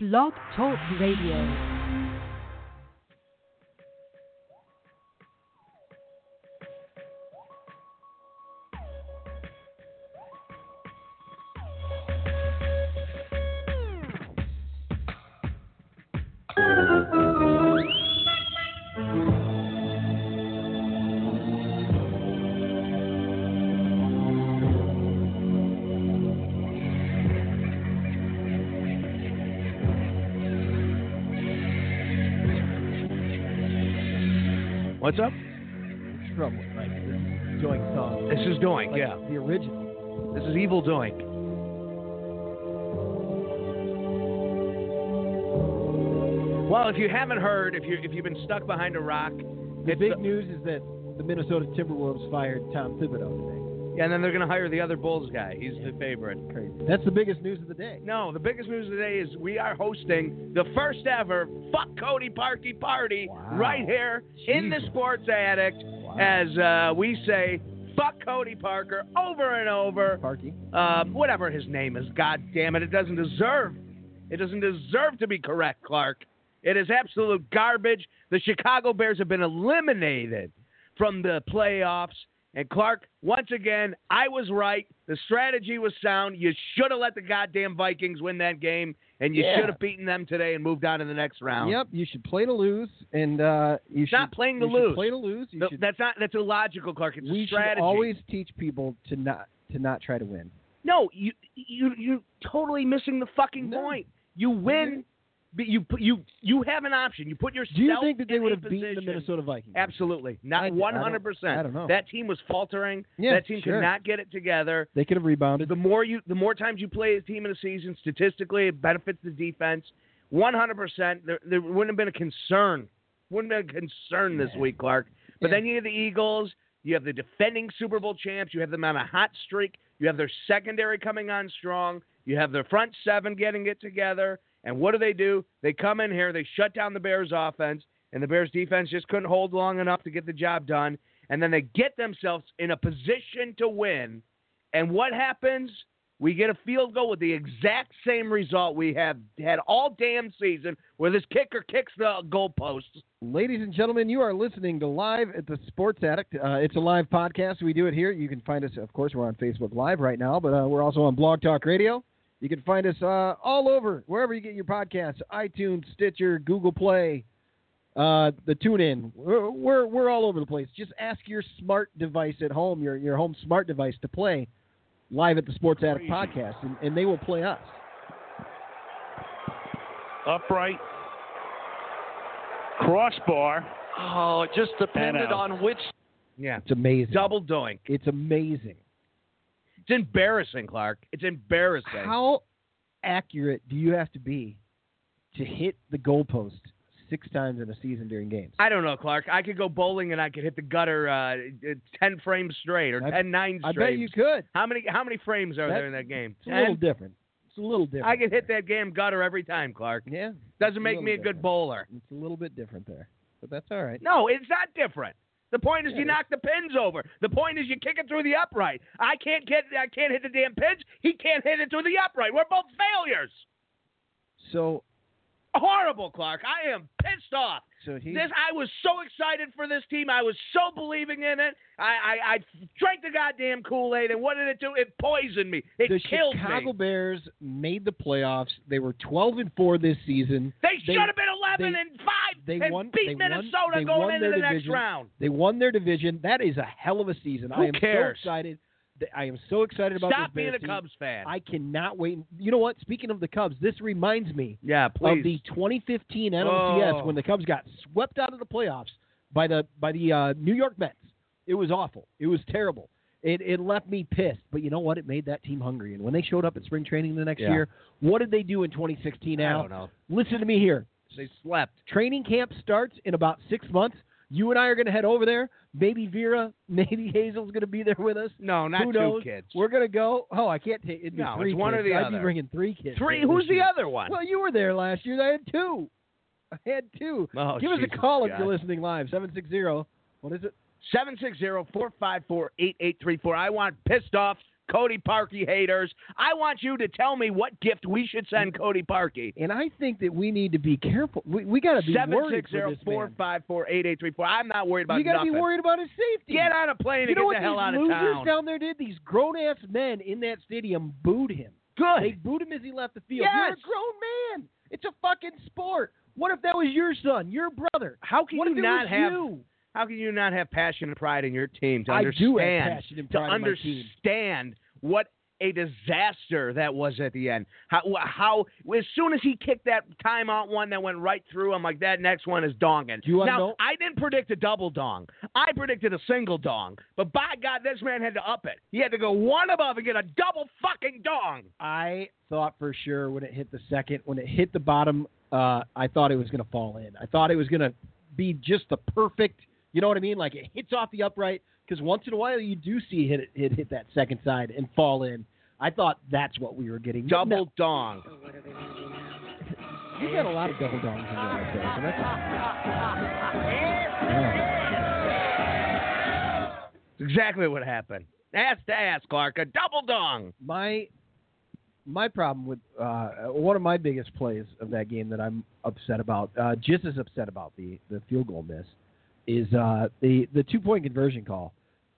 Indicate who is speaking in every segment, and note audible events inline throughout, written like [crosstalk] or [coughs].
Speaker 1: Blog Talk Radio.
Speaker 2: What's up?
Speaker 3: trouble. Like this joint song.
Speaker 2: This is Doink,
Speaker 3: Like,
Speaker 2: yeah.
Speaker 3: The original.
Speaker 2: This is Evil Doink. Well, if you haven't heard, if you if you've been stuck behind a rock,
Speaker 3: The
Speaker 2: it's
Speaker 3: big
Speaker 2: the-
Speaker 3: news is that the Minnesota Timberwolves fired Tom Thibodeau
Speaker 2: yeah, and then they're gonna hire the other Bulls guy. He's the favorite.
Speaker 3: today. Crazy. That's the biggest news of the day.
Speaker 2: No, the biggest news today is we are hosting the first ever Fuck Cody Parky party
Speaker 3: Wow.
Speaker 2: right here in the
Speaker 3: Jesus.
Speaker 2: Sports Addict as uh, we say Fuck Cody Parker over and over.
Speaker 3: Parky.
Speaker 2: um, whatever his name is. God damn it, it doesn't deserve. It doesn't deserve to be correct, Clark. It is absolute garbage. The Chicago Bears have been eliminated from the playoffs. And Clark, once again, I was right. The strategy was sound. You should have let the goddamn Vikings win that game, and you
Speaker 3: Yeah.
Speaker 2: should have beaten them today and moved on to the next round.
Speaker 3: Yep. You should play to lose, and uh, you should
Speaker 2: not playing to
Speaker 3: you should
Speaker 2: lose.
Speaker 3: Play to lose. You
Speaker 2: No,
Speaker 3: should,
Speaker 2: that's not. That's illogical, Clark. It's
Speaker 3: we
Speaker 2: a strategy.
Speaker 3: should always teach people to not to not try to win.
Speaker 2: No, you you you're totally missing the fucking
Speaker 3: No. Mm-hmm.
Speaker 2: point. You win, but you put- you you have an option. You put yourself.
Speaker 3: Do you think that they
Speaker 2: in
Speaker 3: would
Speaker 2: a
Speaker 3: have beaten the
Speaker 2: position-
Speaker 3: Minnesota Vikings?
Speaker 2: Absolutely,
Speaker 3: I- I
Speaker 2: not
Speaker 3: don't-
Speaker 2: one hundred
Speaker 3: I
Speaker 2: percent.
Speaker 3: don't know.
Speaker 2: That team was faltering.
Speaker 3: Yeah,
Speaker 2: that team
Speaker 3: sure.
Speaker 2: could not get it together.
Speaker 3: They could have rebounded.
Speaker 2: The more you, the more times you play a team in a season, statistically, it benefits the defense. One hundred percent. There there wouldn't have been a concern. Wouldn't have been a concern this
Speaker 3: Yeah.
Speaker 2: week, Clark. But
Speaker 3: Yeah.
Speaker 2: then you have the Eagles. You have the defending Super Bowl champs. You have them on a hot streak. You have their secondary coming on strong. You have their front seven getting it together. And what do they do? They come in here, they shut down the Bears' offense, and the Bears' defense just couldn't hold long enough to get the job done. And then they get themselves in a position to win. And what happens? We get a field goal with the exact same result we have had all damn season, where this kicker kicks the goalposts.
Speaker 3: Ladies and gentlemen, you are listening to Live at the Sports Addict. Uh, it's a live podcast. We do it here. You can find us, of course, we're on Facebook Live right now, but uh, we're also on Blog Talk Radio. You can find us uh, all over, wherever you get your podcasts iTunes, Stitcher, Google Play, uh, the TuneIn. We're, we're, we're all over the place. Just ask your smart device at home, your, your home smart device, to play Live at the Sports Addict podcast, and, and they will play us.
Speaker 4: upright, crossbar.
Speaker 5: Oh, it just depended
Speaker 4: Hello.
Speaker 5: on which.
Speaker 2: Yeah.
Speaker 3: It's amazing.
Speaker 2: Double doink.
Speaker 3: It's amazing.
Speaker 2: It's embarrassing, Clark. It's embarrassing.
Speaker 3: How accurate do you have to be to hit the goalpost six times in a season during games?
Speaker 2: I don't know, Clark. I could go bowling and I could hit the gutter uh, ten frames straight or
Speaker 3: I-
Speaker 2: ten nine
Speaker 3: I
Speaker 2: straight.
Speaker 3: bet you could.
Speaker 2: How many how many frames are
Speaker 3: That-
Speaker 2: there in that game?
Speaker 3: It's a little
Speaker 2: Ten?
Speaker 3: different. It's a little different.
Speaker 2: I could hit that damn gutter every time, Clark.
Speaker 3: Yeah.
Speaker 2: Doesn't make me a good
Speaker 3: ball.
Speaker 2: bowler.
Speaker 3: It's a little bit different there, but that's all right.
Speaker 2: No, it's not different. The point is
Speaker 3: Yeah,
Speaker 2: you
Speaker 3: it
Speaker 2: knock the pins over. The point is you kick it through the upright. I can't get I can't hit the damn pins. He can't hit it through the upright. We're both failures.
Speaker 3: So,
Speaker 2: Horrible, Clark. I am pissed off.
Speaker 3: so he.
Speaker 2: This I was so excited for this team. I was so believing in it. I I, I drank the goddamn Kool Aid, and what did it do? It poisoned me. It
Speaker 3: the
Speaker 2: killed
Speaker 3: Chicago
Speaker 2: me.
Speaker 3: Bears made the playoffs. They were 12 and 4 this season.
Speaker 2: They,
Speaker 3: they-
Speaker 2: should have been eleven
Speaker 3: they-
Speaker 2: and five
Speaker 3: they
Speaker 2: and
Speaker 3: won- they
Speaker 2: beat
Speaker 3: won-
Speaker 2: Minnesota
Speaker 3: they
Speaker 2: going
Speaker 3: won
Speaker 2: into
Speaker 3: their
Speaker 2: the next
Speaker 3: division.
Speaker 2: round.
Speaker 3: They won their division. That is a hell of a season.
Speaker 2: Who
Speaker 3: I am
Speaker 2: cares?
Speaker 3: so excited. that- I am so excited about
Speaker 2: Stop
Speaker 3: this Bears
Speaker 2: being a
Speaker 3: team.
Speaker 2: Cubs fan.
Speaker 3: I cannot wait. You know what? Speaking of the Cubs, this reminds me
Speaker 2: yeah, please.
Speaker 3: of the 2015 NLCS
Speaker 2: Oh.
Speaker 3: when the Cubs got swept out of the playoffs by the by the uh, New York Mets. It was awful. It was terrible. It it left me pissed. But you know what? It made that team hungry. And when they showed up at spring training the next
Speaker 2: Yeah.
Speaker 3: year, what did they do in 2016?
Speaker 2: I
Speaker 3: Now,
Speaker 2: don't know.
Speaker 3: listen to me here.
Speaker 2: They slept.
Speaker 3: Training camp starts in about six months. You and I are going to head over there. Maybe Vera, [laughs] maybe Hazel's going to be there with us.
Speaker 2: No, not
Speaker 3: Who
Speaker 2: two
Speaker 3: knows?
Speaker 2: kids.
Speaker 3: We're gonna go. Oh, I can't take. It'd be
Speaker 2: No, it's
Speaker 3: three
Speaker 2: one
Speaker 3: kids.
Speaker 2: or the
Speaker 3: I'd be
Speaker 2: other.
Speaker 3: bringing three kids.
Speaker 2: Three.
Speaker 3: there
Speaker 2: Who's
Speaker 3: this
Speaker 2: the
Speaker 3: year.
Speaker 2: other one?
Speaker 3: Well, you were there last year. I had two. I had two.
Speaker 2: Oh,
Speaker 3: Give us a
Speaker 2: Jesus
Speaker 3: call if
Speaker 2: God.
Speaker 3: you're listening live. Seven six zero. What is it?
Speaker 2: 760-454-8834. I want pissed off Cody Parkey haters. I want you to tell me what gift we should send Cody Parkey.
Speaker 3: And I think that we need to be careful. We, we got to be
Speaker 2: Seven
Speaker 3: worried
Speaker 2: six
Speaker 3: for
Speaker 2: zero
Speaker 3: this
Speaker 2: four
Speaker 3: man.
Speaker 2: five four eight eight three four. I'm not worried about
Speaker 3: You got to
Speaker 2: nothing.
Speaker 3: be worried about his safety.
Speaker 2: Get on a plane
Speaker 3: you
Speaker 2: and
Speaker 3: know
Speaker 2: get
Speaker 3: what
Speaker 2: the hell
Speaker 3: these
Speaker 2: out of
Speaker 3: losers
Speaker 2: town.
Speaker 3: down there did? These grown ass men in that stadium booed him.
Speaker 2: Good.
Speaker 3: They booed him as he left the field.
Speaker 2: Yes.
Speaker 3: You're a grown man. It's a fucking sport. What if that was your son, your brother?
Speaker 2: how can
Speaker 3: what
Speaker 2: you
Speaker 3: if it
Speaker 2: not
Speaker 3: was
Speaker 2: have
Speaker 3: you?
Speaker 2: how can you not have passion and pride in your team to
Speaker 3: I
Speaker 2: understand
Speaker 3: do have passion and
Speaker 2: to
Speaker 3: pride in my team.
Speaker 2: understand what a disaster that was at the end. How, wh- how as soon as he kicked that timeout one that went right through, I'm like, that next one is donging.
Speaker 3: Do you wanna
Speaker 2: now
Speaker 3: know-
Speaker 2: I didn't predict a double dong. I predicted a single dong. But by God, this man had to up it. He had to go one above and get a double fucking dong.
Speaker 3: I thought for sure when it hit the second, when it hit the bottom, uh, I thought it was going to fall in. I thought it was going to be just the perfect, you know what I mean? Like it hits off the upright because once in a while you do see it hit, it- it hit that second side and fall in. I thought that's what we were getting.
Speaker 2: Double
Speaker 3: No,
Speaker 2: dong.
Speaker 3: you got a lot of double dongs in there. Like that, so Oh. that's-
Speaker 2: Exactly what happened. Ass to ass, Clark. A double dong.
Speaker 3: my my problem with uh, one of my biggest plays of that game that I'm upset about, uh, just as upset about the the field goal miss, is uh, the the two point conversion call.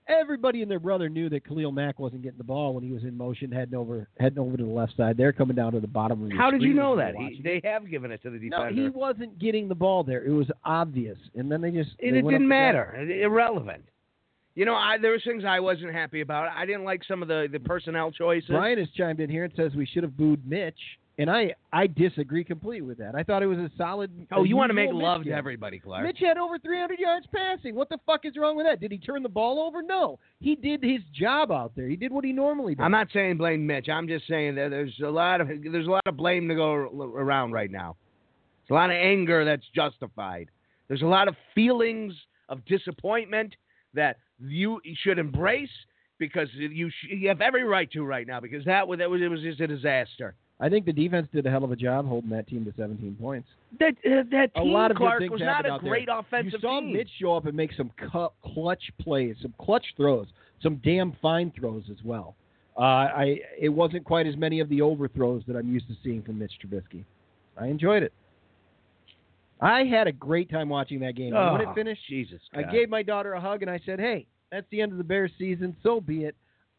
Speaker 3: Everybody and their brother knew that Khalil Mack wasn't getting the ball when he was in motion, heading over heading over to the left side. They're coming down to the bottom of the
Speaker 2: How did you
Speaker 3: screen
Speaker 2: know
Speaker 3: if
Speaker 2: that?
Speaker 3: were
Speaker 2: He,
Speaker 3: watching.
Speaker 2: they have given it to the
Speaker 3: no,
Speaker 2: defender.
Speaker 3: he wasn't getting the ball there. It was obvious, and then they just
Speaker 2: And
Speaker 3: they
Speaker 2: it
Speaker 3: went up
Speaker 2: didn't
Speaker 3: the gut.
Speaker 2: matter. I- Irrelevant. You know, I, there was things I wasn't happy about. I didn't like some of the, the personnel choices.
Speaker 3: Brian has chimed in here and says we should have booed Mitch, and I I disagree completely with that. I thought it was a solid.
Speaker 2: Oh, you
Speaker 3: want to
Speaker 2: make love to
Speaker 3: game.
Speaker 2: everybody, Clark.
Speaker 3: Mitch had over 300 yards passing. What the fuck is wrong with that? Did he turn the ball over? No, he did his job out there. He did what he normally does.
Speaker 2: I'm not saying blame Mitch. I'm just saying that there's a lot of there's a lot of blame to go ar- around right now. There's a lot of anger that's justified. There's a lot of feelings of disappointment that you should embrace because you sh- you have every right to right now because that was that was it was just a disaster.
Speaker 3: I think the defense did a hell of a job holding that team to 17 points.
Speaker 2: That uh, that
Speaker 3: A
Speaker 2: team
Speaker 3: lot of good
Speaker 2: Clark
Speaker 3: things
Speaker 2: was not
Speaker 3: happened
Speaker 2: a
Speaker 3: out there.
Speaker 2: great offensive
Speaker 3: you saw
Speaker 2: team.
Speaker 3: Mitch show up and make some cu- clutch plays, some clutch throws, some damn fine throws as well. Uh, I it wasn't quite as many of the overthrows that I'm used to seeing from Mitch Trubisky. I enjoyed it. I had a great time watching that game. And when
Speaker 2: Oh,
Speaker 3: it finished,
Speaker 2: Jesus,
Speaker 3: I
Speaker 2: God.
Speaker 3: gave my daughter a hug and I said, "Hey, that's the end of the Bears season. So be it.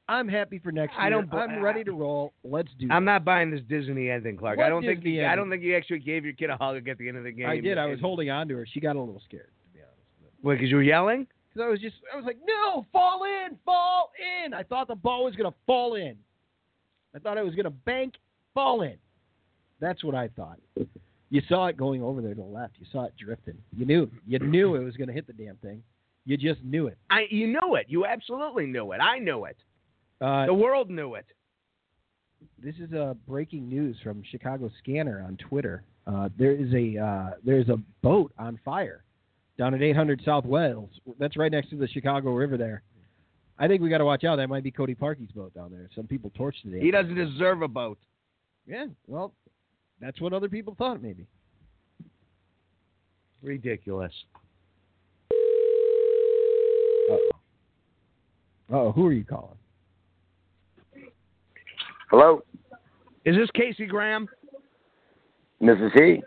Speaker 3: I'm happy for next year.
Speaker 2: I don't bl-
Speaker 3: I'm ready to roll. Let's do."
Speaker 2: I'm not buying this Disney ending, Clark.
Speaker 3: What
Speaker 2: I don't think
Speaker 3: Disney
Speaker 2: I
Speaker 3: ending?
Speaker 2: don't think you actually gave your kid a hug at the end of the
Speaker 3: it.
Speaker 2: game.
Speaker 3: I did. I was holding on to her. She got a little scared, to be honest.
Speaker 2: Wait, because you were yelling.
Speaker 3: Because I was just, I was like, no, fall in, fall in. I thought the ball was going to fall in. I thought it was going to bank, fall in. That's what I thought. You saw it going over there to the left. You saw it drifting. You knew, you knew it was going to hit the damn thing. You just knew it.
Speaker 2: I you knew it. You absolutely knew it. I knew it.
Speaker 3: Uh,
Speaker 2: The world knew it.
Speaker 3: This is uh, breaking news from Chicago Scanner on Twitter. Uh, there is a uh, there is a boat on fire down at 800 South Wales. That's right next to the Chicago River. There, I think we got to watch out. That might be Cody Parkey's boat down there. Some people torched it.
Speaker 2: He doesn't deserve a boat.
Speaker 3: Yeah, well, that's what other people thought. Maybe
Speaker 2: Ridiculous.
Speaker 3: Oh, who are you calling?
Speaker 4: Hello,
Speaker 2: Is this Casey Graham?
Speaker 4: this is he.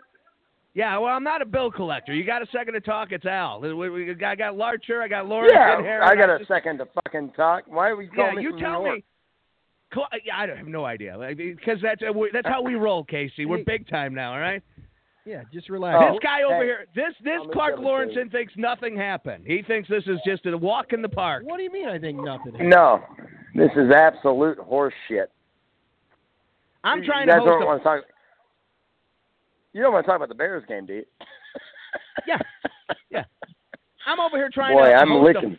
Speaker 2: Yeah, well, I'm not a bill collector. You got a second to talk? It's Al. We, we, I got Larcher. I got Lawrence in here.
Speaker 4: I got a
Speaker 2: just-
Speaker 4: second to fucking talk. Why are we calling
Speaker 2: Yeah,
Speaker 4: me
Speaker 2: you
Speaker 4: from
Speaker 2: tell
Speaker 4: New York?
Speaker 2: me. Cla- yeah, I don't have no idea because that's uh, we- that's how we roll, Casey. We're
Speaker 4: [laughs]
Speaker 3: Hey.
Speaker 2: big time now. All right.
Speaker 3: Yeah, just relax.
Speaker 4: Oh.
Speaker 2: This guy over
Speaker 4: hey.
Speaker 2: here, this this
Speaker 4: I'm
Speaker 2: Clark
Speaker 4: devastated.
Speaker 2: Lawrence thinks nothing happened. He thinks this is just a walk in the park.
Speaker 3: What do you mean? I think nothing.
Speaker 4: No, this is absolute horse shit.
Speaker 2: I'm trying
Speaker 4: you
Speaker 2: to
Speaker 4: guys
Speaker 2: host
Speaker 4: don't
Speaker 2: a-
Speaker 4: want to talk. You don't want to talk about the Bears game, do you? [laughs]
Speaker 2: Yeah. Yeah. I'm over here trying
Speaker 4: Boy,
Speaker 2: to
Speaker 4: I'm
Speaker 2: host
Speaker 4: licking.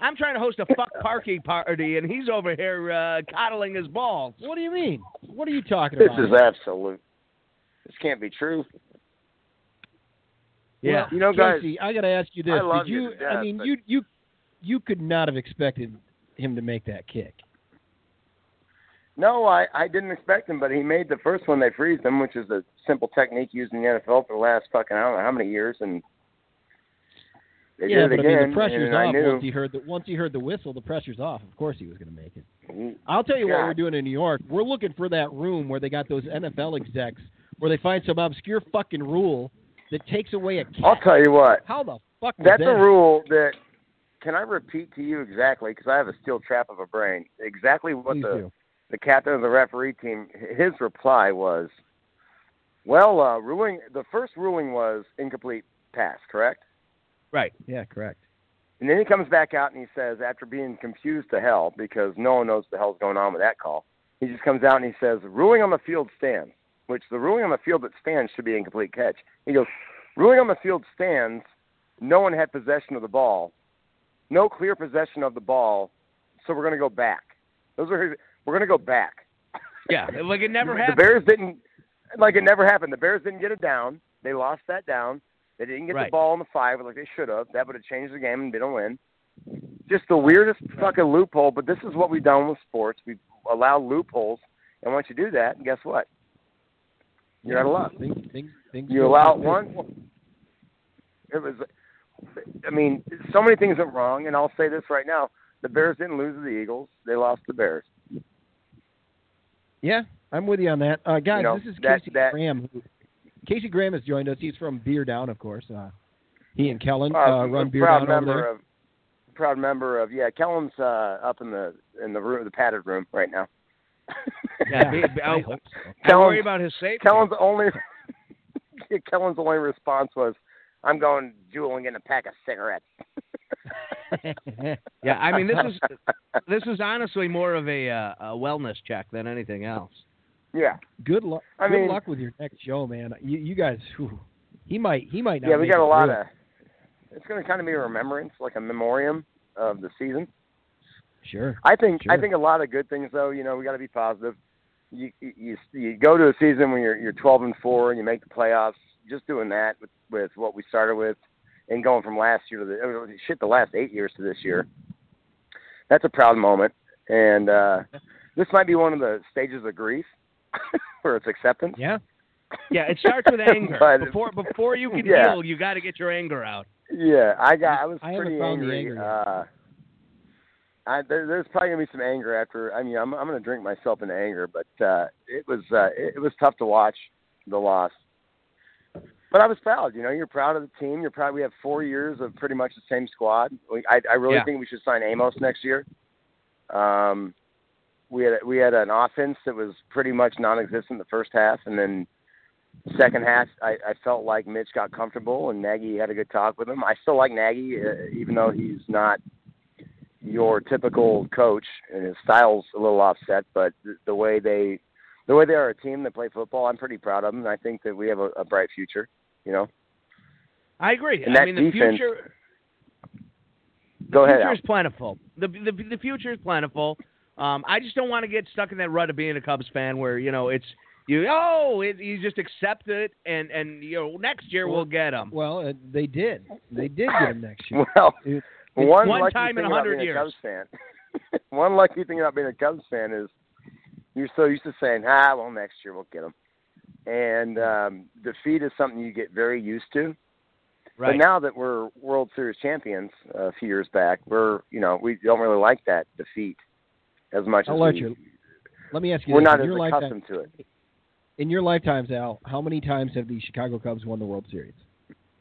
Speaker 2: A, I'm trying to host a fuck parky party and he's over here uh, coddling his balls.
Speaker 3: What do you mean? What are you talking
Speaker 4: This
Speaker 3: about?
Speaker 4: is absolute. This can't be true.
Speaker 2: Yeah.
Speaker 3: Well,
Speaker 4: You know, guys,
Speaker 3: Casey, I got to ask you this:
Speaker 4: I love
Speaker 3: Did
Speaker 4: you
Speaker 3: you?
Speaker 4: to death,
Speaker 3: I mean,
Speaker 4: but-
Speaker 3: you you you could not have expected him to make that kick.
Speaker 4: No, I, I didn't expect him, but he made the first one. They freeze him, which is a simple technique used in the NFL for the last fucking I don't know how many years, and They
Speaker 3: yeah,
Speaker 4: did
Speaker 3: but
Speaker 4: it
Speaker 3: I
Speaker 4: again,
Speaker 3: mean, the pressure's
Speaker 4: and I
Speaker 3: off
Speaker 4: knew.
Speaker 3: once he heard the once he heard the whistle. The pressure's off. Of course, he was going to make it. I'll tell you what
Speaker 4: God.
Speaker 3: we're doing in New York. We're looking for that room where they got those NFL execs, where they find some obscure fucking rule that takes away a
Speaker 4: I'll
Speaker 3: cat.
Speaker 4: tell you what.
Speaker 3: How the fuck? was
Speaker 4: That's
Speaker 3: that?
Speaker 4: a rule that. Can I repeat to you exactly? Because I have a steel trap of a brain. Exactly what
Speaker 3: Please
Speaker 4: the
Speaker 3: do.
Speaker 4: the captain of the referee team, his reply was, "Well, uh, ruling the first ruling was incomplete pass, correct?"
Speaker 2: Right.
Speaker 3: Yeah, correct.
Speaker 4: And then he comes back out and he says, after being confused to hell because no one knows what the hell's going on with that call, he just comes out and he says, "Ruling on the field stands," which the ruling on the field that stands should be incomplete catch. He goes, "Ruling on the field stands. No one had possession of the ball. No clear possession of the ball. So we're going to go back. Those are his, we're going to go back."
Speaker 2: Yeah. Like it never
Speaker 4: the
Speaker 2: happened.
Speaker 4: Bears didn't like it never happened. The Bears didn't get a down. They lost that down. They didn't get
Speaker 2: Right.
Speaker 4: the ball on the five like they should have. That would have changed the game and been a win. Just the weirdest fucking loophole. But this is what we've done with sports. We allow loopholes, and once you do that, guess what? You're out of luck.
Speaker 3: Things, things, things
Speaker 4: You
Speaker 3: go
Speaker 4: allow it
Speaker 3: bad.
Speaker 4: once. It was, I mean, so many things went wrong, and I'll say this right now: the Bears didn't lose to the Eagles. They lost to the Bears.
Speaker 3: Yeah, I'm with you on that. Uh, guys,
Speaker 4: You know,
Speaker 3: this is
Speaker 4: that-
Speaker 3: Casey
Speaker 4: that-
Speaker 3: Graham. Who, Casey Graham has joined us. He's from Beer Down, of course. Uh, he and Kellen
Speaker 4: Uh,
Speaker 3: uh, run
Speaker 4: a
Speaker 3: Beer
Speaker 4: proud
Speaker 3: Down over
Speaker 4: member
Speaker 3: there.
Speaker 4: of proud member of yeah Kellen's uh up in the in the room the padded room right now
Speaker 2: Yeah,
Speaker 4: [laughs]
Speaker 2: be- be-
Speaker 3: [laughs] I
Speaker 2: I'll-
Speaker 3: hope so.
Speaker 2: I worry
Speaker 4: Kellen's-
Speaker 2: about his safety.
Speaker 4: Kellen's only [laughs] Kellen's only response was I'm going Jewel and getting a pack of cigarettes
Speaker 2: Yeah, [laughs] I mean this is this is honestly more of a, uh, a wellness check than anything else.
Speaker 4: [laughs] yeah
Speaker 3: [laughs] Good luck.
Speaker 4: I
Speaker 3: good
Speaker 4: mean-
Speaker 3: luck with your next show, man. You, you guys, whew, he might, he might not.
Speaker 4: yeah we
Speaker 3: make
Speaker 4: got a
Speaker 3: it
Speaker 4: lot
Speaker 3: through.
Speaker 4: of it's going to kind of be a remembrance like a memoriam of the season
Speaker 3: Sure.
Speaker 4: I think I
Speaker 3: Sure.
Speaker 4: think a lot of good things though. You know, we got to be positive. You, you you- you go to a season when you're you're 12 and four and you make the playoffs. Just doing that with, with what we started with, and going from last year to the I mean, shit the last eight years to this year. That's a proud moment, and uh, this might be one of the stages of grief, [laughs] where it's acceptance.
Speaker 3: Yeah.
Speaker 2: Yeah, it starts
Speaker 4: [laughs]
Speaker 2: with anger.
Speaker 4: But-
Speaker 2: before before you can
Speaker 4: Yeah.
Speaker 2: heal, you got to get your anger out.
Speaker 4: Yeah, I got. I was
Speaker 3: I haven't
Speaker 4: pretty
Speaker 3: found the
Speaker 4: angry.
Speaker 3: anger yet.
Speaker 4: uh, I, there, there's probably gonna be some anger after. I mean, I'm I'm gonna drink myself into anger, but uh, it was uh, it, it was tough to watch the loss. But I was proud. You know, you're proud of the team. You're proud. We have four years of pretty much the same squad. We, I I really
Speaker 2: Yeah.
Speaker 4: think we should sign Amos next year. Um, we had we had an offense that was pretty much non-existent the first half, and then second half, I, I felt like Mitch got comfortable and Nagy had a good talk with him. I still like Nagy, uh, even though he's not your typical coach and his style's a little offset. But the, the way they, the way they are a team that play football, I'm pretty proud of them. And I think that we have a, a bright future. You know,
Speaker 2: I agree.
Speaker 4: And
Speaker 2: I
Speaker 4: that
Speaker 2: mean the
Speaker 4: defense-
Speaker 2: future
Speaker 4: go ahead.
Speaker 2: future
Speaker 4: Al.
Speaker 2: is plentiful. The, the the future is plentiful. Um, I just don't want to get stuck in that rut of being a Cubs fan, where you know it's you oh it, you just accept it and and you know next year we'll get them.
Speaker 3: Well, uh, they did. They did get him next year.
Speaker 4: [laughs] Well,
Speaker 3: It-
Speaker 4: one,
Speaker 2: one
Speaker 4: lucky
Speaker 2: time in
Speaker 4: thing about
Speaker 2: 100
Speaker 4: being
Speaker 2: years.
Speaker 4: a Cubs fan. [laughs] one lucky thing about being a Cubs fan is you're so used to saying, "Ah, well, next year we'll get them." And um, defeat is something you get very used to.
Speaker 2: Right.
Speaker 4: But now that we're World Series champions uh, a few years back, we're you know we don't really like that defeat as much
Speaker 3: I'll
Speaker 4: as
Speaker 3: let
Speaker 4: we,
Speaker 3: you. Let me ask you
Speaker 4: we're
Speaker 3: this:
Speaker 4: not
Speaker 3: in
Speaker 4: as
Speaker 3: your lifetime,
Speaker 4: accustomed to it.
Speaker 3: in your lifetimes, Al, how many times have the Chicago Cubs won the World Series?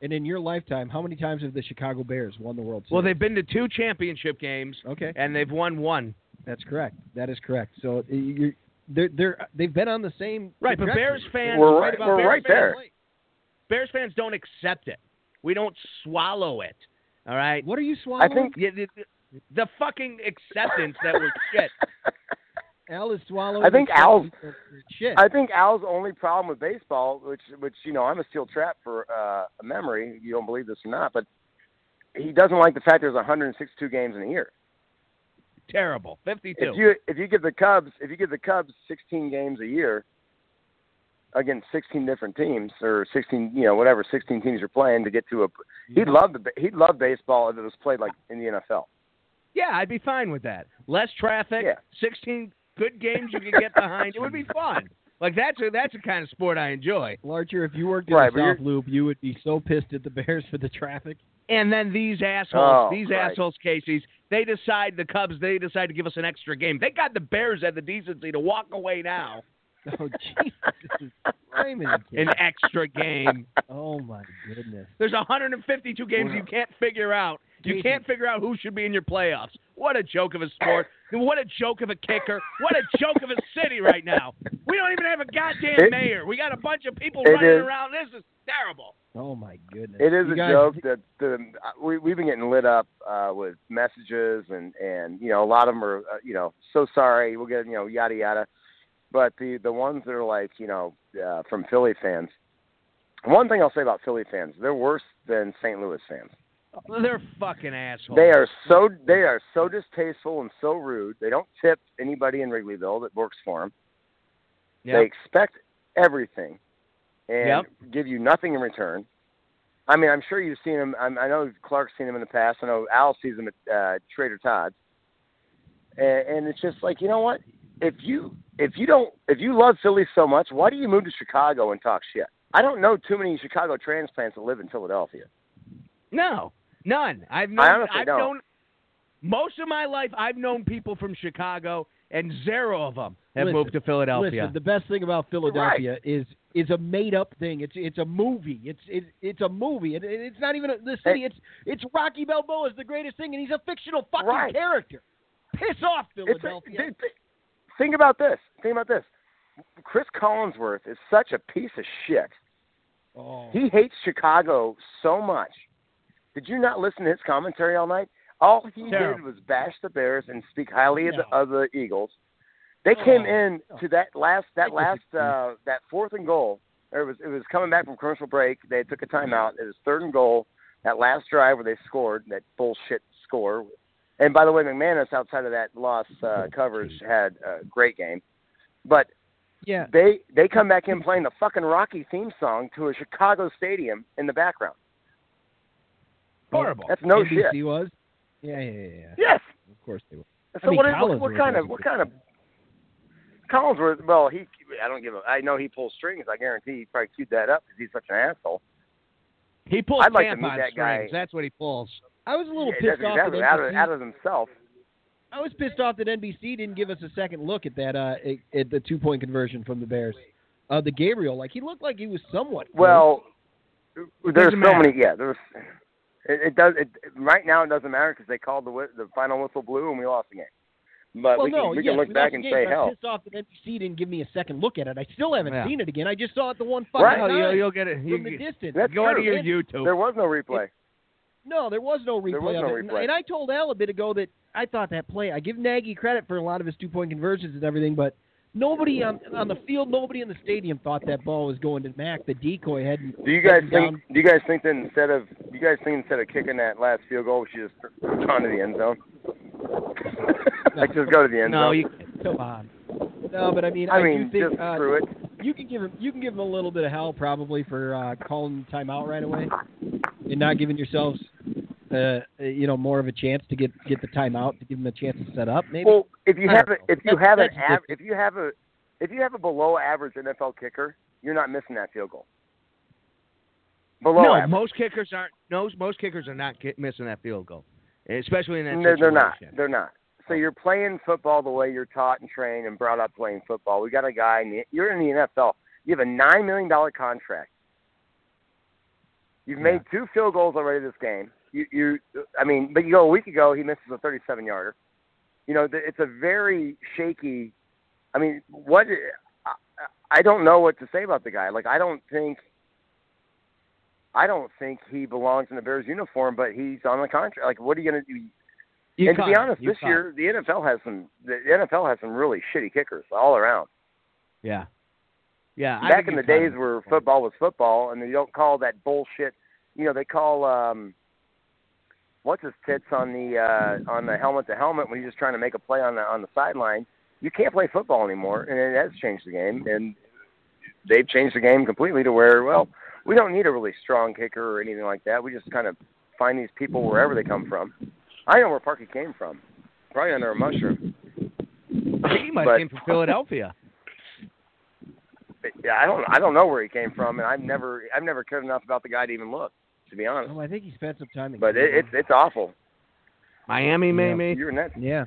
Speaker 3: And in your lifetime, how many times have the Chicago Bears won the World Series?
Speaker 2: well, they've been to two championship games
Speaker 3: okay.
Speaker 2: and they've won one.
Speaker 3: That's correct. That is correct. So uh, you're, they're they're they've been on the same
Speaker 2: Right, but
Speaker 3: trajectory.
Speaker 2: Bears fans
Speaker 4: We're
Speaker 2: right
Speaker 4: right-
Speaker 2: about
Speaker 4: we're
Speaker 2: Bears
Speaker 4: right
Speaker 2: fans,
Speaker 4: there.
Speaker 2: Bears fans don't accept it. We don't swallow it. All right.
Speaker 3: What are you swallowing?
Speaker 4: I think
Speaker 2: [laughs] Yeah, the, the- the fucking acceptance that
Speaker 4: [laughs]
Speaker 2: we're shit.
Speaker 3: Al is swallowing.
Speaker 4: I think
Speaker 3: the
Speaker 4: Al's-
Speaker 3: shit.
Speaker 4: [laughs] I think Al's only problem with baseball, which which you know I'm a steel trap for uh, a memory. You don't believe this or not, but he doesn't like the fact there's 162 games in a year.
Speaker 2: Terrible. Fifty-two.
Speaker 4: If you if you give the Cubs if you give the Cubs 16 games a year against 16 different teams or 16 you know whatever 16 teams you're playing to get to a
Speaker 3: Mm-hmm.
Speaker 4: he'd love the ba- he'd love baseball if it was played like in the NFL.
Speaker 2: yeah, I'd be fine with that. Less traffic.
Speaker 4: Yeah.
Speaker 2: Sixteen good games you could get behind. it would be fun. Like that's a, that's the kind of sport I enjoy.
Speaker 3: Larcher, if you worked in
Speaker 4: Right,
Speaker 3: the
Speaker 4: but you're-
Speaker 3: South Loop, you would be so pissed at the Bears for the traffic. [laughs]
Speaker 2: And then these assholes,
Speaker 4: Oh,
Speaker 2: these
Speaker 4: right.
Speaker 2: assholes, Casey's, they decide the Cubs, they decide to give us an extra game. They got the Bears had the decency to walk away now
Speaker 3: Oh, Jesus. Raymond.
Speaker 2: an extra game.
Speaker 3: Oh, my goodness.
Speaker 2: There's 152 games you can't figure out. You
Speaker 3: Jesus.
Speaker 2: can't figure out who should be in your playoffs. What a joke of a sport. What a joke of a kicker. What a joke of a city right now. We don't even have a goddamn
Speaker 4: It-
Speaker 2: mayor. We got a bunch of people
Speaker 4: It
Speaker 2: running
Speaker 4: is-
Speaker 2: around. This is terrible.
Speaker 3: Oh, my goodness.
Speaker 4: It is
Speaker 3: You
Speaker 4: a
Speaker 3: guys-
Speaker 4: joke that the we we've been getting lit up uh, with messages and and you know a lot of them are uh, you know so sorry we'll get you know yada yada, but the the ones that are like you know uh, from Philly fans. One thing I'll say about Philly fans, they're worse than St. Louis fans.
Speaker 2: They're fucking
Speaker 3: Oh,
Speaker 2: assholes.
Speaker 4: They are so they are so distasteful and so rude. They don't tip anybody in Wrigleyville that works for them.
Speaker 2: Yep.
Speaker 4: They expect everything and
Speaker 2: Yep.
Speaker 4: give you nothing in return. I mean, I'm sure you've seen them. I'm, I know Clark's seen them in the past. I know Al sees them at uh, Trader Todd's, and, and it's just like you know what? If you if you don't if you love Philly so much, why do you move to Chicago and talk shit? I don't know too many Chicago transplants that live in Philadelphia.
Speaker 2: No, none. I've known.
Speaker 4: I honestly
Speaker 2: have
Speaker 4: don't.
Speaker 2: known most of my life. I've known people from Chicago, and zero of them have
Speaker 3: Listen,
Speaker 2: moved to Philadelphia.
Speaker 3: Listen, the best thing about Philadelphia is is a made up thing. It's it's a movie. It's it, it's a movie. It, it- it's not even a, the city. It's it's Rocky Balboa is the greatest thing, and he's a fictional fucking
Speaker 4: Right.
Speaker 3: character. Piss off,
Speaker 4: It's
Speaker 3: Philadelphia.
Speaker 4: a, dude, th- think about this. Think about this. Chris Collinsworth is such a piece of shit.
Speaker 3: oh,
Speaker 4: He hates Chicago so much. Did you not listen to his commentary all night? All he did
Speaker 2: Terrible.
Speaker 4: was bash the Bears and speak highly of, the,
Speaker 3: No.
Speaker 4: of the Eagles. They came
Speaker 3: Oh.
Speaker 4: in to that last that
Speaker 3: That
Speaker 4: last
Speaker 3: was
Speaker 4: uh, that fourth and goal. Or it was it was coming back from commercial break. They took a timeout. It was third and goal. That last drive where they scored that bullshit score. And by the way, McManus outside of that loss uh, coverage had a great game. But
Speaker 3: yeah.
Speaker 4: Uh, they they come back in playing the fucking Rocky theme song to a Chicago stadium in the background.
Speaker 3: Oh,
Speaker 2: Horrible.
Speaker 4: That's no
Speaker 3: NBC
Speaker 4: shit.
Speaker 3: was. Yeah, yeah, yeah, yeah.
Speaker 4: Yes.
Speaker 3: Of course they were.
Speaker 4: So
Speaker 3: I mean,
Speaker 4: what, is, what,
Speaker 3: Collinsworth
Speaker 4: what kind of
Speaker 3: was
Speaker 4: what kind of Collinsworth? Well, he I don't give a I know he pulls strings. I guarantee he probably queued that up because he's such an asshole.
Speaker 2: he pulls
Speaker 4: I'd like to
Speaker 2: tampon
Speaker 4: meet that
Speaker 2: strings.
Speaker 4: guy.
Speaker 2: That's what he pulls.
Speaker 3: I was a little
Speaker 4: Yeah,
Speaker 3: pissed
Speaker 4: that's
Speaker 3: off
Speaker 4: exactly
Speaker 3: that
Speaker 4: out
Speaker 3: NBC
Speaker 4: of out of himself.
Speaker 3: I was pissed off that NBC didn't give us a second look at that uh at- at the two point conversion from the Bears. Uh, the Gabriel, like he looked like he was somewhat. close.
Speaker 4: Well, there's so
Speaker 2: doesn't matter.
Speaker 4: many. Yeah, there's. It, it does. It, right now, it doesn't matter because they called the whi- the final whistle blew and we lost the game. But
Speaker 3: well,
Speaker 4: we
Speaker 3: no,
Speaker 4: can,
Speaker 3: yes,
Speaker 4: we can look
Speaker 3: we lost
Speaker 4: back
Speaker 3: the
Speaker 4: and
Speaker 3: game,
Speaker 4: say,
Speaker 3: but I'm
Speaker 4: hell,
Speaker 3: pissed off that NBC didn't give me a second look at it. I still haven't
Speaker 2: Yeah.
Speaker 3: seen it again. I just saw it the one fucking
Speaker 4: Right.
Speaker 2: No,
Speaker 3: time
Speaker 2: you'll, you'll get it. You,
Speaker 3: from the distance.
Speaker 4: That's
Speaker 2: go out of
Speaker 4: true.
Speaker 2: your YouTube.
Speaker 4: there was no replay.
Speaker 3: No, there was no replay
Speaker 4: There was
Speaker 3: of
Speaker 4: no
Speaker 3: it. And-
Speaker 4: replay.
Speaker 3: And I told Al a bit ago that I thought that play. I give Nagy credit for a lot of his two point conversions and everything, but nobody on on the field, nobody in the stadium thought that ball was going to Mac. The decoy hadn't.
Speaker 4: Do you guys
Speaker 3: hadn't
Speaker 4: think?
Speaker 3: down-
Speaker 4: Do you guys think that instead of do you guys think instead of kicking that last field goal, we should just run to the end zone? [laughs] like just go to the end
Speaker 2: no,
Speaker 4: zone.
Speaker 2: you,
Speaker 3: Come on. No, but I mean,
Speaker 4: I,
Speaker 3: I,
Speaker 4: mean,
Speaker 3: do think
Speaker 4: just
Speaker 3: uh,
Speaker 4: screw it.
Speaker 3: you can give him you can give him a little bit of hell probably for uh, calling timeout right away and not giving yourselves uh, you know more of a chance to get get the timeout to give them a chance to set up maybe.
Speaker 4: Well, if you
Speaker 3: I
Speaker 4: have a,
Speaker 3: don't know.
Speaker 4: if you
Speaker 3: That's-
Speaker 4: have an
Speaker 3: that's
Speaker 4: av- if you have a if you have a below average NFL kicker, you're not missing that field goal. Below
Speaker 2: no,
Speaker 4: average.
Speaker 2: most kickers aren't. No, most kickers are not ki- missing that field goal, especially in that
Speaker 4: No, they're not.
Speaker 2: situation.
Speaker 4: They're not. So you're playing football the way you're taught and trained and brought up playing football. We got a guy. In the, you're in the NFL. You have a nine million dollar contract. You've made two field goals already this game. You, you, I mean, but you go a week ago. He misses a 37 yarder. You know, th- it's a very shaky. I mean, what? I, I don't know what to say about the guy. Like, I don't think. I don't think he belongs in the Bears uniform, but he's on the contract. Like, what are you going to do?
Speaker 2: You
Speaker 4: and to
Speaker 2: caught
Speaker 4: be
Speaker 2: it.
Speaker 4: honest,
Speaker 2: You
Speaker 4: this
Speaker 2: caught it.
Speaker 4: year the NFL has some the NFL has some really shitty kickers all around.
Speaker 2: yeah, yeah. I
Speaker 4: Back
Speaker 2: think
Speaker 4: in
Speaker 2: you
Speaker 4: the
Speaker 2: caught
Speaker 4: days
Speaker 2: it.
Speaker 4: where football was football, and they don't call that bullshit. You know, they call um, what's his tits on the uh, on the helmet to helmet when he's just trying to make a play on the on the sideline. You can't play football anymore, and it has changed the game. And they've changed the game completely to where well, we don't need a really strong kicker or anything like that. We just kind of find these people wherever they come from. I know where Parky came from, probably under a mushroom.
Speaker 2: he might
Speaker 4: but- [laughs]
Speaker 2: came from Philadelphia.
Speaker 4: yeah, I don't I don't know where he came from, and I've never I've never cared enough about the guy to even look, to be honest.
Speaker 3: Oh, I think he spent some time. in
Speaker 4: But it,
Speaker 3: Canada.
Speaker 4: it's it's awful.
Speaker 2: Miami, maybe.
Speaker 4: You're in that
Speaker 3: yeah,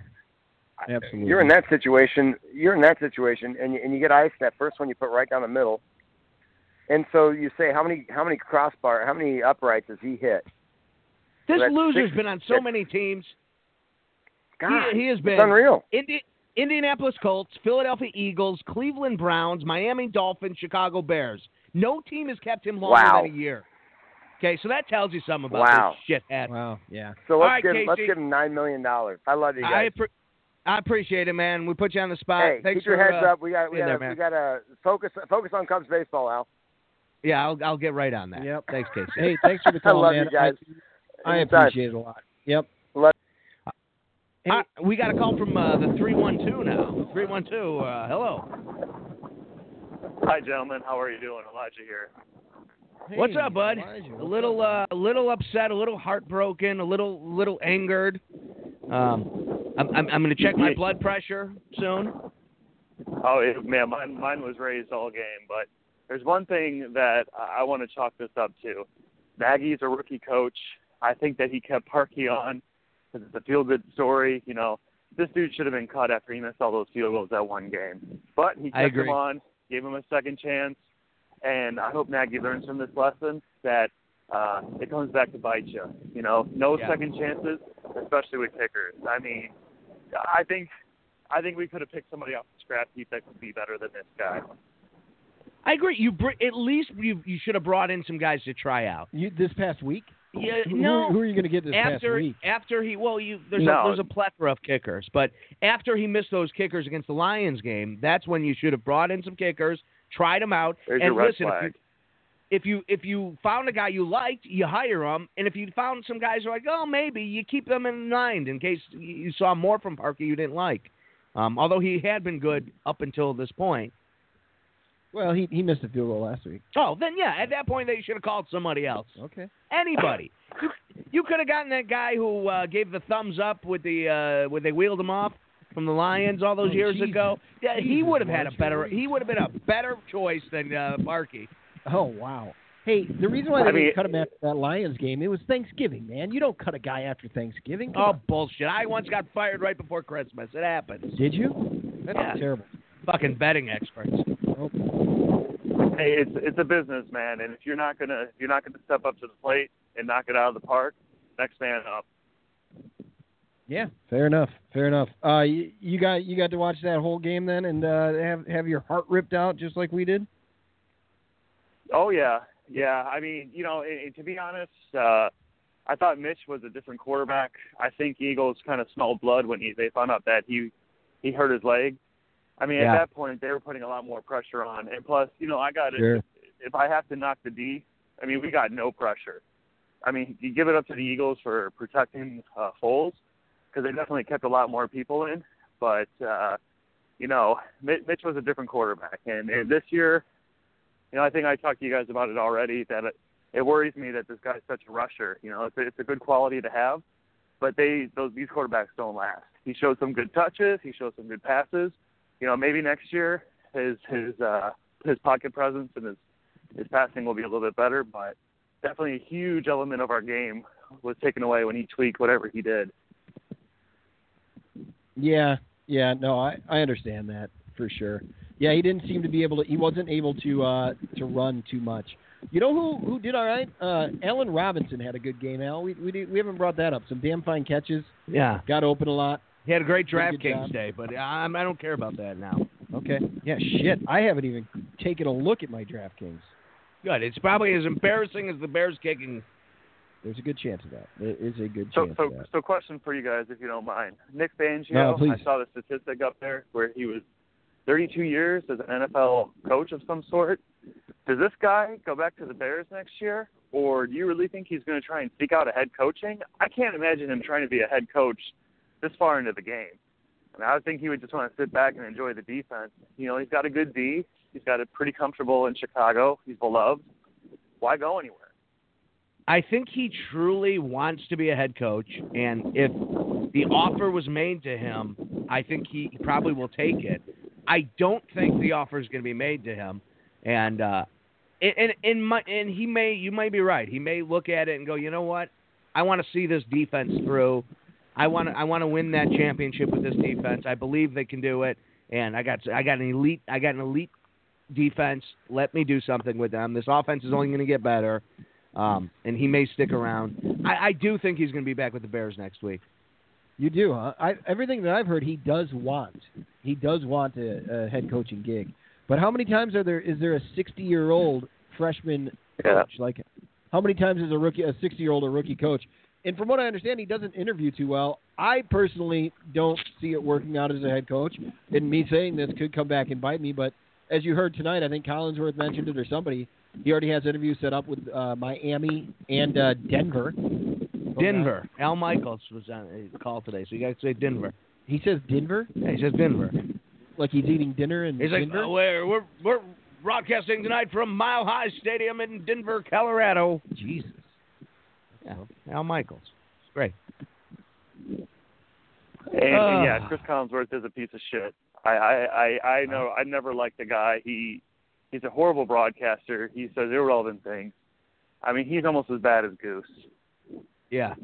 Speaker 3: absolutely.
Speaker 4: you're in that situation. You're in that situation, and you, and you get iced. That first one you put right down the middle, and so you say, how many how many crossbar, how many uprights has he hit?
Speaker 2: This
Speaker 4: That's
Speaker 2: loser's
Speaker 4: six-
Speaker 2: been on so many teams.
Speaker 4: God,
Speaker 2: he, he has been
Speaker 4: it's unreal.
Speaker 2: Indi- Indianapolis Colts, Philadelphia Eagles, Cleveland Browns, Miami Dolphins, Chicago Bears. No team has kept him longer
Speaker 4: Wow.
Speaker 2: than a year. Okay, so that tells you something about
Speaker 4: Wow.
Speaker 2: this shithead.
Speaker 3: Wow. Yeah.
Speaker 4: [laughs] So
Speaker 2: All right,
Speaker 4: let's give let's
Speaker 2: Casey.
Speaker 4: give him nine million dollars. I love you guys.
Speaker 2: I, appre- I appreciate it, man. We put you on the spot.
Speaker 4: hey,
Speaker 2: Thanks
Speaker 4: keep your
Speaker 2: for,
Speaker 4: heads
Speaker 2: uh,
Speaker 4: up. We got we
Speaker 2: being
Speaker 4: got
Speaker 2: there,
Speaker 4: to
Speaker 2: man.
Speaker 4: we got to focus focus on Cubs baseball, Al.
Speaker 2: Yeah, I'll, I'll get right on that.
Speaker 3: Yep.
Speaker 2: Thanks, Casey.
Speaker 3: Hey, thanks
Speaker 4: [laughs]
Speaker 3: for the call,
Speaker 4: love
Speaker 3: man.
Speaker 4: you guys.
Speaker 3: I, I
Speaker 4: Anytime.
Speaker 3: appreciate it a lot. Yep.
Speaker 2: Hey, uh, we got a call from uh, the 312 now. 312, uh, hello.
Speaker 6: Hi, gentlemen. How are you doing? Elijah here.
Speaker 2: What's
Speaker 3: Hey,
Speaker 2: up, bud?
Speaker 3: Elijah,
Speaker 2: A
Speaker 3: what's
Speaker 2: little,
Speaker 3: up?
Speaker 2: uh, a little upset, a little heartbroken, a little, little angered. Um, I'm, I'm, I'm going to check my blood pressure soon.
Speaker 6: Oh, yeah, man, mine, mine was raised all game. But there's one thing that I, I want to chalk this up to. Maggie's a rookie coach. I think that he kept Parkey on because it's a feel-good story. You know, this dude should have been cut after he missed all those field goals that one game. But he
Speaker 2: I
Speaker 6: kept
Speaker 2: agree.
Speaker 6: him on, gave him a second chance, and I hope Maggie learns from this lesson that uh, it comes back to bite you. You know, no
Speaker 2: Yeah.
Speaker 6: second chances, especially with kickers. I mean, I think I think we could have picked somebody off the scrap heap that could be better than this guy.
Speaker 2: I agree. You br- at least you you should have brought in some guys to try out.
Speaker 3: You, this past week?
Speaker 2: Yeah,
Speaker 3: Who-
Speaker 2: no.
Speaker 3: Who, who are you going to get this
Speaker 2: after
Speaker 3: past week?
Speaker 2: after he well you there's
Speaker 6: No.
Speaker 2: a, there's a plethora of kickers, but after he missed those kickers against the Lions game, that's when you should have brought in some kickers, tried them out,
Speaker 6: There's
Speaker 2: and
Speaker 6: your red
Speaker 2: listen.
Speaker 6: flag.
Speaker 2: If you, if you if you found a guy you liked, you hire him, and if you found some guys who are like oh maybe you keep them in mind in case you- you saw more from Parker you didn't like. Um, although he had been good up until this point.
Speaker 3: Well, he he missed a field goal last week.
Speaker 2: Oh, then yeah, at that point they should have called somebody else.
Speaker 3: Okay.
Speaker 2: anybody. You, you could have gotten that guy who uh, gave the thumbs up with the uh, when they wheeled him off from the Lions all those
Speaker 3: Oh,
Speaker 2: years
Speaker 3: Jesus.
Speaker 2: ago. Yeah, he
Speaker 3: Jesus,
Speaker 2: would have had a
Speaker 3: Mark,
Speaker 2: better.
Speaker 3: you're right.
Speaker 2: He would have been a better choice than uh, Barkey.
Speaker 3: Oh wow. Hey, the reason why
Speaker 6: I
Speaker 3: they
Speaker 6: mean-
Speaker 3: didn't cut him after that Lions game, it was Thanksgiving, man. You don't cut a guy after Thanksgiving. Come
Speaker 2: Oh
Speaker 3: on.
Speaker 2: bullshit! I once got fired right before Christmas. It happens.
Speaker 3: did you? That's
Speaker 2: Yeah.
Speaker 3: terrible.
Speaker 2: Fucking betting experts.
Speaker 6: Hey, it's it's a business, man, and if you're not gonna if you're not gonna step up to the plate and knock it out of the park, next man up.
Speaker 3: Yeah. Fair enough. Fair enough. Uh, you, you got you got to watch that whole game then, and uh, have have your heart ripped out just like we did.
Speaker 6: Oh yeah, yeah. I mean, you know, and, and to be honest, uh, I thought Mitch was a different quarterback. I think Eagles kind of smelled blood when he, they found out that he he hurt his leg. I mean,
Speaker 2: Yeah.
Speaker 6: at that point, they were putting a lot more pressure on, and plus, you know, I got to
Speaker 3: Sure.
Speaker 6: If I have to knock the D, I mean, we got no pressure. I mean, you give it up to the Eagles for protecting uh, Foles because they definitely kept a lot more people in. But uh, you know, Mi- Mitch was a different quarterback, and, and this year, you know, I think I talked to you guys about it already. That it, it worries me that this guy's such a rusher. You know, it's a, it's a good quality to have, but they those these quarterbacks don't last. He showed some good touches. He showed some good passes. You know, maybe next year his his uh, his pocket presence and his his passing will be a little bit better. But definitely a huge element of our game was taken away when he tweaked whatever he did.
Speaker 3: Yeah, yeah, no, I, I understand that for sure. Yeah, he didn't seem to be able to. He wasn't able to uh, to run too much. You know who who did all right? Uh, Allen Robinson had a good game. Al, we we, did, we haven't brought that up. Some damn fine catches.
Speaker 2: Yeah,
Speaker 3: Got open a lot.
Speaker 2: he had a great
Speaker 3: Pretty good job.
Speaker 2: DraftKings day, but uh, I, I don't care about that now.
Speaker 3: Okay. Yeah. Shit. I haven't even taken a look at my DraftKings.
Speaker 2: Good. It's probably as embarrassing as the Bears kicking.
Speaker 3: There's a good chance of that. There is a good
Speaker 6: So,
Speaker 3: chance
Speaker 6: so,
Speaker 3: of that.
Speaker 6: so, question for you guys, if you don't mind. Nick Fangio,
Speaker 3: No, please.
Speaker 6: I saw the statistic up there where he was 32 years as an NFL coach of some sort. Does this guy go back to the Bears next year, or do you really think he's going to try and seek out a head coaching? I can't imagine him trying to be a head coach this far into the game. And I would think he would just want to sit back and enjoy the defense. You know, he's got a good D. He's got it pretty comfortable in Chicago. He's beloved. Why go anywhere?
Speaker 2: I think he truly wants to be a head coach, and if the offer was made to him, I think he probably will take it. I don't think the offer is going to be made to him. and uh, and and and, my, and he may you may be right. He may look at it and go, you know what, I want to see this defense through. I want to I want to win that championship with this defense. I believe they can do it, and I got I got an elite I got an elite defense. Let me do something with them. This offense is only going to get better, um, and he may stick around. I, I do think he's going to be back with the Bears next week.
Speaker 3: You do, huh? I, everything that I've heard, he does want. He does want a, a head coaching gig. But how many times are there? Is there a sixty-year-old freshman
Speaker 6: Yeah.
Speaker 3: coach? Like, how many times is a rookie, a sixty-year-old, a rookie coach? And from what I understand, he doesn't interview too well. I personally don't see it working out as a head coach. And me saying this could come back and bite me. But as you heard tonight, I think Collinsworth mentioned it or somebody. He already has interviews set up with uh, Miami and uh, Denver.
Speaker 2: Denver. Al Michaels was on uh, call today, so you got to say Denver.
Speaker 3: He says Denver,
Speaker 2: Yeah, he says Denver.
Speaker 3: like he's eating dinner in
Speaker 2: He's like,
Speaker 3: Denver.
Speaker 2: "Uh, we're we're we're broadcasting tonight from Mile High Stadium in Denver, Colorado.
Speaker 3: Jesus.
Speaker 2: Yeah, Al Michaels. It's great.
Speaker 6: And, and
Speaker 2: Ah.
Speaker 6: yeah, Chris Collinsworth is a piece of shit. I I I, I know. I never liked the guy. He he's a horrible broadcaster. He says irrelevant things. I mean, he's almost as bad as Goose.
Speaker 2: Yeah,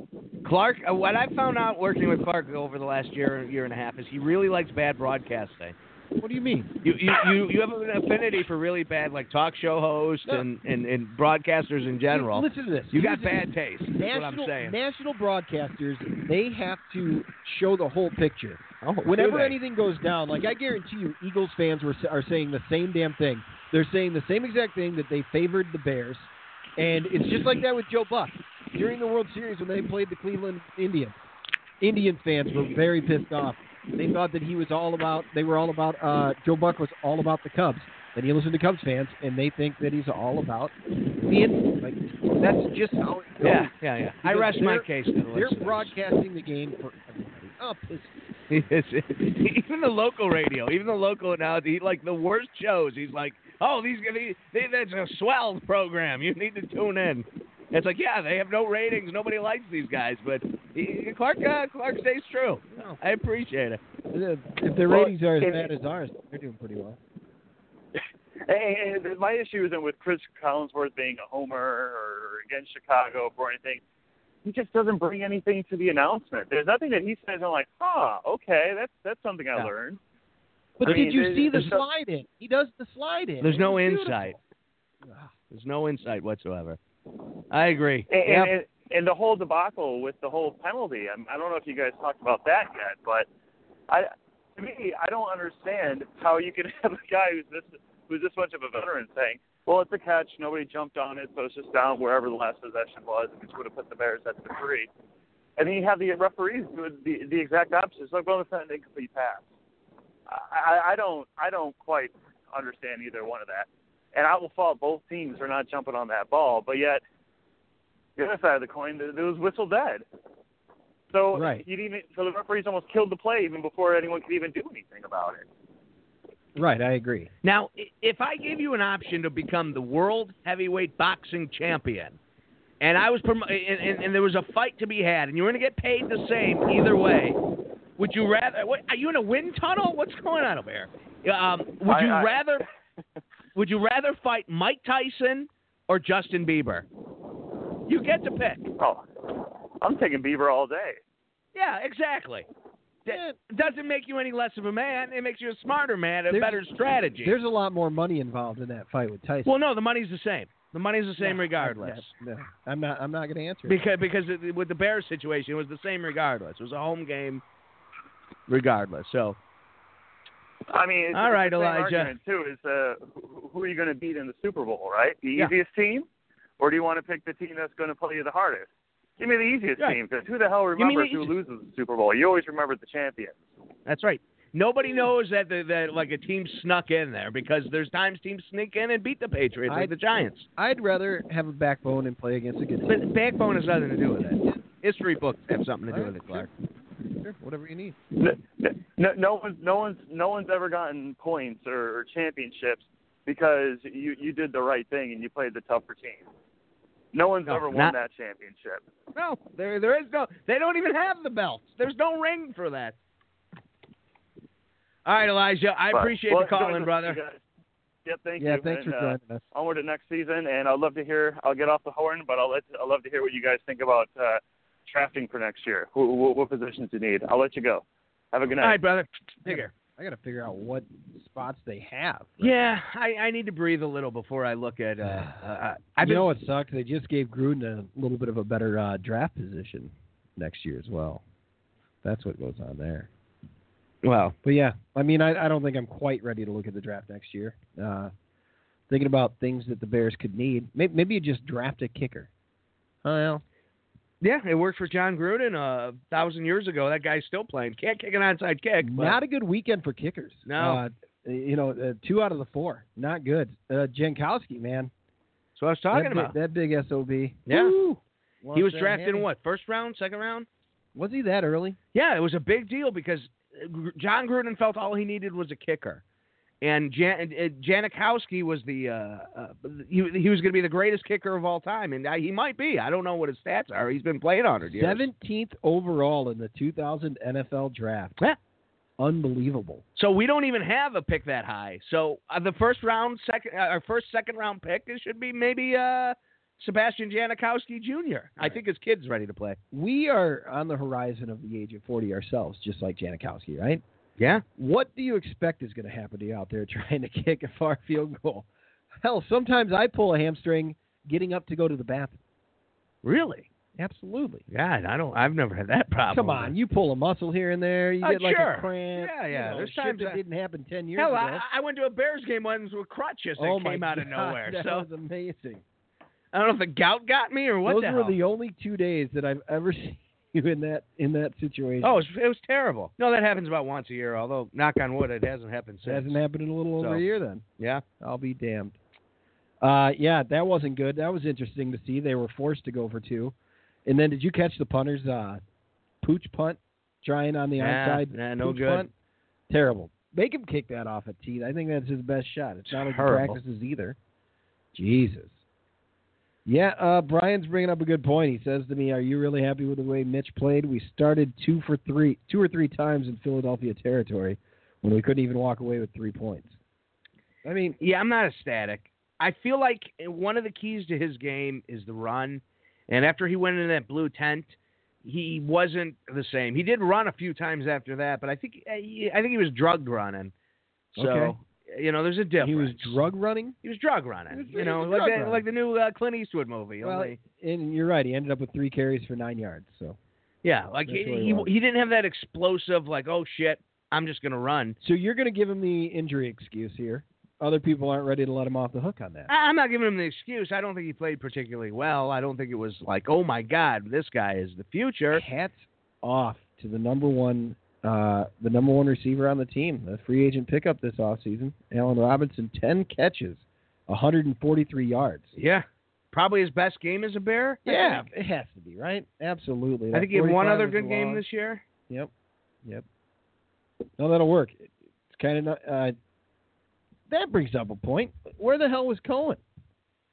Speaker 2: Clark. uh, What I found out working with Clark over the last year year and a half is he really likes bad broadcasting.
Speaker 3: What do you mean?
Speaker 2: You you you, you have an affinity for really bad like talk show hosts and and and broadcasters in [laughs] general.
Speaker 3: Listen to this.
Speaker 2: You got
Speaker 3: Here's the-
Speaker 2: bad taste. That's what I'm
Speaker 3: National
Speaker 2: saying.
Speaker 3: national broadcasters they have to show the whole picture.
Speaker 2: Oh, do
Speaker 3: Whenever
Speaker 2: they?
Speaker 3: anything goes down, like I guarantee you, Eagles fans were are saying the same damn thing. They're saying the same exact thing that they favored the Bears, and it's just like that with Joe Buck during the World Series when they played the Cleveland Indians. Indian fans were very pissed off. They thought that he was all about. They were all about. Uh, Joe Buck was all about the Cubs. Then you listen to Cubs fans, and they think that he's all about the Indians. Like that's just how it goes.
Speaker 2: Yeah, yeah, yeah. I
Speaker 3: Because
Speaker 2: rest my
Speaker 3: they're-
Speaker 2: case to the
Speaker 3: They're
Speaker 2: listeners. [laughs]
Speaker 3: broadcasting the game for everybody. Oh, piss.
Speaker 2: even the local radio, even the local now, he like the worst shows. He's like, oh, these gonna they, that's a swell program. You need to tune in. It's like, yeah, they have no ratings. Nobody likes these guys, but he, Clark uh, Clark stays true.
Speaker 3: No.
Speaker 2: I appreciate it.
Speaker 3: If their
Speaker 6: Well,
Speaker 3: ratings are as
Speaker 6: if-
Speaker 3: bad as ours, they're doing pretty well.
Speaker 6: And, and my issue isn't with Chris Collinsworth being a homer or against Chicago or anything. He just doesn't bring anything to the announcement. There's nothing that he says. I'm like, huh, okay, that's that's something I
Speaker 2: Yeah.
Speaker 6: learned.
Speaker 3: But
Speaker 6: I mean,
Speaker 3: did you
Speaker 6: there's-
Speaker 3: see the
Speaker 6: there's no-
Speaker 3: slide in? He does the slide in.
Speaker 2: There's no
Speaker 3: It's
Speaker 2: insight.
Speaker 3: beautiful.
Speaker 2: There's no insight whatsoever. I agree.
Speaker 6: And,
Speaker 2: yeah,
Speaker 6: and, and the whole debacle with the whole penalty. I, I don't know if you guys talked about that yet, but I, to me, I don't understand how you can [laughs] have a guy who's this who's this much of a veteran saying, "Well, it's a catch. Nobody jumped on it, so it's just down wherever the last possession was, which would have put the Bears at the three. And then you have the referees doing the the exact opposite. It's like, well, it's not an incomplete pass. I, I, I don't I don't quite understand either one of that. And I will fault both teams for not jumping on that ball, but yet the other side of the coin, th- it was whistle dead. So
Speaker 3: Right.
Speaker 6: you didn't. So the referees almost killed the play even before anyone could even do anything about it.
Speaker 3: Right, I agree.
Speaker 2: Now, i- if I gave you an option to become the world heavyweight boxing champion, and I was prom- and, and, and there was a fight to be had, and you were going to get paid the same either way, would you rather? What, are you in a wind tunnel? What's going on over here? Um, would
Speaker 6: I-
Speaker 2: you
Speaker 6: I- [laughs]
Speaker 2: rather? Would you rather fight Mike Tyson or Justin Bieber? You get to pick.
Speaker 6: Oh, I'm taking Bieber all day.
Speaker 2: Yeah, exactly. That doesn't make you any less of a man. It makes you a smarter man, a
Speaker 3: There's-
Speaker 2: better strategy.
Speaker 3: There's a lot more money involved in that fight with Tyson.
Speaker 2: Well, no, the money's the same. The money's the same
Speaker 3: No,
Speaker 2: regardless.
Speaker 3: No, no, I'm not. I'm not going to answer. it.
Speaker 2: Because because it, with the Bears situation, it was the same regardless. It was a home game, regardless. So
Speaker 6: I mean, it's,
Speaker 2: All
Speaker 6: it's
Speaker 2: right,
Speaker 6: the same
Speaker 2: Elijah.
Speaker 6: Argument too is uh, who- who are you going to beat in the Super Bowl? Right, the
Speaker 2: Yeah.
Speaker 6: easiest team, or do you want to pick the team that's going to play you the hardest? Give me the easiest
Speaker 2: Right.
Speaker 6: team because who the hell
Speaker 2: mean
Speaker 6: remembers
Speaker 2: the
Speaker 6: who
Speaker 2: easy-
Speaker 6: loses the Super Bowl? You always remember the champion.
Speaker 2: that's right. Nobody knows that the, that like a team snuck in there because there's times teams sneak in and beat the Patriots
Speaker 3: I-
Speaker 2: like the Giants.
Speaker 3: I'd rather have a backbone and play against a good team.
Speaker 2: But backbone has nothing to do with it. History books have something to do with it, Clark.
Speaker 3: Sure, whatever you need.
Speaker 6: No, no, no one's no one's no one's ever gotten points or, or championships because you you did the right thing and you played the tougher team. No one's
Speaker 2: No,
Speaker 6: ever won
Speaker 2: not-
Speaker 6: that championship.
Speaker 2: No, there there is no. They don't even have the belts. There's no ring for that. All right, Elijah. I
Speaker 6: But-
Speaker 2: appreciate
Speaker 6: well,
Speaker 2: the call
Speaker 6: enjoy
Speaker 2: in,
Speaker 6: the-
Speaker 2: brother.
Speaker 6: Yep, thank
Speaker 3: yeah,
Speaker 6: you.
Speaker 3: thanks
Speaker 6: and,
Speaker 3: for
Speaker 6: uh,
Speaker 3: joining us.
Speaker 6: onward to next season, and I'd love to hear. I'll get off the horn, but I'll let I'd love to hear what you guys think about uh, drafting for next year. Who, wh what positions you need? I'll let you go. Have a good
Speaker 2: All
Speaker 6: night.
Speaker 2: right, brother. Take care.
Speaker 3: I got to figure out what spots they have.
Speaker 2: Yeah, I, I need to breathe a little before I look at. Uh, uh, I've
Speaker 3: you
Speaker 2: been
Speaker 3: know what sucked? They just gave Gruden a little bit of a better uh, draft position next year as well. That's what goes on there.
Speaker 2: well.
Speaker 3: But yeah, I mean, I, I don't think I'm quite ready to look at the draft next year. Uh, thinking about things that the Bears could need. Maybe, maybe you just draft a kicker.
Speaker 2: Oh,
Speaker 3: I don't know.
Speaker 2: Yeah, it worked for John Gruden uh, a thousand years ago. That guy's still playing. Can't kick an onside kick. But
Speaker 3: Not a good weekend for kickers.
Speaker 2: No.
Speaker 3: Uh, you know, uh, two out of the four. Not good. Uh, Jankowski, man.
Speaker 2: that's what I was talking
Speaker 3: that,
Speaker 2: about.
Speaker 3: Bi- that big SOB.
Speaker 2: Yeah.
Speaker 3: Woo!
Speaker 2: he was
Speaker 3: Lost that
Speaker 2: drafted in
Speaker 3: hand.
Speaker 2: what? First round, second round?
Speaker 3: Was he that early?
Speaker 2: Yeah, it was a big deal because uh, Gr- John Gruden felt all he needed was a kicker, and Jan- uh, Janikowski was the uh, uh, he, he was going to be the greatest kicker of all time, and I, he might be. I don't know what his stats are. He's been playing hundred years.
Speaker 3: Seventeenth overall in the 2000 NFL draft.
Speaker 2: Yeah.
Speaker 3: Unbelievable.
Speaker 2: So we don't even have a pick that high. So uh, the first round, second, uh, our first second round pick, it should be maybe uh, Sebastian Janikowski Jr. I think his kid's ready to play.
Speaker 3: We are on the horizon of the age of 40 ourselves, just like Janikowski, right?
Speaker 2: Yeah.
Speaker 3: What do you expect is going to happen to you out there [laughs] trying to kick a far field goal? Hell, sometimes I pull a hamstring getting up to go to the bathroom.
Speaker 2: Really?
Speaker 3: Absolutely.
Speaker 2: God, I don't. I've never had that problem.
Speaker 3: Come on, you pull a muscle here and there, you
Speaker 2: Uh,
Speaker 3: get like
Speaker 2: sure.
Speaker 3: a cramp.
Speaker 2: Yeah, yeah,
Speaker 3: you know,
Speaker 2: there's
Speaker 3: shit
Speaker 2: times
Speaker 3: that
Speaker 2: I-
Speaker 3: didn't happen 10 years
Speaker 2: Hell,
Speaker 3: ago.
Speaker 2: I, I went to a Bears game once with crutches that
Speaker 3: oh my
Speaker 2: came out of
Speaker 3: [laughs] God,
Speaker 2: nowhere.
Speaker 3: That
Speaker 2: so
Speaker 3: was amazing.
Speaker 2: I don't know if the gout got me or what
Speaker 3: Those
Speaker 2: the
Speaker 3: were
Speaker 2: hell.
Speaker 3: the only two days that I've ever [laughs] seen you in that in that situation.
Speaker 2: oh, it was, it was terrible. No, that happens about once a year. Although, knock on wood, it hasn't happened
Speaker 3: it
Speaker 2: since.
Speaker 3: hasn't happened in a little over
Speaker 2: So.
Speaker 3: a year then.
Speaker 2: Yeah.
Speaker 3: I'll be damned. Uh, yeah, that wasn't good. That was interesting to see. They were forced to go for two, and then did you catch the punter's uh, pooch punt trying on the
Speaker 2: Nah,
Speaker 3: outside?
Speaker 2: nah, no
Speaker 3: pooch
Speaker 2: good.
Speaker 3: Punt? Terrible. Make him kick that off at teeth. I think that's his best shot. It's not like he
Speaker 2: Terrible.
Speaker 3: practices either. Jesus. Yeah, uh, Brian's bringing up a good point. He says to me, "Are you really happy with the way Mitch played? We started two for three, two or three times in Philadelphia territory when we couldn't even walk away with three points." I mean,
Speaker 2: Yeah, I'm not ecstatic. I feel like one of the keys to his game is the run. And after he went in that blue tent, he wasn't the same. He did run a few times after that, but I think I think he was drugged running. So
Speaker 3: Okay.
Speaker 2: you know, there's a difference.
Speaker 3: He was drug running.
Speaker 2: He was drug
Speaker 3: He
Speaker 2: running.
Speaker 3: was-
Speaker 2: you
Speaker 3: he
Speaker 2: know,
Speaker 3: was
Speaker 2: like
Speaker 3: drug
Speaker 2: the,
Speaker 3: running.
Speaker 2: like the new uh, Clint Eastwood movie.
Speaker 3: Well,
Speaker 2: only-
Speaker 3: and you're right. He ended up with three carries for nine yards. So,
Speaker 2: yeah, like
Speaker 3: that's
Speaker 2: he,
Speaker 3: what he
Speaker 2: he
Speaker 3: was.
Speaker 2: he didn't have that explosive like oh shit, I'm just gonna run.
Speaker 3: so you're going to give him the injury excuse here. Other people aren't ready to let him off the hook on that.
Speaker 2: I, I'm not giving him the excuse. I don't think he played particularly well. I don't think it was like oh my god, this guy is the future.
Speaker 3: Hats off to the number one, uh, the number one receiver on the team, the free agent pickup this offseason, Allen Robinson, ten catches, 143 yards.
Speaker 2: Yeah. Probably his best game as a Bear. I
Speaker 3: Yeah,
Speaker 2: think.
Speaker 3: it has to be right. Absolutely.
Speaker 2: I think he had one
Speaker 3: 45
Speaker 2: other
Speaker 3: was
Speaker 2: good game
Speaker 3: long.
Speaker 2: this year.
Speaker 3: No, that'll work. It's kind of not. Uh, that brings up a point. Where the hell was Cohen?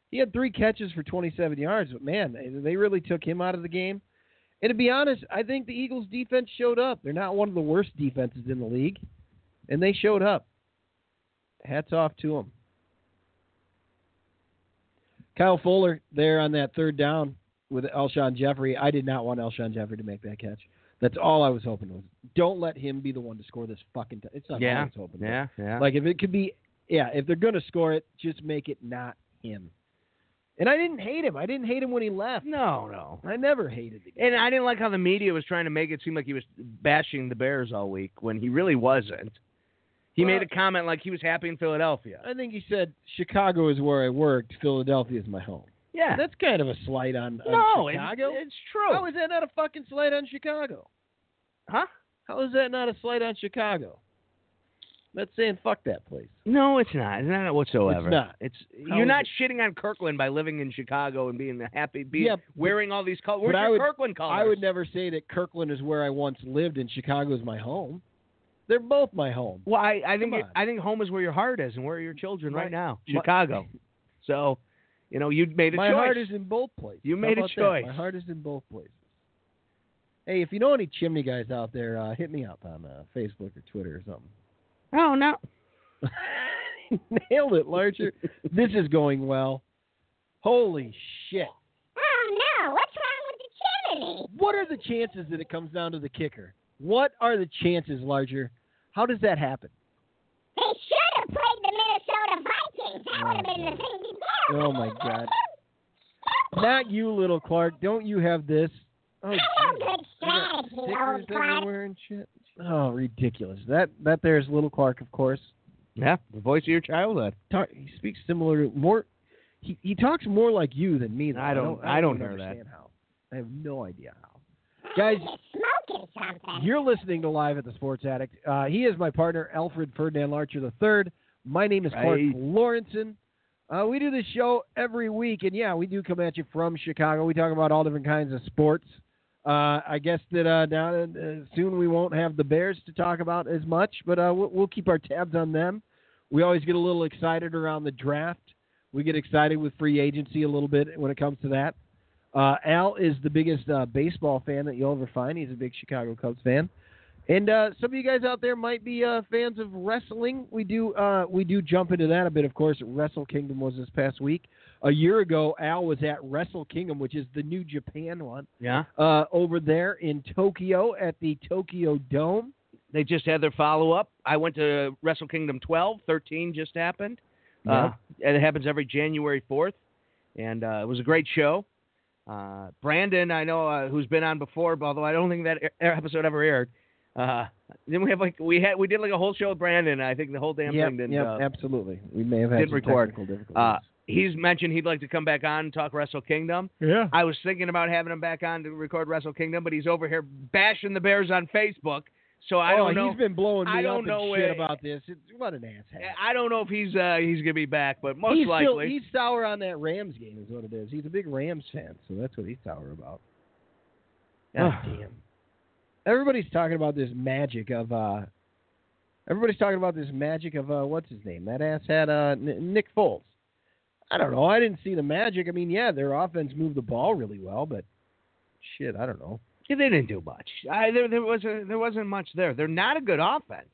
Speaker 3: He had three catches for 27 yards, but man, they- they really took him out of the game. And to be honest, I think the Eagles' defense showed up. They're not one of the worst defenses in the league, and they showed up. Hats off to them. Kyle Fuller there on that third down with Elshon Jeffrey. I did not want Elshon Jeffrey to make that catch. That's all I was hoping was don't let him be the one to score this fucking. T- it's not all I
Speaker 2: Yeah,
Speaker 3: was hoping. for.
Speaker 2: Yeah, yeah.
Speaker 3: Like if it could be, yeah, if they're gonna score it, just make it not him. And I didn't hate him. I didn't hate him when he left.
Speaker 2: no, no.
Speaker 3: I never hated the guy.
Speaker 2: And I didn't like how the media was trying to make it seem like he was bashing the Bears all week when he really wasn't. He
Speaker 3: Well-
Speaker 2: made a comment like he was happy in Philadelphia.
Speaker 3: I think he said Chicago is where I worked. Philadelphia is my home.
Speaker 2: Yeah.
Speaker 3: That's kind of a slight on, on
Speaker 2: no, it-
Speaker 3: Chicago.
Speaker 2: it's true.
Speaker 3: How is that not a fucking slight on Chicago?
Speaker 2: huh?
Speaker 3: How is that not a slight on Chicago? That's saying fuck that place.
Speaker 2: No, it's not. It's not whatsoever.
Speaker 3: It's not.
Speaker 2: It's
Speaker 3: How
Speaker 2: you're
Speaker 3: is
Speaker 2: not
Speaker 3: it?
Speaker 2: shitting on Kirkland by living in Chicago and being the happy, being
Speaker 3: Yeah, but-
Speaker 2: wearing all these colors.
Speaker 3: but
Speaker 2: Where's
Speaker 3: I
Speaker 2: your
Speaker 3: would-
Speaker 2: Kirkland colors?
Speaker 3: I would never say that Kirkland is where I once lived and Chicago is my home. They're both my home.
Speaker 2: Well, I, I think
Speaker 3: Come
Speaker 2: it-
Speaker 3: on.
Speaker 2: I think home is where your heart is, and where are your children
Speaker 3: My-
Speaker 2: right now?
Speaker 3: my-
Speaker 2: Chicago. so, you know, you made a
Speaker 3: my
Speaker 2: choice.
Speaker 3: heart is in both places.
Speaker 2: You
Speaker 3: How
Speaker 2: made a
Speaker 3: about that? My
Speaker 2: choice.
Speaker 3: heart is in both places. Hey, if you know any chimney guys out there, uh, hit me up on uh, Facebook or Twitter or something. [laughs]
Speaker 2: oh no,
Speaker 3: Nailed it, Larcher. this is going well. Holy shit.
Speaker 1: Oh no, what's wrong with the chimney?
Speaker 3: What are the chances that it comes down to the kicker? What are the chances, Larger? How does that happen?
Speaker 1: They should have played the Minnesota Vikings. That would have been the thing to do.
Speaker 3: Oh, my God. Not you, little Clark. Don't you have this? Oh,
Speaker 1: I
Speaker 3: geez.
Speaker 1: have good
Speaker 3: They got
Speaker 1: strategy,
Speaker 3: stickers
Speaker 1: old Clark.
Speaker 3: everywhere and shit. Oh, ridiculous. That that there's little Clark, of course.
Speaker 2: Yeah, the voice of your childhood.
Speaker 3: Talk, he speaks similar to more. He he talks more like you than me. Though.
Speaker 2: I don't- I don't hear that.
Speaker 3: understand How? I have no idea how.
Speaker 1: I
Speaker 3: Guys,
Speaker 1: think he's smoking something.
Speaker 3: You're listening to Live at the Sports Addict. Uh, he is my partner, Alfred Ferdinand Larcher III. My name is Clark
Speaker 2: Right.
Speaker 3: Lawrenson. Uh, we do this show every week, and yeah, we do come at you from Chicago. We talk about all different kinds of sports. Uh, I guess that uh, now uh, soon we won't have the Bears to talk about as much, but uh, we'll, we'll keep our tabs on them. We always get a little excited around the draft. We get excited with free agency a little bit when it comes to that. Uh, Al is the biggest uh, baseball fan that you'll ever find. He's a big Chicago Cubs fan, and uh, some of you guys out there might be uh, fans of wrestling. We do uh, we do jump into that a bit. Of course, Wrestle Kingdom was this past week. A year ago, Al was at Wrestle Kingdom, which is the New Japan one,
Speaker 2: Yeah.
Speaker 3: uh, over there in Tokyo at the Tokyo Dome.
Speaker 2: They just had their follow up. I went to Wrestle Kingdom 12, 13 just happened. Uh, and it happens every January 4th. And uh, it was a great show. Uh, Brandon, I know, uh, who's been on before, but although I don't think that e- episode ever aired. Uh, then we have like we had we did like a whole show with Brandon. and I think the whole damn
Speaker 3: yep,
Speaker 2: thing didn't.
Speaker 3: yep,
Speaker 2: uh,
Speaker 3: absolutely. We may have had
Speaker 2: didn't
Speaker 3: some
Speaker 2: record.
Speaker 3: technical difficulties.
Speaker 2: uh, he's mentioned he'd like to come back on and talk Wrestle Kingdom.
Speaker 3: yeah.
Speaker 2: I was thinking about having him back on to record Wrestle Kingdom, but he's over here bashing the Bears on Facebook. So I
Speaker 3: oh,
Speaker 2: don't know.
Speaker 3: He's been blowing me
Speaker 2: I
Speaker 3: up
Speaker 2: don't
Speaker 3: and
Speaker 2: know
Speaker 3: shit
Speaker 2: it-
Speaker 3: about this. It's, what an asshat.
Speaker 2: I don't know if he's uh, he's gonna be back, but most
Speaker 3: he's still
Speaker 2: likely.
Speaker 3: he's sour on that Rams game is what it is. He's a big Rams fan, so that's what he's sour about. God damn. Everybody's talking about this magic of uh everybody's talking about this magic of uh what's his name? That ass had uh N- Nick Foles. I don't know. I didn't see the magic. I mean, yeah, their offense moved the ball really well, but shit, I don't know.
Speaker 2: Yeah, they didn't do much. I, there, there wasn't there wasn't much there. They're not a good offense,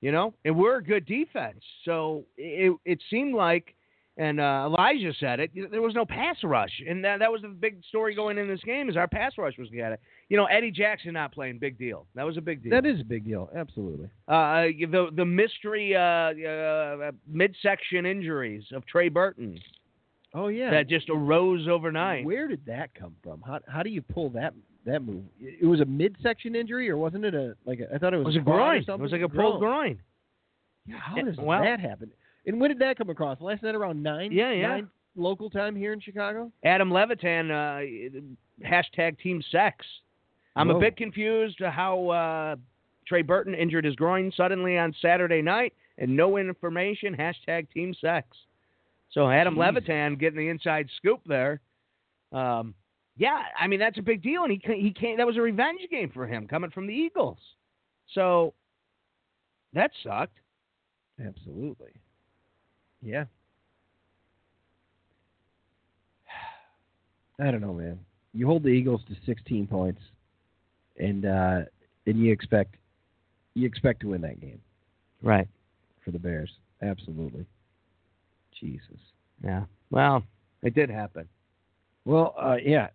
Speaker 2: you know, and we're a good defense. So it it seemed like, and uh, Elijah said it. you know, There was no pass rush, and that that was the big story going in this game is our pass rush was good. You know, Eddie Jackson not playing, big deal. That was a big deal.
Speaker 3: That is a big deal. Absolutely.
Speaker 2: uh, the the mystery uh, uh, midsection injuries of Trey Burton
Speaker 3: Oh yeah.
Speaker 2: that just arose overnight.
Speaker 3: Where did that come from? How how do you pull that that move? It was a midsection injury, or wasn't it a like a, I thought
Speaker 2: It
Speaker 3: it was,
Speaker 2: was a
Speaker 3: quad or
Speaker 2: groin. It
Speaker 3: something?
Speaker 2: was like a pulled groin.
Speaker 3: Yeah, How
Speaker 2: Yeah,
Speaker 3: does
Speaker 2: well-
Speaker 3: that happen? And when did that come across? Last night around nine.
Speaker 2: Yeah, yeah.
Speaker 3: Nine local time here in Chicago.
Speaker 2: Adam Levitan, uh, hashtag team sex. I'm a
Speaker 3: Whoa.
Speaker 2: bit confused how uh, Trey Burton injured his groin suddenly on Saturday night and no information, hashtag team sex. So Adam
Speaker 3: Jesus.
Speaker 2: Levitan getting the inside scoop there. Um, yeah, I mean, that's a big deal. And he, ca- he came, that was a revenge game for him coming from the Eagles. So that sucked.
Speaker 3: Absolutely. Yeah. [sighs] I don't know, man. You hold the Eagles to 16 points, and uh, and you expect you expect to win that game.
Speaker 2: Right.
Speaker 3: for the Bears. Absolutely. Jesus.
Speaker 2: Yeah. Well, it did happen.
Speaker 3: Well, uh, yeah,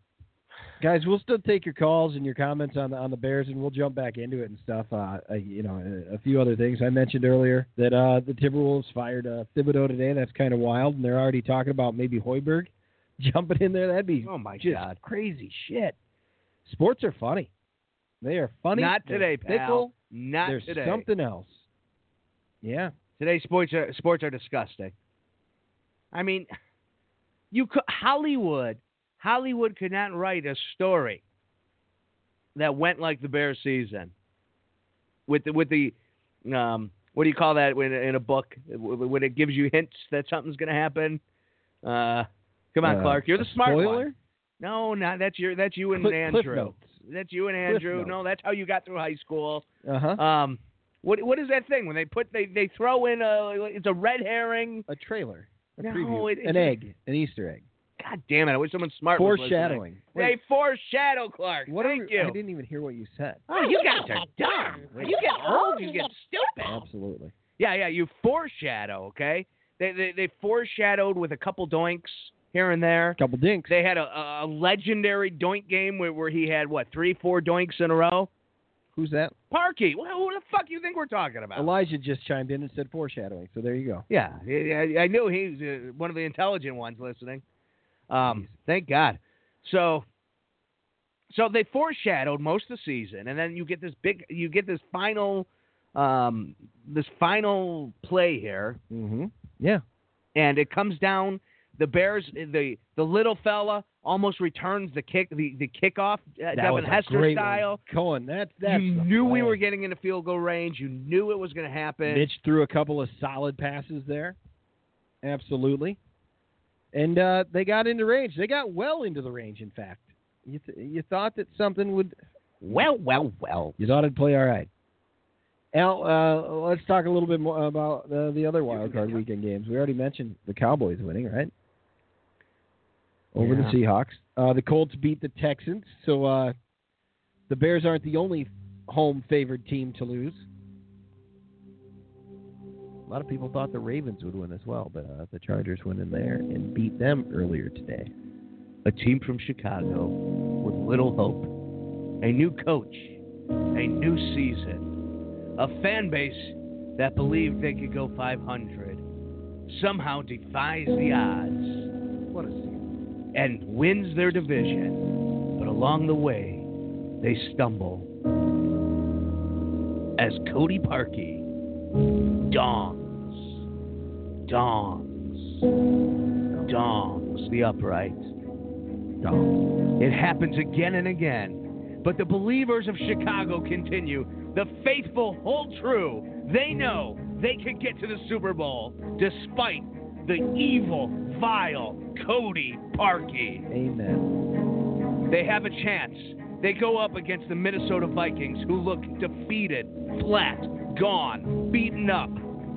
Speaker 3: guys, we'll still take your calls and your comments on the on the Bears, and we'll jump back into it and stuff. Uh, uh, you know, a, a few other things I mentioned earlier that uh, the Timberwolves fired uh, Thibodeau today. That's kind of wild, and they're already talking about maybe Hoiberg [laughs] jumping in there. That'd be
Speaker 2: Oh, my
Speaker 3: just
Speaker 2: God.
Speaker 3: crazy shit. Sports are funny. They are funny.
Speaker 2: Not
Speaker 3: They're
Speaker 2: today, pal.
Speaker 3: fickle.
Speaker 2: Not
Speaker 3: They're
Speaker 2: today.
Speaker 3: something else. Yeah.
Speaker 2: Today sports are, sports are disgusting. I mean, you could, Hollywood, Hollywood could not write a story that went like the Bears season with the, with the um, what do you call that when in a book when it gives you hints that something's going to happen? Uh, come on,
Speaker 3: Uh,
Speaker 2: Clark, you're the smart
Speaker 3: Spoiler?
Speaker 2: one. No, not that's your that's you and
Speaker 3: Cliff- Cliff
Speaker 2: Andrew.
Speaker 3: notes.
Speaker 2: That's you and
Speaker 3: Cliff
Speaker 2: Andrew.
Speaker 3: notes.
Speaker 2: No, that's how you got through high school.
Speaker 3: Uh huh.
Speaker 2: Um, what what is that thing when they put they they throw in a it's a red herring?
Speaker 3: a trailer, a
Speaker 2: No,
Speaker 3: preview,
Speaker 2: it-
Speaker 3: an
Speaker 2: it-
Speaker 3: egg, an Easter egg,
Speaker 2: God damn it! I wish someone smart was listening.
Speaker 3: foreshadowing. Wait,
Speaker 2: They foreshadow Clark.
Speaker 3: what
Speaker 2: Thank
Speaker 3: are,
Speaker 2: you.
Speaker 3: I didn't even hear what you said. [laughs]
Speaker 2: Oh, you guys are dumb.
Speaker 1: Right.
Speaker 2: You get old. You get stupid.
Speaker 3: Absolutely.
Speaker 2: Yeah, yeah, you foreshadow, okay? They, they, they foreshadowed with a couple doinks here and there.
Speaker 3: Couple dinks.
Speaker 2: They had a, a legendary doink game where, where he had, what, three, four doinks in a row?
Speaker 3: Who's that?
Speaker 2: Parky, well, who the fuck you think we're talking about?
Speaker 3: Elijah just chimed in and said foreshadowing. So there you go.
Speaker 2: Yeah, I, I knew he was uh, one of the intelligent ones listening. Um, thank God. So, so they foreshadowed most of the season, and then you get this big, you get this final, um, this final play here,
Speaker 3: Mm-hmm. Yeah.
Speaker 2: and it comes down. The Bears, the the little fella, almost returns the kick, the the kickoff, uh,
Speaker 3: that was
Speaker 2: Devin
Speaker 3: a
Speaker 2: Hester
Speaker 3: great
Speaker 2: style.
Speaker 3: One. Cohen, that, that's
Speaker 2: you
Speaker 3: the
Speaker 2: knew we
Speaker 3: play.
Speaker 2: were getting into field goal range. You knew it was going to happen.
Speaker 3: Mitch threw a couple of solid passes there. Absolutely. And uh, they got into range. They got well into the range, in fact. You, th- you thought that something would.
Speaker 2: Well, well, well.
Speaker 3: You thought it'd play all right. Al, uh, let's talk a little bit more about uh, the other wild card weekend games. We already mentioned the Cowboys winning, right? Over
Speaker 2: Yeah.
Speaker 3: the Seahawks. Uh, the Colts beat the Texans, so uh, the Bears aren't the only home favored team to lose. A lot of people thought the Ravens would win as well, but uh, the Chargers went in there and beat them earlier today.
Speaker 2: A team from Chicago with little hope, a new coach, a new season, a fan base that believed they could go 500, somehow defies the odds. What a season. And wins their division, but along the way, they stumble. As Cody Parkey dongs, dongs, dongs the upright. Dongs. It happens again and again, but the believers of Chicago continue. The faithful hold true. They know they can get to the Super Bowl despite the evil, vile Cody Parkey.
Speaker 3: Amen.
Speaker 2: They have a chance. They go up against the Minnesota Vikings, who look defeated, flat, gone, beaten up,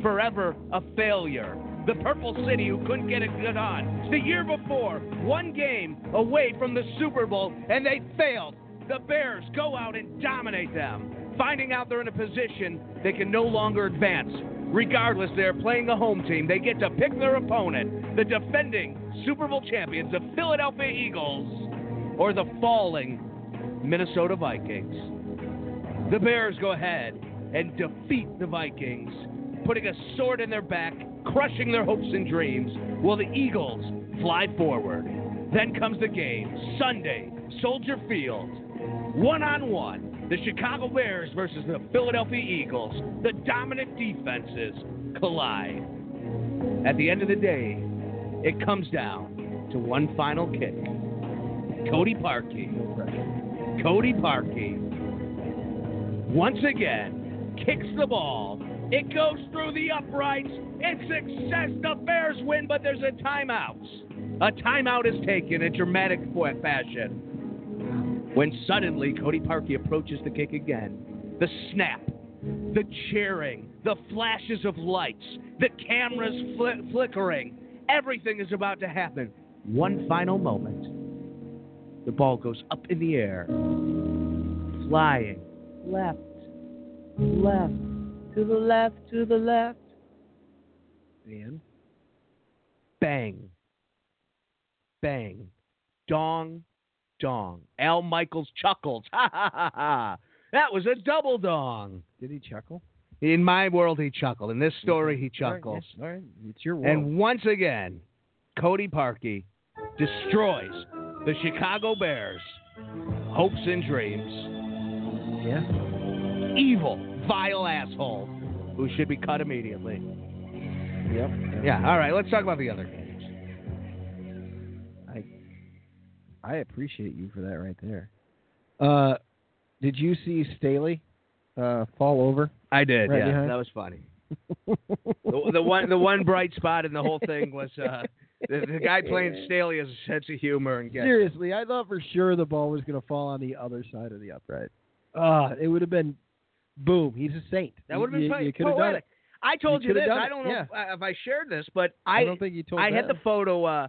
Speaker 2: forever a failure. The Purple City, who couldn't get a good on. The year before, one game away from the Super Bowl, and they failed. The Bears go out and dominate them, finding out they're in a position they can no longer advance. Regardless, they're playing a home team. They get to pick their opponent, the defending Super Bowl champions, the Philadelphia Eagles or the falling Minnesota Vikings. The Bears go ahead and defeat the Vikings, putting a sword in their back, crushing their hopes and dreams, while the Eagles fly forward. Then comes the game, Sunday, Soldier Field. One on one, the Chicago Bears versus the Philadelphia Eagles. The dominant defenses collide. At the end of the day, it comes down to one final kick. Cody Parkey. Cody Parkey. Once again, kicks the ball. It goes through the uprights. It's success. The Bears win, but there's a timeout. A timeout is taken in dramatic fa- fashion. When suddenly Cody Parkey approaches the kick again, the snap, the cheering, the flashes of lights, the cameras fli flickering, everything is about to happen. One final moment. The ball goes up in the air, flying left, left, to the left, to the left. And bang, bang, dong, dong. Al Michaels chuckles. [laughs] Ha ha ha ha. That was a double dong.
Speaker 3: Did he chuckle?
Speaker 2: In my world, he chuckled. In this story, he chuckles.
Speaker 3: All right, yeah, all right. It's your world.
Speaker 2: And once again, Cody Parkey destroys the Chicago Bears' hopes and dreams.
Speaker 3: yeah.
Speaker 2: Evil, vile asshole who should be cut immediately.
Speaker 3: Yep.
Speaker 2: Yeah, all right, let's talk about the other games.
Speaker 3: I appreciate you for that right there. Uh, did you see Staley uh, fall over?
Speaker 2: I did,
Speaker 3: Right
Speaker 2: yeah.
Speaker 3: behind.
Speaker 2: That was funny. The, the one the
Speaker 3: [laughs]
Speaker 2: one bright spot in the whole thing was uh, the, [laughs] the guy playing Staley has a sense of humor and gets
Speaker 3: Seriously, I thought for sure the ball was going to fall on the other side of the upright. Uh, it would have been boom. He's a saint.
Speaker 2: That
Speaker 3: You-
Speaker 2: would have
Speaker 3: you-
Speaker 2: been funny.
Speaker 3: You could have done
Speaker 2: poetic.
Speaker 3: it.
Speaker 2: I told you,
Speaker 3: coulda
Speaker 2: this.
Speaker 3: done
Speaker 2: I
Speaker 3: it,
Speaker 2: don't know
Speaker 3: yeah.
Speaker 2: if, I- if I shared this, but
Speaker 3: I,
Speaker 2: I
Speaker 3: don't think you told
Speaker 2: I
Speaker 3: them.
Speaker 2: had the photo. Uh,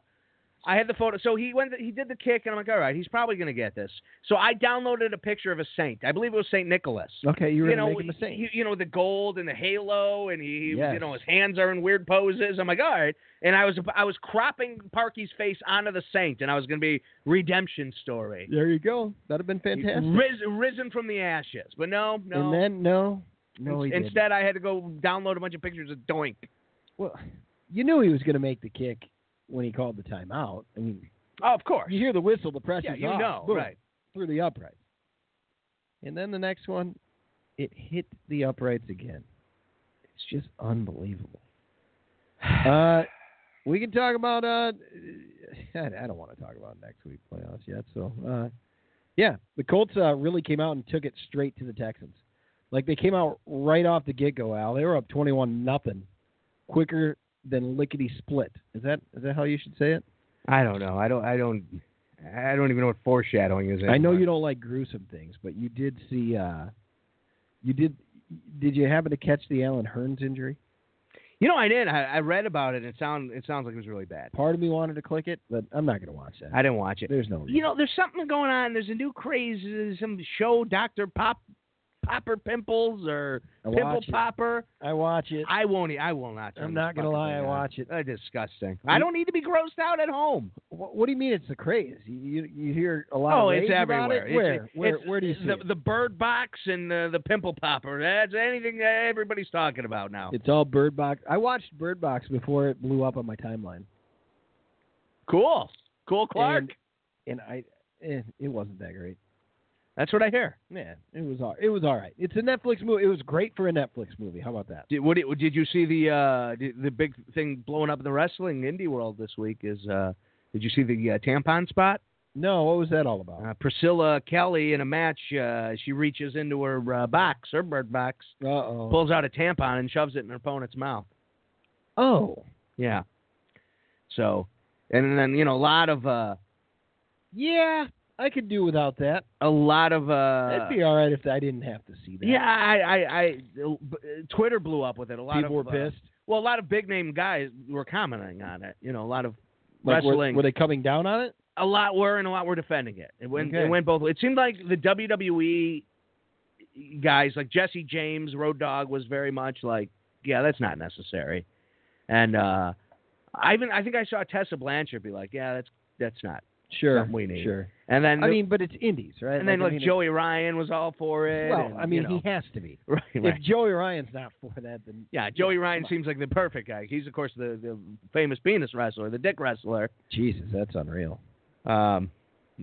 Speaker 2: I had the photo. So he went. He did the kick, and I'm like, all right, he's probably going to get this. So I downloaded a picture of a saint. I believe it was Saint Nicholas.
Speaker 3: Okay, you were
Speaker 2: you
Speaker 3: gonna
Speaker 2: know,
Speaker 3: make him a saint.
Speaker 2: he- you know the gold and the halo, and he,
Speaker 3: Yes.
Speaker 2: you know, his hands are in weird poses. I'm like, all right. And I was, I was cropping Parky's face onto the saint, and I was going to be redemption story,
Speaker 3: there you go. That'd have been fantastic.
Speaker 2: Ris, risen from the ashes. But no, no.
Speaker 3: And then no, no, he
Speaker 2: In-
Speaker 3: didn't.
Speaker 2: Instead, I had to go download a bunch of pictures of Doink.
Speaker 3: Well, you knew he was going to make the kick when he called the timeout. I mean,
Speaker 2: Oh, of course.
Speaker 3: you hear the whistle, the press
Speaker 2: yeah,
Speaker 3: is
Speaker 2: you
Speaker 3: off.
Speaker 2: know,
Speaker 3: Boom,
Speaker 2: right?
Speaker 3: through the upright. And then the next one, it hit the uprights again. It's just unbelievable. [sighs] Uh, we can talk about. Uh, [sighs] I I don't want to talk about next week playoffs yet. So, uh, yeah, the Colts uh, really came out and took it straight to the Texans. Like they came out right off the get go. Al, they were up twenty-one nothing, quicker than lickety split. Is that is that how you should say it?
Speaker 2: I don't know. I don't. I don't. I don't even know what foreshadowing is.
Speaker 3: I know you don't like gruesome things, but you did see. Uh, you did. Did you happen to catch the Alan Hearns injury?
Speaker 2: You know, I did. I, I read about it. It sound. It sounds like it was really bad.
Speaker 3: Part of me wanted to click it, but I'm not going to watch that.
Speaker 2: I didn't watch it.
Speaker 3: There's no. Reason.
Speaker 2: You know, there's something going on. There's a new craze. uh, Some show, Doctor Pop, Popper Pimples or
Speaker 3: I
Speaker 2: Pimple
Speaker 3: watch it.
Speaker 2: Popper.
Speaker 3: I watch it.
Speaker 2: I won't. e- I will not. turn
Speaker 3: I'm
Speaker 2: this
Speaker 3: not gonna
Speaker 2: fucking
Speaker 3: lie,
Speaker 2: thing
Speaker 3: I
Speaker 2: on.
Speaker 3: watch it.
Speaker 2: Uh, disgusting. I don't need to be grossed out at home.
Speaker 3: What, what do you mean it's the craze? You you, you hear a lot.
Speaker 2: oh,
Speaker 3: of
Speaker 2: it's
Speaker 3: rage about
Speaker 2: everywhere.
Speaker 3: It? Where
Speaker 2: It's,
Speaker 3: where
Speaker 2: it's-
Speaker 3: where do you see
Speaker 2: the,
Speaker 3: it?
Speaker 2: the bird box and the, the pimple popper? That's anything that everybody's talking about now.
Speaker 3: It's all Bird Box. I watched Bird Box before it blew up on my timeline,
Speaker 2: cool, cool, Clark.
Speaker 3: And- and I eh, it wasn't that great.
Speaker 2: That's what I hear.
Speaker 3: Man, it was all it was all right. It's a Netflix movie. It was great for a Netflix movie. How about that?
Speaker 2: Did, what, did- did you see the uh, did- the big thing blowing up in the wrestling indie world this week? Is uh, did you see the uh, tampon spot?
Speaker 3: No, what was that all about?
Speaker 2: Uh, Priscilla Kelly in a match, uh, she reaches into her uh, box, her bird box,
Speaker 3: Uh oh.
Speaker 2: pulls out a tampon and shoves it in her opponent's mouth.
Speaker 3: Oh,
Speaker 2: Yeah. So, and then you know a lot of uh,
Speaker 3: yeah, I could do without that.
Speaker 2: a lot of uh,
Speaker 3: That'd be all right if I didn't have to see that.
Speaker 2: yeah, I, I, I, Twitter blew up with it. A lot
Speaker 3: people were
Speaker 2: of uh,
Speaker 3: pissed.
Speaker 2: well, a lot of big name guys were commenting on it. You know, a lot of
Speaker 3: Like, were-
Speaker 2: wrestling.
Speaker 3: Were, they coming down on it?
Speaker 2: a lot were and a lot were defending it. It went
Speaker 3: Okay.
Speaker 2: it went both. It seemed like the WWE guys like Jesse James, Road Dog was very much like, yeah, that's not necessary. And uh, I even I think I saw Tessa Blanchard be like, yeah, that's that's not.
Speaker 3: Sure.
Speaker 2: Something we need.
Speaker 3: Sure.
Speaker 2: And then
Speaker 3: I mean, but it's indies, right?
Speaker 2: and then
Speaker 3: I
Speaker 2: like
Speaker 3: mean,
Speaker 2: Joey Ryan was all for
Speaker 3: it-
Speaker 2: it.
Speaker 3: Well,
Speaker 2: and,
Speaker 3: I mean,
Speaker 2: you know,
Speaker 3: he has to be.
Speaker 2: [laughs] right, right.
Speaker 3: If Joey Ryan's not for that, then
Speaker 2: Yeah, Joey Ryan
Speaker 3: come on.
Speaker 2: seems like the perfect guy. He's of course the, the famous penis wrestler, the dick wrestler.
Speaker 3: Jesus, that's unreal.
Speaker 2: Um,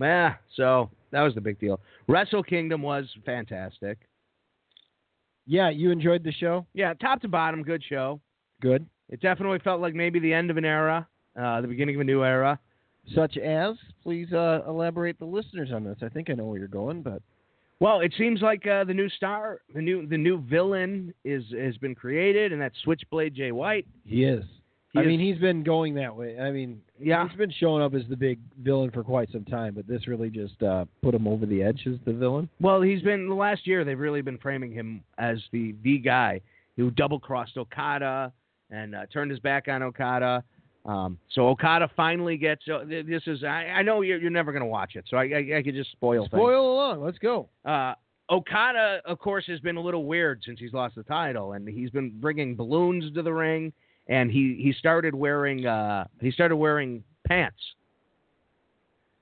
Speaker 2: yeah, so that was the big deal. Wrestle Kingdom was fantastic.
Speaker 3: Yeah, you enjoyed the show.
Speaker 2: Yeah, top to bottom, good show.
Speaker 3: Good.
Speaker 2: It definitely felt like maybe the end of an era, uh, the beginning of a new era.
Speaker 3: Such as, please uh, elaborate the listeners on this. I think I know where you're going, but
Speaker 2: Well, it seems like uh, the new star, the new the new villain is has been created, and that's Switchblade Jay White.
Speaker 3: he is.
Speaker 2: He
Speaker 3: I
Speaker 2: is-
Speaker 3: mean, he's been going that way. I mean,
Speaker 2: yeah,
Speaker 3: He's been showing up as the big villain for quite some time, but this really just uh, put him over the edge as the villain.
Speaker 2: Well, he's been the last year. They've really been framing him as the the guy who double crossed Okada and uh, turned his back on Okada. Um, so Okada finally gets. Uh, th- this is I, I know you're, you're never going to watch it, so I, I, I could just spoil. things.
Speaker 3: Spoil along. Let's go.
Speaker 2: Uh, Okada, of course, has been a little weird since he's lost the title, and he's been bringing balloons to the ring, and he he started wearing uh, he started wearing pants.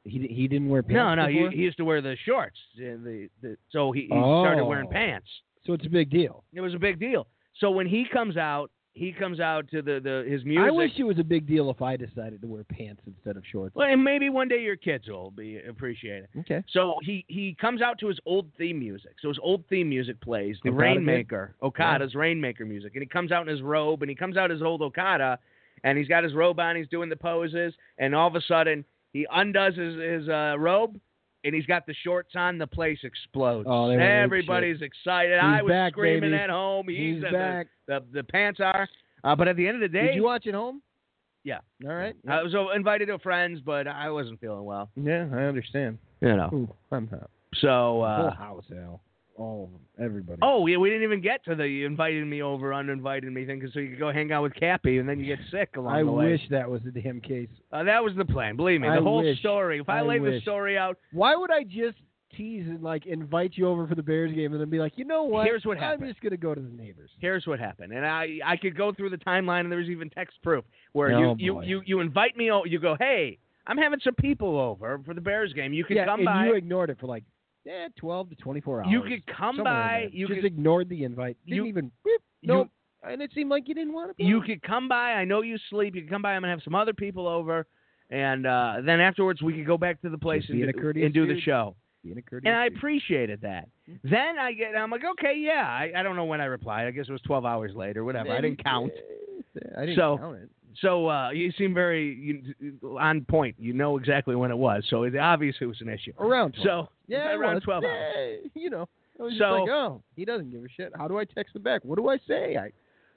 Speaker 3: He he didn't wear pants.
Speaker 2: no, no, he,
Speaker 3: before?
Speaker 2: he used to wear the shorts. uh, The, the, so he, he started
Speaker 3: Oh.
Speaker 2: wearing pants.
Speaker 3: so it's a big deal.
Speaker 2: It was a big deal. So when he comes out, he comes out to the, the his music.
Speaker 3: I wish it was a big deal if I decided to wear pants instead of shorts.
Speaker 2: well, and maybe one day your kids will be appreciate it.
Speaker 3: Okay.
Speaker 2: So he, he comes out to his old theme music. So his old theme music plays the
Speaker 3: Okada did?
Speaker 2: Rainmaker, Okada's Rainmaker music, and he comes out in his robe and he comes out his old Okada, and he's got his robe on. He's doing the poses, and all of a sudden he undoes his his uh, robe. And he's got the shorts on. The place explodes.
Speaker 3: Oh, they went apeshit.
Speaker 2: Everybody's excited.
Speaker 3: He's
Speaker 2: I was
Speaker 3: back,
Speaker 2: screaming
Speaker 3: baby.
Speaker 2: at home. He's,
Speaker 3: He's
Speaker 2: at the-
Speaker 3: back.
Speaker 2: the the pants are. Uh, but at the end of the day,
Speaker 3: Did you watch it home?
Speaker 2: Yeah.
Speaker 3: All right.
Speaker 2: I was uh, invited to friends, but I wasn't feeling well. Oh.
Speaker 3: yeah, I understand.
Speaker 2: You know,
Speaker 3: Ooh, I'm not.
Speaker 2: so
Speaker 3: Full
Speaker 2: uh,
Speaker 3: house, Al. all of them, everybody.
Speaker 2: Oh yeah, we didn't even get to the you invited me over, uninvited me thing, 'cause so you could go hang out with Cappy, and then you get sick along
Speaker 3: I
Speaker 2: the way.
Speaker 3: wish that was the damn case.
Speaker 2: Uh, that was the plan. Believe me, the
Speaker 3: I
Speaker 2: whole
Speaker 3: wish.
Speaker 2: story. If I,
Speaker 3: I
Speaker 2: laid the
Speaker 3: wish.
Speaker 2: story out,
Speaker 3: Why would I just tease and like invite you over for the Bears game and then be like, you know what?
Speaker 2: Here's what
Speaker 3: I'm
Speaker 2: happened.
Speaker 3: just gonna go to the neighbors.
Speaker 2: here's what happened, and I I could go through the timeline, and there's even text proof where
Speaker 3: Oh,
Speaker 2: you,
Speaker 3: boy.
Speaker 2: you you you invite me over, you go, hey, I'm having some people over for the Bears game. You could
Speaker 3: yeah,
Speaker 2: come
Speaker 3: and
Speaker 2: by.
Speaker 3: you ignored it for like eh, 12 to 24 hours.
Speaker 2: You could come
Speaker 3: somewhere in
Speaker 2: by,
Speaker 3: there.
Speaker 2: you
Speaker 3: just
Speaker 2: could-
Speaker 3: ignored the invite. Didn't
Speaker 2: you-
Speaker 3: even. Whoop,
Speaker 2: you-
Speaker 3: nope. and it seemed like you didn't want to.
Speaker 2: you could come by. I know you sleep. You could come by. I'm gonna have some other people over, and uh, then afterwards we could go back to the place and
Speaker 3: being
Speaker 2: do,
Speaker 3: a courteous
Speaker 2: and do the
Speaker 3: dude.
Speaker 2: show.
Speaker 3: Being a courteous
Speaker 2: And I
Speaker 3: dude.
Speaker 2: appreciated that.
Speaker 3: Mm-hmm.
Speaker 2: Then I get, I'm like, okay, yeah. I, I don't know when I replied. I guess it was 12 hours later, whatever. I didn't count.
Speaker 3: eh, I didn't
Speaker 2: So-
Speaker 3: count it.
Speaker 2: So uh, you seem very you, on point. You know exactly when it was. So it obviously was an issue.
Speaker 3: Around 12.
Speaker 2: So
Speaker 3: yeah, it
Speaker 2: around
Speaker 3: was.
Speaker 2: 12 hours.
Speaker 3: Yeah, you know, I was
Speaker 2: So-
Speaker 3: just like, oh, he doesn't give a shit. How do I text him back? What do I say? I,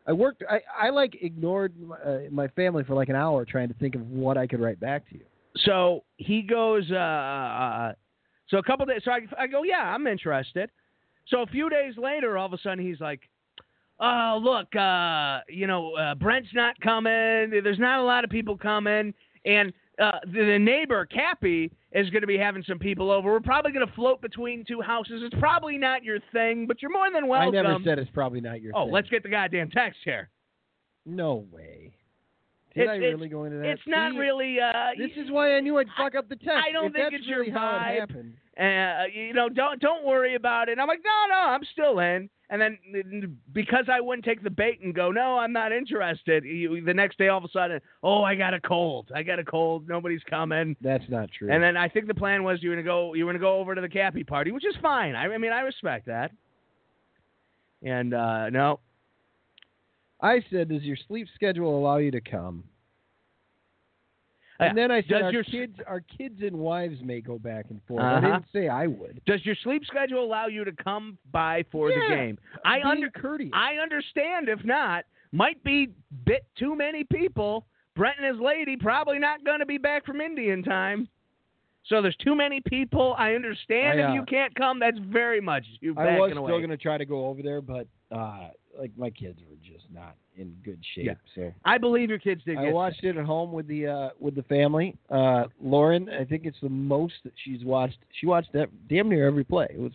Speaker 3: I worked. I, I like ignored my, uh, my family for like an hour trying to think of what I could write back to you.
Speaker 2: so he goes uh, uh so a couple days so I, I go yeah i'm interested so a few days later all of a sudden he's like oh look uh you know uh, brent's not coming there's not a lot of people coming and uh, the, the neighbor cappy is going to be having some people over we're probably going to float between two houses it's probably not your thing but you're more than welcome
Speaker 3: I never said it's probably not your.
Speaker 2: um, oh
Speaker 3: thing.
Speaker 2: let's get the goddamn text here
Speaker 3: No way. Did
Speaker 2: It's-
Speaker 3: I
Speaker 2: it's-
Speaker 3: really go into that?
Speaker 2: it's not
Speaker 3: See,
Speaker 2: really uh
Speaker 3: This is why I knew I'd fuck up the text.
Speaker 2: I don't
Speaker 3: If
Speaker 2: think
Speaker 3: that's
Speaker 2: it's your
Speaker 3: really how
Speaker 2: vibe.
Speaker 3: it happened.
Speaker 2: uh, you know, don't don't worry about it. And I'm like, no, no, I'm still in. And then n- because I wouldn't take the bait and go, no, I'm not interested. You, the next day, all of a sudden, oh, I got a cold. I got a cold. Nobody's coming.
Speaker 3: That's not true.
Speaker 2: And then I think the plan was you were gonna go, you were gonna go over to the Cappy party, which is fine. I, I mean, I respect that. And uh, no,
Speaker 3: I said, "Does your sleep schedule allow you to come?" And
Speaker 2: Yeah.
Speaker 3: then I said,
Speaker 2: Uh, Does
Speaker 3: "Our
Speaker 2: your-
Speaker 3: kids, our kids and wives may go back and forth." I
Speaker 2: Uh-huh.
Speaker 3: didn't say I would.
Speaker 2: does your sleep schedule allow you to come by for the
Speaker 3: Yeah.
Speaker 2: game? I
Speaker 3: Being
Speaker 2: under,
Speaker 3: courteous.
Speaker 2: I understand if not, might be bit too many people. Brent and his lady probably not going to be back from Indian time. So there's too many people. I understand
Speaker 3: I, uh,
Speaker 2: if you can't come, that's very much you
Speaker 3: I was
Speaker 2: backing
Speaker 3: still
Speaker 2: away.
Speaker 3: gonna try to go over there, but uh, like my kids were just not in good shape.
Speaker 2: Yeah.
Speaker 3: So
Speaker 2: I believe your kids did
Speaker 3: I
Speaker 2: get
Speaker 3: watched it at home with the uh, with the family. Uh, Lauren, I think it's the most that she's watched. She watched that damn near every play. It was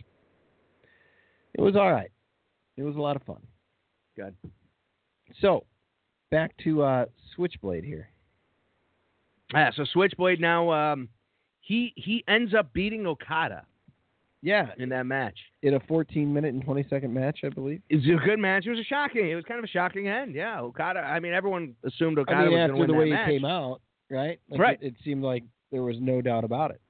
Speaker 3: it was all right. It was a lot of fun.
Speaker 2: Good.
Speaker 3: So back to uh, Switchblade here.
Speaker 2: Yeah, Ah, so Switchblade now um, he he ends up beating Okada
Speaker 3: Yeah,
Speaker 2: in that match.
Speaker 3: in a 14 minute and 20 second match, I believe.
Speaker 2: It's a good match. It was a shocking. It was kind of a shocking end. Yeah, Okada. I mean, everyone assumed Okada
Speaker 3: I mean,
Speaker 2: was
Speaker 3: after
Speaker 2: going to win that
Speaker 3: the way
Speaker 2: match.
Speaker 3: he came out, right? Like,
Speaker 2: Right.
Speaker 3: It, it seemed like there was no doubt about it.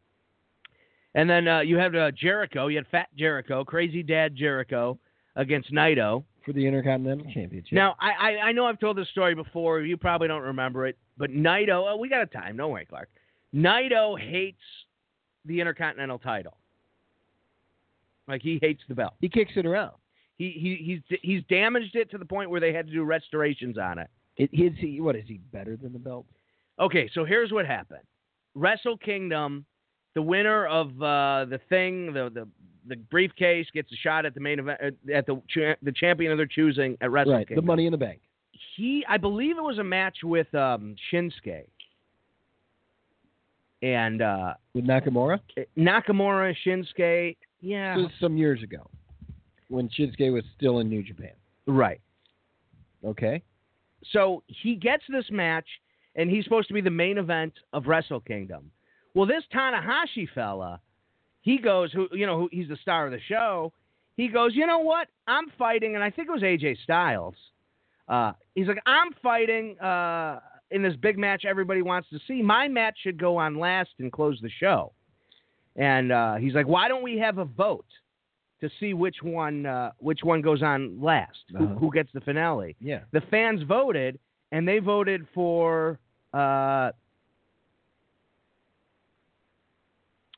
Speaker 2: And then uh, you had uh, Jericho. You had Fat Jericho, Crazy Dad Jericho against Naito.
Speaker 3: For the Intercontinental Championship.
Speaker 2: Now, I, I, I know I've told this story before. You probably don't remember it, but Naito, oh, we got a time. Don't worry, Clark. Naito hates the Intercontinental title. Like, he hates the belt.
Speaker 3: he kicks it around.
Speaker 2: He, he, he's, he's damaged it to the point where they had to do restorations on it.
Speaker 3: It, is he, what is he better than the belt?
Speaker 2: Okay, so here's what happened. Wrestle Kingdom, the winner of uh, the thing, the, the the briefcase gets a shot at the main event uh, at the cha- the champion of their choosing at Wrestle
Speaker 3: right.
Speaker 2: Kingdom.
Speaker 3: The Money in the Bank.
Speaker 2: He, I believe it was a match with um, Shinsuke and uh,
Speaker 3: with Nakamura.
Speaker 2: Nakamura, Shinsuke. Yeah,
Speaker 3: This was some years ago when Shinsuke was still in New Japan.
Speaker 2: right.
Speaker 3: Okay.
Speaker 2: So he gets this match, and he's supposed to be the main event of Wrestle Kingdom. Well, this Tanahashi fella, he goes, who you know, who, he's the star of the show. He goes, you know what? I'm fighting, and I think it was AJ Styles. Uh, he's like, I'm fighting uh, in this big match everybody wants to see. My match should go on last and close the show. And uh, he's like, why don't we have a vote to see which one uh, which one goes on last,
Speaker 3: Uh-huh.
Speaker 2: who, who gets the finale?
Speaker 3: Yeah.
Speaker 2: the fans voted, and they voted for uh,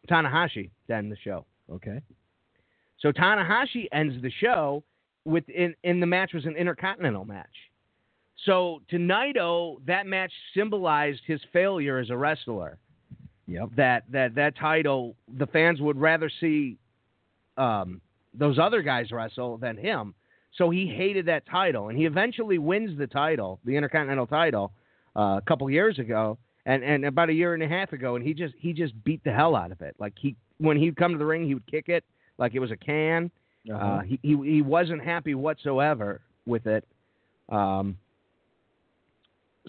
Speaker 2: Tanahashi to end the show.
Speaker 3: Okay.
Speaker 2: So Tanahashi ends the show with in, in the match was an intercontinental match. So to Naito, that match symbolized his failure as a wrestler.
Speaker 3: Yep.
Speaker 2: That that that title, the fans would rather see um, those other guys wrestle than him. So he hated that title, and he eventually wins the title, the Intercontinental title, uh, a couple years ago, and and about a year and a half ago, and he just he just beat the hell out of it. Like he when he'd come to the ring, he would kick it like it was a can. uh
Speaker 3: Uh-huh.
Speaker 2: he, he he wasn't happy whatsoever with it. Um,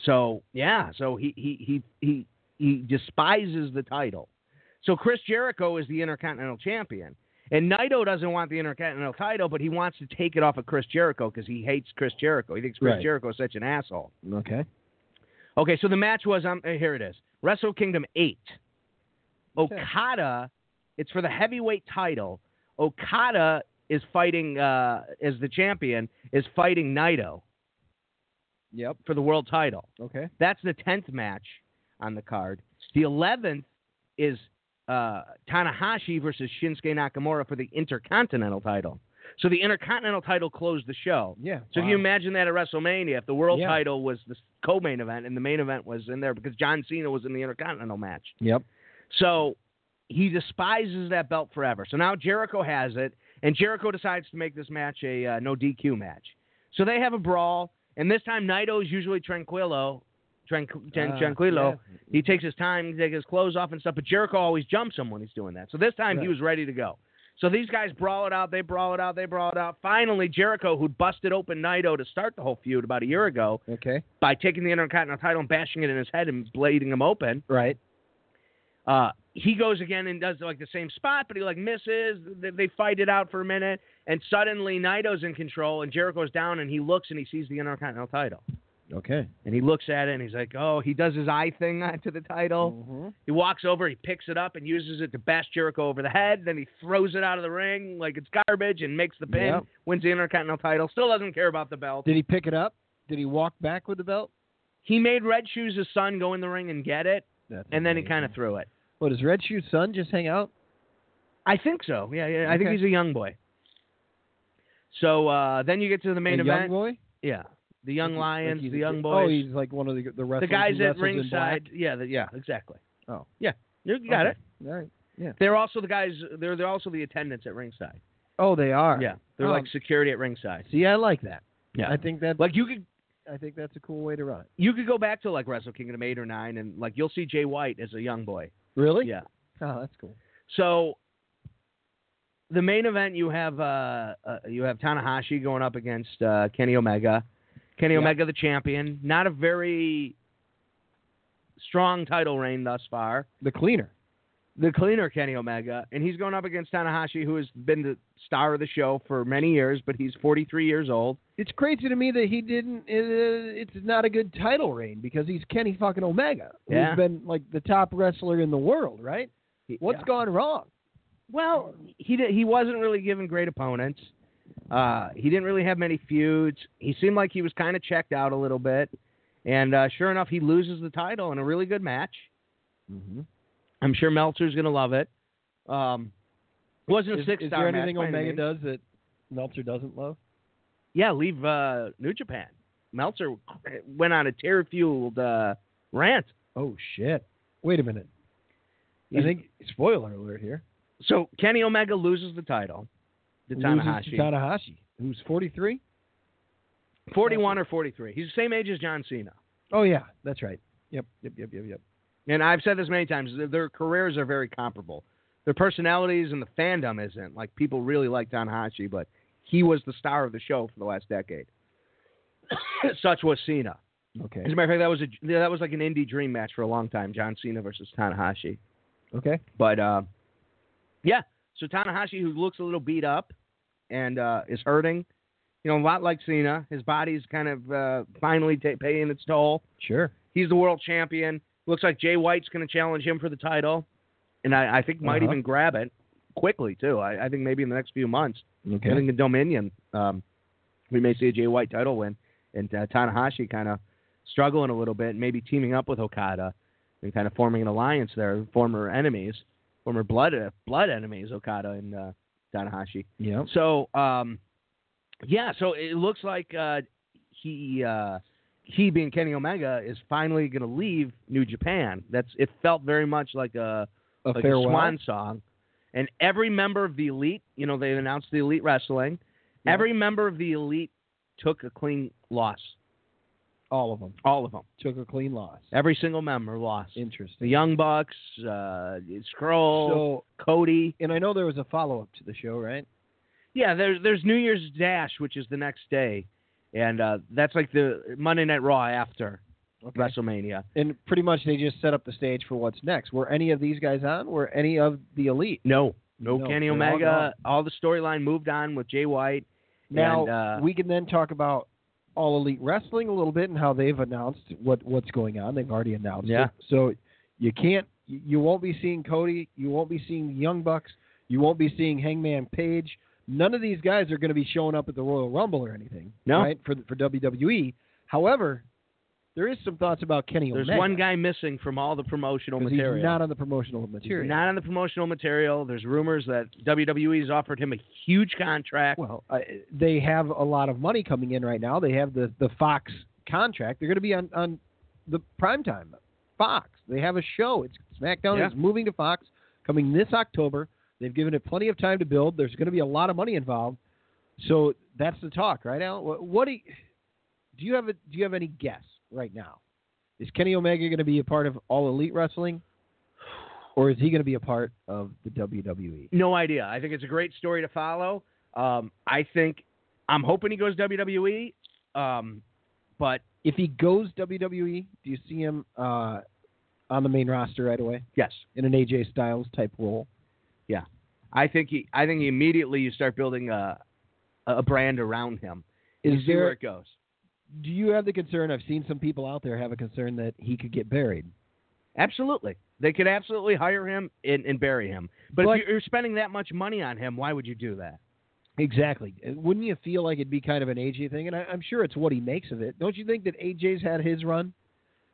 Speaker 2: so yeah, so he he he he he despises the title. So Chris Jericho is the Intercontinental Champion, and Naito doesn't want the Intercontinental title, but he wants to take it off of Chris Jericho because he hates Chris Jericho. He thinks Chris
Speaker 3: Right.
Speaker 2: Jericho is such an asshole.
Speaker 3: Uh, Okay.
Speaker 2: Okay, so the match was um, uh, here it is. Wrestle Kingdom 8. Okada, it's for the heavyweight title. Okada is fighting uh, as the champion is fighting Naito
Speaker 3: Yep.
Speaker 2: for the world title.
Speaker 3: Okay.
Speaker 2: That's the 10th match on the card. The 11th is uh, Tanahashi versus Shinsuke Nakamura for the Intercontinental title. So the Intercontinental title closed the show.
Speaker 3: Yeah.
Speaker 2: So
Speaker 3: wow.
Speaker 2: if you imagine that at WrestleMania, if the world
Speaker 3: Yeah.
Speaker 2: title was the co-main event and the main event was in there because John Cena was in the Intercontinental match.
Speaker 3: Yep.
Speaker 2: So he despises that belt forever. So now Jericho has it, and Jericho decides to make this match a uh, no DQ match. So they have a brawl, and this time Naito's usually tranquilo, tranqu- tran-
Speaker 3: Ah,
Speaker 2: tranquilo. He takes his time, he takes his clothes off and stuff. But Jericho always jumps him when he's doing that. So this time he
Speaker 3: Right.
Speaker 2: was ready to go. So these guys brawl it out, they brawl it out, they brawl it out. Finally, Jericho, who busted open Naito to start the whole feud about a year ago
Speaker 3: yeah. Okay.
Speaker 2: by taking the Intercontinental title and bashing it in his head and blading him open,
Speaker 3: Right.
Speaker 2: uh, he goes again and does like the same spot, but he like misses. They, they fight it out for a minute, and suddenly Naito's in control, and Jericho's down, and he looks and he sees the Intercontinental title,
Speaker 3: Okay.
Speaker 2: and he looks at it, and he's like, "Oh!" He does his eye thing [laughs] to the title.
Speaker 3: Mhm.
Speaker 2: He walks over, he picks it up, and uses it to bash Jericho over the head. Then he throws it out of the ring like it's garbage, and makes the pin,
Speaker 3: Yep.
Speaker 2: wins the Intercontinental title. Still doesn't care about the belt.
Speaker 3: Did he pick it up? Did he walk back with the belt?
Speaker 2: He made Red Shoes' his son go in the ring and get it,
Speaker 3: That's
Speaker 2: and then he
Speaker 3: amazing.
Speaker 2: kind of threw it.
Speaker 3: What does Red Shoe Son just hang out?
Speaker 2: I think so. Yeah, yeah. I think
Speaker 3: Okay.
Speaker 2: he's a young boy. So uh, then you get to the main
Speaker 3: a
Speaker 2: event.
Speaker 3: young boy.
Speaker 2: Yeah, the young
Speaker 3: Like-
Speaker 2: lions,
Speaker 3: like he's
Speaker 2: the
Speaker 3: a
Speaker 2: young
Speaker 3: kid-
Speaker 2: boys,
Speaker 3: Oh, he's like one of the the
Speaker 2: the
Speaker 3: wrestlers.
Speaker 2: guys
Speaker 3: who
Speaker 2: at
Speaker 3: wrestles in black.
Speaker 2: ringside. Yeah, the, yeah, exactly.
Speaker 3: Oh.
Speaker 2: yeah, you you got
Speaker 3: Okay.
Speaker 2: it.
Speaker 3: All right.
Speaker 2: They're also the guys. They're they're also the attendants at ringside.
Speaker 3: Oh, they are.
Speaker 2: Yeah, they're
Speaker 3: Um,
Speaker 2: like security at ringside.
Speaker 3: See, I like that.
Speaker 2: Yeah,
Speaker 3: I think that
Speaker 2: like you could
Speaker 3: I think that's a cool way to run it.
Speaker 2: you could go back to like Wrestle Kingdom eight or nine, and like you'll see Jay White as a young boy.
Speaker 3: Really?
Speaker 2: Yeah.
Speaker 3: Oh, that's cool.
Speaker 2: So the main event you have uh, uh you have Tanahashi going up against uh, Kenny Omega. Kenny
Speaker 3: Yeah.
Speaker 2: Omega the champion, not a very strong title reign thus far.
Speaker 3: The cleaner.
Speaker 2: The cleaner Kenny Omega, and he's going up against Tanahashi, who has been the star of the show for many years, but he's 43 years old.
Speaker 3: It's crazy to me that he didn't. It, it's not a good title reign because he's Kenny fucking Omega,
Speaker 2: Yeah.
Speaker 3: who's been like the top wrestler in the world, right?
Speaker 2: He-
Speaker 3: What's
Speaker 2: yeah.
Speaker 3: gone wrong?
Speaker 2: Well, he did, he wasn't really given great opponents. Uh, he didn't really have many feuds. He seemed like he was kind of checked out a little bit. And uh, sure enough, he loses the title in a really good match.
Speaker 3: Mm-hmm.
Speaker 2: I'm sure Meltzer's going to love it. Um, wasn't a
Speaker 3: Is,
Speaker 2: six
Speaker 3: is
Speaker 2: star
Speaker 3: there
Speaker 2: match.
Speaker 3: anything
Speaker 2: by any
Speaker 3: Omega
Speaker 2: means.
Speaker 3: does that Meltzer doesn't love?
Speaker 2: Yeah, leave uh, New Japan. Meltzer went on a tear fueled uh, rant.
Speaker 3: Oh shit! Wait a minute. I
Speaker 2: He's-
Speaker 3: think spoiler alert here.
Speaker 2: So Kenny Omega loses the title to
Speaker 3: Loses to
Speaker 2: Tanahashi.
Speaker 3: Tanahashi, who's forty three.
Speaker 2: 41 or 43. He's the same age as John Cena.
Speaker 3: Oh yeah, that's right. Yep, yep, yep, yep, yep.
Speaker 2: and I've said this many times, th- their careers are very comparable. Their personalities and the fandom isn't. Like, people really like Tanahashi, but he was the star of the show for the last decade. [coughs] Such was Cena.
Speaker 3: Okay.
Speaker 2: As a matter of fact, that was a that was like an indie dream match for a long time, John Cena versus Tanahashi.
Speaker 3: Okay.
Speaker 2: But uh, yeah, so Tanahashi, who looks a little beat up and uh, is hurting, you know, a lot like Cena, his body's kind of uh, finally ta paying its toll.
Speaker 3: Sure.
Speaker 2: He's the world champion. Looks like Jay White's going to challenge him for the title, and I, I think might
Speaker 3: Uh-huh.
Speaker 2: even grab it quickly too. I, I think maybe in the next few months.
Speaker 3: Okay.
Speaker 2: I think the Dominion, um, we may see a Jay White title win, and uh, Tanahashi kind of struggling a little bit, and maybe teaming up with Okada and kind of forming an alliance there, former enemies, former blood blood enemies, Okada and uh, Tanahashi.
Speaker 3: Yeah.
Speaker 2: So, um, yeah, so it looks like uh, he uh, he being Kenny Omega is finally going to leave New Japan. That's it felt very much like a,
Speaker 3: A
Speaker 2: like a
Speaker 3: farewell.
Speaker 2: swan song, and every member of the elite, you know, they announced the elite wrestling. Every member of the elite took a clean loss.
Speaker 3: All of them
Speaker 2: All of them.
Speaker 3: took a clean loss.
Speaker 2: Every single member lost. the
Speaker 3: Interesting.
Speaker 2: Young Bucks, uh, Scroll,
Speaker 3: So,
Speaker 2: Cody.
Speaker 3: and I know there was a follow up to the show, right?
Speaker 2: Yeah, there's there's New Year's Dash, which is the next day, and uh, that's like the Monday Night Raw after WrestleMania.
Speaker 3: And pretty much they just set up the stage for what's next. Were any of these guys on? Were any of the elite?
Speaker 2: No, no,
Speaker 3: No,
Speaker 2: Kenny
Speaker 3: they're all
Speaker 2: Omega. All, the storyline moved on with Jay White.
Speaker 3: Now
Speaker 2: and, uh,
Speaker 3: we can then talk about all elite wrestling a little bit and how they've announced what what's going on. They've already announced
Speaker 2: Yeah.
Speaker 3: it. So you can't you you won't be seeing Cody, you won't be seeing the Young Bucks, you won't be seeing Hangman Page. None of these guys are going to be showing up at the Royal Rumble or anything,
Speaker 2: No.
Speaker 3: right? For for WWE. However, there is some thoughts about Kenny
Speaker 2: there's
Speaker 3: Omega
Speaker 2: one guy missing from all the promotional
Speaker 3: 'cause
Speaker 2: material.
Speaker 3: he's not on the promotional
Speaker 2: He's
Speaker 3: material.
Speaker 2: not on the promotional material. There's rumors that WWE has offered him a huge contract.
Speaker 3: Well, I, they have a lot of money coming in right now. They have the the Fox contract. They're going to be on on the primetime Fox. They have a show. It's SmackDown
Speaker 2: Yeah.
Speaker 3: is moving to Fox coming this October. They've given it plenty of time to build. There's going to be a lot of money involved. So that's the talk, right, Alan? What, what do you, do you have? A, do you have any guess right now? Is Kenny Omega going to be a part of All Elite Wrestling, or is he going to be a part of the E? WWE?
Speaker 2: No idea. I think it's a great story to follow. Um, I think I'm hoping he goes WWE, um, but
Speaker 3: if he goes WWE, do you see him uh, on the main roster right away
Speaker 2: yes,
Speaker 3: in an AJ Styles type role?
Speaker 2: I think he. I think immediately you start building a a brand around him. You
Speaker 3: Is
Speaker 2: see where
Speaker 3: there?
Speaker 2: it goes?
Speaker 3: Do you have the concern? I've seen some people out there have a concern that he could get buried.
Speaker 2: Absolutely, they could absolutely hire him and, and bury him. But,
Speaker 3: But-
Speaker 2: if you're spending that much money on him, why would you do that?
Speaker 3: Exactly. Uh, Wouldn't you feel like it'd be kind of an AJ thing? And I, I'm sure it's what he makes of it. Don't you think that AJ's had his run,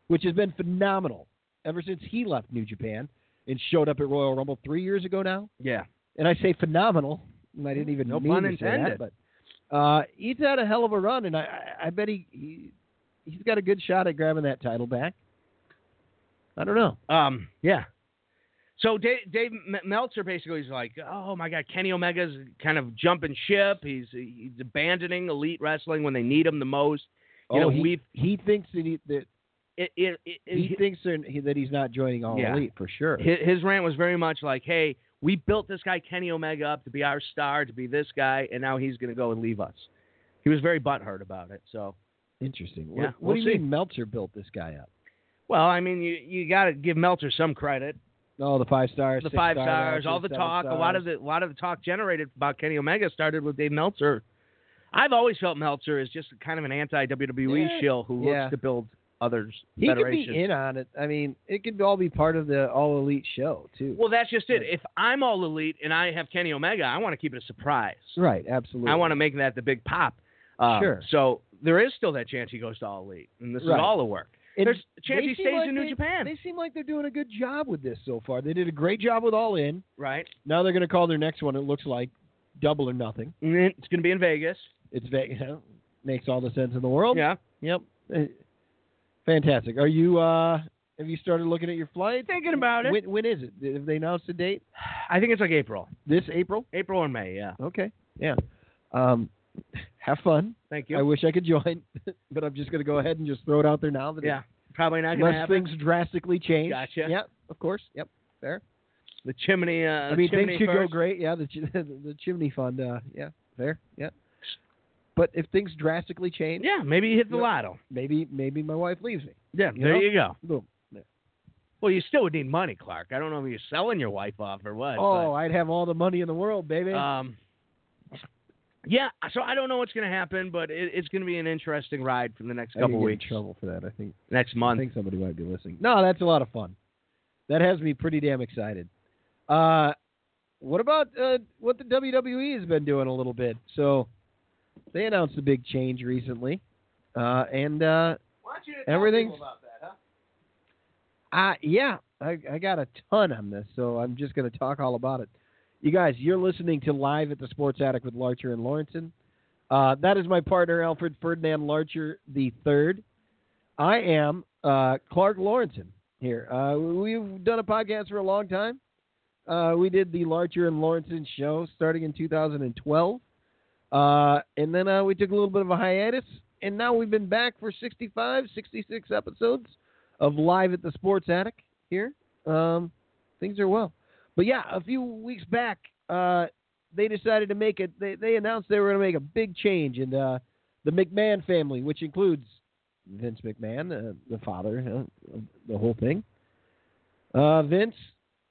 Speaker 3: which has been phenomenal ever since he left New Japan and showed up at Royal Rumble three years ago now?
Speaker 2: Yeah,
Speaker 3: and I say phenomenal, and I didn't even
Speaker 2: No
Speaker 3: mean
Speaker 2: pun
Speaker 3: to
Speaker 2: intended.
Speaker 3: Say that, but uh, he's had a hell of a run, and I, I, I bet he, he he's got a good shot at grabbing that title back. I don't know.
Speaker 2: Um, yeah. So Dave, Dave M- Meltzer basically is like, oh my God, Kenny Omega's kind of jumping ship. He's he's abandoning elite wrestling when they need him the most. You know,
Speaker 3: oh, he,
Speaker 2: we've
Speaker 3: he thinks that he, that
Speaker 2: it, it, it,
Speaker 3: he, thinks that, he, that he's not joining All
Speaker 2: Yeah.
Speaker 3: Elite for sure.
Speaker 2: hi- his rant was very much like, hey, we built this guy Kenny Omega up to be our star, to be this guy, and now he's going to go and leave us. He was very butthurt about it. So,
Speaker 3: Interesting.
Speaker 2: Yeah,
Speaker 3: what
Speaker 2: we'll
Speaker 3: what do you
Speaker 2: see.
Speaker 3: mean Meltzer built this guy up?
Speaker 2: well, I mean, you you got to give Meltzer some credit.
Speaker 3: Oh, the five stars,
Speaker 2: The
Speaker 3: six
Speaker 2: five
Speaker 3: star
Speaker 2: stars,
Speaker 3: matches,
Speaker 2: all the
Speaker 3: seven
Speaker 2: talk, a lot
Speaker 3: stars.
Speaker 2: of the a lot of the talk generated about Kenny Omega started with Dave Meltzer. I've always felt Meltzer is just kind of an anti WWE
Speaker 3: Yeah.
Speaker 2: shill who
Speaker 3: Yeah.
Speaker 2: looks to build others
Speaker 3: He could
Speaker 2: federations.
Speaker 3: be in on it. I mean, it could all be part of the All Elite show too.
Speaker 2: Well, that's just it. If I'm all elite and I have Kenny Omega, I want to keep it a surprise.
Speaker 3: right, absolutely.
Speaker 2: I want to make that the big pop. Uh,
Speaker 3: Sure.
Speaker 2: So there is still that chance he goes to all elite, and this
Speaker 3: Right.
Speaker 2: is all the work.
Speaker 3: And
Speaker 2: There's a chance
Speaker 3: they
Speaker 2: he
Speaker 3: seem
Speaker 2: stays
Speaker 3: like
Speaker 2: in New
Speaker 3: they-
Speaker 2: Japan,
Speaker 3: They seem like they're doing a good job with this so far. They did a great job with All In.
Speaker 2: right?
Speaker 3: Now they're going to call their next one. It looks like Double or Nothing.
Speaker 2: And then it's going to be in Vegas.
Speaker 3: It's ve- [laughs] makes all the sense in the world.
Speaker 2: Yeah.
Speaker 3: Oh, Yep. Eh, Fantastic. Are you? uh Have you started looking at your flight?
Speaker 2: Thinking about it.
Speaker 3: When, when is it? Have they announced a date?
Speaker 2: I think it's like April,
Speaker 3: This April.
Speaker 2: April or May. Yeah.
Speaker 3: Okay. Yeah. Um, [laughs] have fun.
Speaker 2: Thank
Speaker 3: I
Speaker 2: you.
Speaker 3: wish I could join, [laughs] but I'm just going to go ahead and just throw it out there now that it-
Speaker 2: Yeah. Probably not going to
Speaker 3: unless
Speaker 2: happen.
Speaker 3: things drastically change.
Speaker 2: Gotcha.
Speaker 3: Yeah. Of course. Yep.
Speaker 2: The chimney. Uh,
Speaker 3: I mean,
Speaker 2: chimney
Speaker 3: things could go
Speaker 2: first.
Speaker 3: great. Yeah, the, chi- [laughs] the the chimney fund. Uh, yeah, fair. Yeah, but if things drastically change,
Speaker 2: Yeah, maybe you hit the
Speaker 3: Yep.
Speaker 2: lotto.
Speaker 3: maybe maybe my wife leaves me.
Speaker 2: Yeah,
Speaker 3: You
Speaker 2: there
Speaker 3: know?
Speaker 2: you go.
Speaker 3: Boom.
Speaker 2: Well, you still would need money, Clark. I don't know if you're selling your wife off or what.
Speaker 3: Oh, I'd have all the money in the world, baby.
Speaker 2: but, um, yeah. So I don't know what's going to happen, but it, it's going to be an interesting ride for the next
Speaker 3: I could
Speaker 2: couple
Speaker 3: get in
Speaker 2: weeks,
Speaker 3: trouble for that. I think.
Speaker 2: next
Speaker 3: I
Speaker 2: month.
Speaker 3: think somebody might be listening. No, that's a lot of fun. That has me pretty damn excited. Uh, what about uh, what the WWE has been doing a little bit? So they announced a big change recently, uh, and uh, everything's Uh, yeah, I, I got a ton on this, so I'm just going to talk all about it. You guys, you're listening to Live at the Sports Attic with Larcher and Lawrenson. Uh, that is my partner, Alfred Ferdinand Larcher the third. I am uh, Clark Lawrenson here. Uh, we've done a podcast for a long time. Uh, we did the Larcher and Lawrenson show starting in 2012. Uh, and then uh, we took a little bit of a hiatus. And now we've been back for 65, 66 episodes of Live at the Sports Attic here. Um, things are well. But yeah, a few weeks back, uh, they decided to make it. They, they announced they were going to make a big change in uh, the McMahon family, which includes Vince McMahon, uh, the father, uh, of the whole thing. Uh, Vince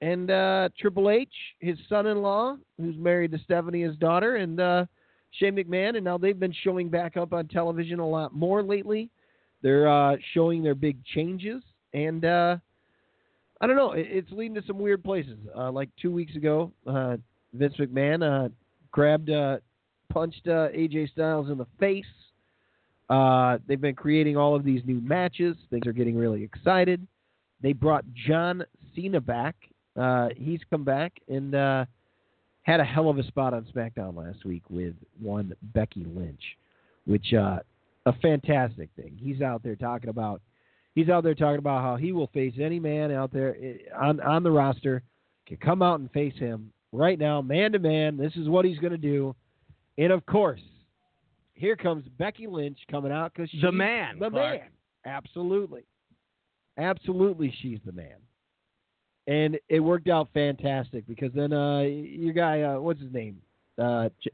Speaker 3: and uh, Triple H, his son-in-law, who's married to Stephanie, his daughter, and uh, Shane McMahon, and now they've been showing back up on television a lot more lately. They're uh, showing their big changes, and uh, I don't know. It, it's leading to some weird places. Uh, like two weeks ago, uh, Vince McMahon uh, grabbed, uh, punched uh, AJ Styles in the face. Uh, they've been creating all of these new matches. Things are getting really excited. They brought John Cena back. Uh, he's come back and uh, had a hell of a spot on SmackDown last week with one Becky Lynch, which uh, a fantastic thing. He's out there talking about he's out there talking about how he will face any man out there eh, on on the roster can come out and face him right now, man to man. This is what he's going to do, and of course, here comes Becky Lynch coming out because she's
Speaker 2: The man,
Speaker 3: the
Speaker 2: Clark.
Speaker 3: man, absolutely, absolutely, she's the man. And it worked out fantastic because then uh, your guy, uh, what's his name, uh, J-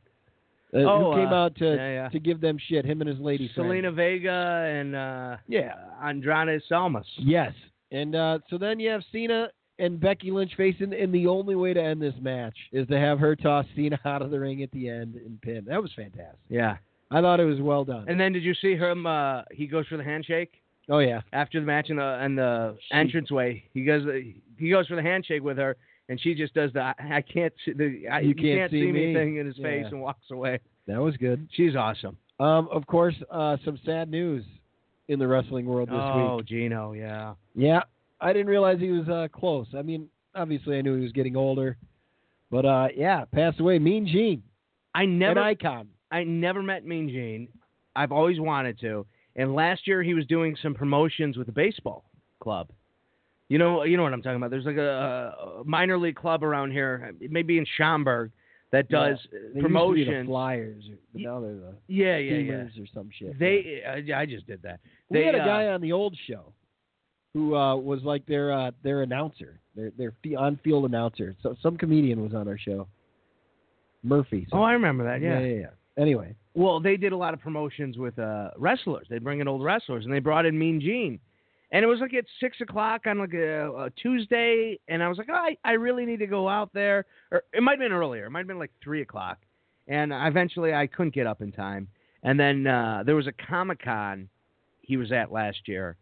Speaker 3: uh,
Speaker 2: Oh,
Speaker 3: who came
Speaker 2: uh,
Speaker 3: out to
Speaker 2: yeah, yeah.
Speaker 3: to give them shit, him and his lady friend.
Speaker 2: Selena Vega and uh,
Speaker 3: yeah,
Speaker 2: Andrade Salmas.
Speaker 3: Yes. And uh, so then you have Cena and Becky Lynch facing, and the only way to end this match is to have her toss Cena [laughs] out of the ring at the end and pin. That was fantastic.
Speaker 2: Yeah.
Speaker 3: I thought it was well done.
Speaker 2: And then did you see him? Uh, he goes for the handshake
Speaker 3: oh yeah,
Speaker 2: after the match in the in the
Speaker 3: She-
Speaker 2: entranceway. He goes uh, he goes for the handshake with her, and she just does the I I can't see the I,
Speaker 3: You can't see me.
Speaker 2: thing in his face
Speaker 3: Yeah.
Speaker 2: and walks away.
Speaker 3: that was good.
Speaker 2: She's awesome.
Speaker 3: Um, of course, uh, some sad news in the wrestling world this
Speaker 2: oh,
Speaker 3: week.
Speaker 2: Gino, yeah.
Speaker 3: Yeah, I didn't realize he was uh, close. I mean, obviously I knew he was getting older, but uh, yeah, passed away. Mean Gene,
Speaker 2: I never
Speaker 3: an icon.
Speaker 2: I never met Mean Gene. I've always wanted to. And last year he was doing some promotions with a baseball club. You know, you know what I'm talking about. There's like a, a minor league club around here, maybe in Schaumburg, that does
Speaker 3: They
Speaker 2: promotion.
Speaker 3: used to be the Flyers, but
Speaker 2: Ye-
Speaker 3: now they're the
Speaker 2: yeah, yeah, yeah.
Speaker 3: Steelers or some shit. Yeah.
Speaker 2: They, uh, I, I just did that.
Speaker 3: We
Speaker 2: They,
Speaker 3: had a
Speaker 2: uh,
Speaker 3: guy on the old show who uh, was like their uh, their announcer, their their fe- on field announcer. So some comedian was on our show, Murphy.
Speaker 2: Oh, I remember that.
Speaker 3: something.
Speaker 2: Yeah.
Speaker 3: yeah, yeah, yeah. Anyway,
Speaker 2: Well, they did a lot of promotions with uh, wrestlers. They bring in old wrestlers, and they brought in Mean Gene. And it was like at six o'clock on like a, a Tuesday, and I was like, oh, I I really need to go out there. Or it might have been earlier. It might have been like three o'clock. And eventually, I couldn't get up in time. And then uh, there was a Comic Con he was at last year,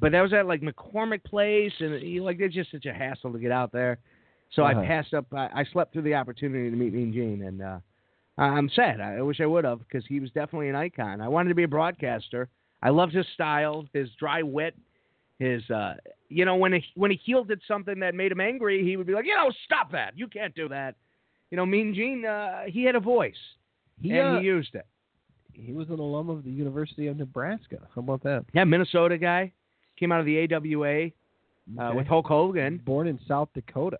Speaker 2: but that was at like McCormick Place, and he, like it's just such a hassle to get out there. So
Speaker 3: Uh-huh.
Speaker 2: I passed up. I, I slept through the opportunity to meet Mean Gene, and uh, I- I'm sad. I I wish I would have because he was definitely an icon. I wanted to be a broadcaster. I loved his style, his dry wit, his uh, you know when a, when a heel did something that made him angry, he would be like, you know, stop that. You can't do that. You know, Mean Gene, uh, he had a voice
Speaker 3: he
Speaker 2: and
Speaker 3: uh,
Speaker 2: he used it.
Speaker 3: he was an alum of the University of Nebraska. How about that?
Speaker 2: Yeah, Minnesota guy came out of the AWA uh,
Speaker 3: Okay.
Speaker 2: with Hulk Hogan.
Speaker 3: born in South Dakota.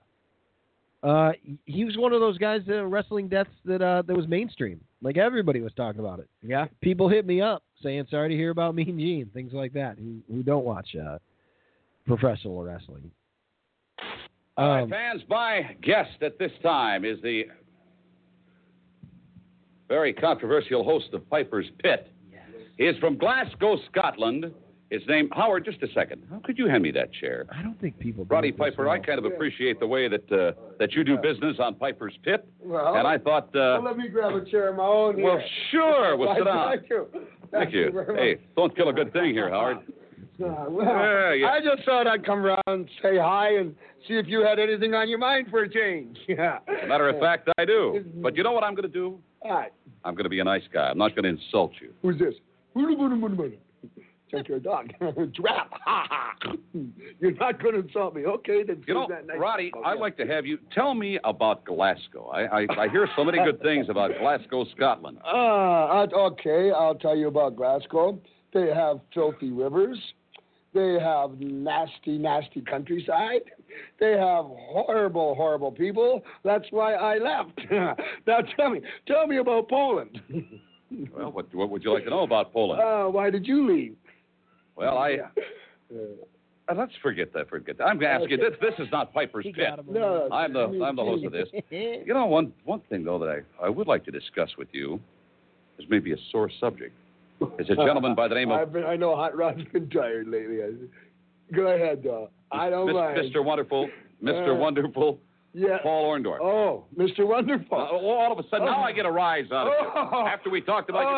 Speaker 3: Uh, he was one of those guys, uh, wrestling deaths that uh, that was mainstream. Like everybody was talking about it.
Speaker 2: Yeah,
Speaker 3: people hit me up saying sorry to hear about Mean Gene, things like that. Who who don't watch uh, professional wrestling?
Speaker 7: All right,
Speaker 3: Um,
Speaker 7: fans, my guest at this time is the very controversial host of Piper's Pit. He is from Glasgow, Scotland. His name, Howard, just a second. How could you hand me that chair?
Speaker 3: I don't think people. do
Speaker 7: Roddy
Speaker 3: it this
Speaker 7: Piper,
Speaker 3: well.
Speaker 7: I kind of appreciate the way that uh, that you do business on Piper's Pit,
Speaker 8: Well,
Speaker 7: and I thought,
Speaker 8: Oh. well,
Speaker 7: uh,
Speaker 8: let me grab a chair of my own here.
Speaker 7: well,
Speaker 8: [laughs]
Speaker 7: sure, well,
Speaker 8: Why,
Speaker 7: sit down.
Speaker 8: Thank you.
Speaker 7: Thank you.
Speaker 8: very
Speaker 7: Hey, don't kill a good thing here, Howard.
Speaker 8: much. Uh, well,
Speaker 7: Yeah, yeah.
Speaker 8: I just thought I'd come around, and say hi, and see if you had anything on your mind for a change. [laughs] Yeah.
Speaker 7: Matter of fact, I do. But you know what I'm going to do?
Speaker 8: All right.
Speaker 7: I'm going to be a nice guy. I'm not going to insult you.
Speaker 8: Who's this? Check your dog. [laughs] Giraffe. Ha ha. [laughs] You're not going to insult me. Okay, then
Speaker 7: You know,
Speaker 8: say that nice.
Speaker 7: Roddy,
Speaker 8: Oh,
Speaker 7: I'd
Speaker 8: yeah.
Speaker 7: like to have you tell me about Glasgow. I, I, I hear so many good things about Glasgow, Scotland.
Speaker 8: Ah, uh, okay. I'll tell you about Glasgow. They have filthy rivers.
Speaker 9: They have nasty, nasty countryside. They have horrible, horrible people. That's why I left. [laughs] now tell me, tell me about
Speaker 7: [laughs]
Speaker 9: Poland.
Speaker 7: Well, what, what would you like to know about Poland?
Speaker 9: Uh, why did you leave?
Speaker 7: well, I uh, let's forget that. Forget that. I'm going to ask you this. This is not Piper's
Speaker 3: He
Speaker 7: Pit.
Speaker 3: got him.
Speaker 9: [laughs] No,
Speaker 7: I'm the
Speaker 9: I mean,
Speaker 7: I'm the host
Speaker 3: [laughs]
Speaker 7: of this. You know, one one thing though that I, I would like to discuss with you is maybe a sore subject. Is a gentleman by the name of
Speaker 9: I've been, I know Hot Rod's been tired lately. I- Go ahead, though. [laughs] I don't
Speaker 7: Mis-
Speaker 9: mind.
Speaker 7: Mr. Wonderful, Mr.
Speaker 9: Uh,
Speaker 7: Wonderful,
Speaker 9: Yeah.
Speaker 7: Paul Orndorff.
Speaker 9: Oh, Mr. Wonderful.
Speaker 7: Uh, well, all of a sudden, now I get Uh, a rise out of
Speaker 9: Oh.
Speaker 7: you. After we talked about
Speaker 9: oh,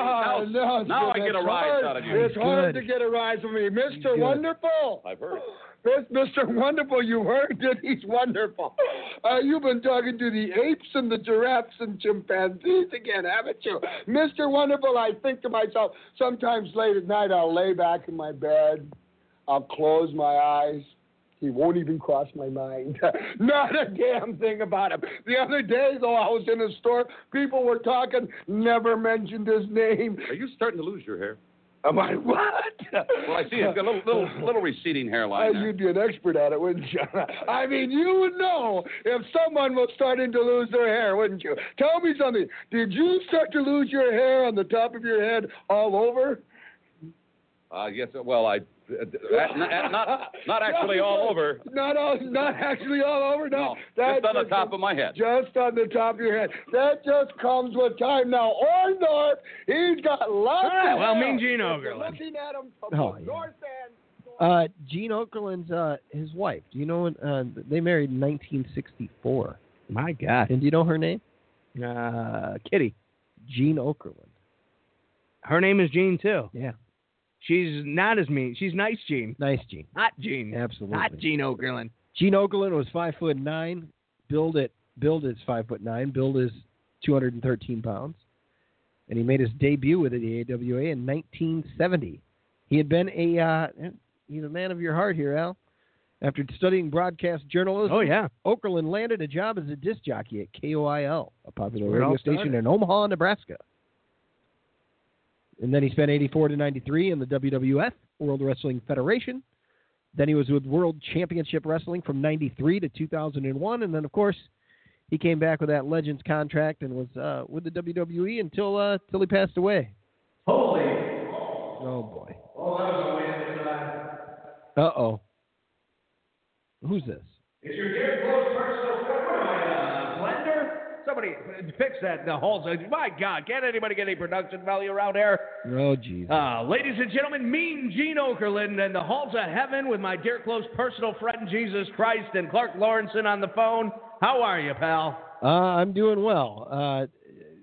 Speaker 7: your new
Speaker 9: no,
Speaker 7: house, now I
Speaker 9: it's
Speaker 7: get a
Speaker 9: hard.
Speaker 7: rise out of you.
Speaker 9: It's hard to get a rise from me. Mr.
Speaker 3: Oh,
Speaker 9: Wonderful.
Speaker 7: I've heard.
Speaker 9: Miss- Mr. Wonderful, you heard that [laughs] he's wonderful. Uh, you've been talking to the apes and the giraffes and chimpanzees again, haven't you? Mr. Wonderful, I think to myself, sometimes late at night I'll lay back in my bed, I'll close my eyes. He won't even cross my mind. [laughs] Not a damn thing about him. The other day, though, I was in a store. People were talking, never mentioned his name.
Speaker 7: Are you starting to lose your hair?
Speaker 9: Am I what?
Speaker 7: Well, I see you've got a little [laughs]
Speaker 9: [laughs]
Speaker 7: little, little receding
Speaker 9: Uh,
Speaker 7: hairline there.
Speaker 9: you'd be an expert at it, wouldn't you? [laughs] I mean, you would know if someone was starting to lose their hair, wouldn't you? Tell me something. Did you start to lose your hair on the top of your head all over?
Speaker 7: Uh, yes. Well, I uh, not not- not actually [laughs]
Speaker 9: [laughs]
Speaker 7: all over.
Speaker 9: Not all, not actually all over. No,
Speaker 7: No, just on the
Speaker 9: just-
Speaker 7: top of my head.
Speaker 9: Just on the top of your head. That just comes with time. Now, Orndorff, he's got lots
Speaker 2: All right, Ah,
Speaker 9: of
Speaker 2: well,
Speaker 9: hair.
Speaker 2: Mean Gene
Speaker 9: If you're
Speaker 2: Okerlund.
Speaker 9: Looking at him from
Speaker 3: Oh,
Speaker 9: the
Speaker 3: yeah.
Speaker 9: north end.
Speaker 3: Uh, Gene Okerlund's uh, his wife. Do you know? Uh, they married in 1964.
Speaker 2: My God.
Speaker 3: And do you know her name?
Speaker 2: Uh, Kitty.
Speaker 3: Gene Okerlund.
Speaker 2: Her name is Jean, too.
Speaker 3: Yeah.
Speaker 2: She's not as mean. She's nice, Jean.
Speaker 3: Nice Gene.
Speaker 2: Hot Jean.
Speaker 3: Absolutely.
Speaker 2: Hot Jean Okerlund.
Speaker 3: Gene Okerlund was five foot nine. Build it. Build is five foot nine. Build is 213 pounds. And he made his debut with the AWA in 1970. He had been a uh, he's a man of your heart here, Al. After studying broadcast journalism,
Speaker 2: Oh, yeah.
Speaker 3: Okerlund landed a job as a disc jockey at KOIL, a popular
Speaker 2: Where it
Speaker 3: radio
Speaker 2: all started.
Speaker 3: station in Omaha, Nebraska. And then he spent 84 to 93 in the WWF, World Wrestling Federation. Then he was with World Championship Wrestling from 93 to 2001. And then, of course, he came back with that Legends contract and was uh, with the WWE until uh, till he passed away. Holy. Oh, boy. Uh oh. Who's this?
Speaker 2: Somebody fix that. The whole My God. Can't anybody get any production value around here?
Speaker 3: Oh, geez.
Speaker 2: Uh, ladies and gentlemen, Mean Gene Okerlund and the halls of heaven with my dear close personal friend Jesus Christ and Clark Lawrenson on the phone. How are you, pal?
Speaker 3: Uh, I'm doing well. Uh,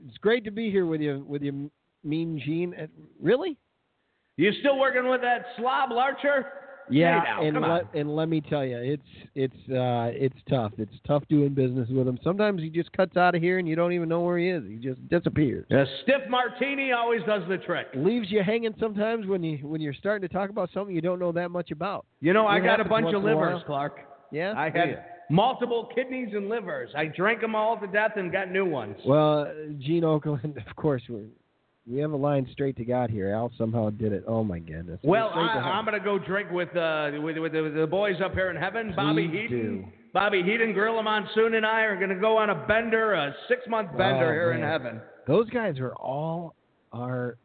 Speaker 3: it's great to be here with you, with you, Mean Gene. Uh, Really?
Speaker 2: You still working with that slob Larcher? Hey, now,
Speaker 3: and
Speaker 2: come
Speaker 3: let
Speaker 2: on.
Speaker 3: and let me tell you, it's it's uh, it's tough. It's tough doing business with him. Sometimes he just cuts out of here, and you don't even know where he is. He just disappears.
Speaker 2: A stiff martini always does the trick.
Speaker 3: Leaves you hanging sometimes when you when you're starting to talk about something you don't know that much about.
Speaker 2: You know, I
Speaker 3: It
Speaker 2: got a
Speaker 3: happens
Speaker 2: bunch
Speaker 3: once
Speaker 2: of
Speaker 3: in a while.
Speaker 2: livers, Clark.
Speaker 3: Yeah.
Speaker 2: I had multiple kidneys and livers. I drank them all to death and got new ones.
Speaker 3: Well, uh, Gene Oakland, [laughs] of course, we we have a line straight to God here. Al somehow did it. Oh my goodness.
Speaker 2: Well,
Speaker 3: Straight to
Speaker 2: I,
Speaker 3: hell.
Speaker 2: I'm going to go drink with, uh, with, with, with the boys up here in heaven. Bobby
Speaker 3: Please
Speaker 2: Heaton,
Speaker 3: do.
Speaker 2: Bobby Heaton, Gorilla Monsoon, and I are going to go on a bender, a six month bender
Speaker 3: Oh,
Speaker 2: here in
Speaker 3: man.
Speaker 2: heaven.
Speaker 3: those guys were all our.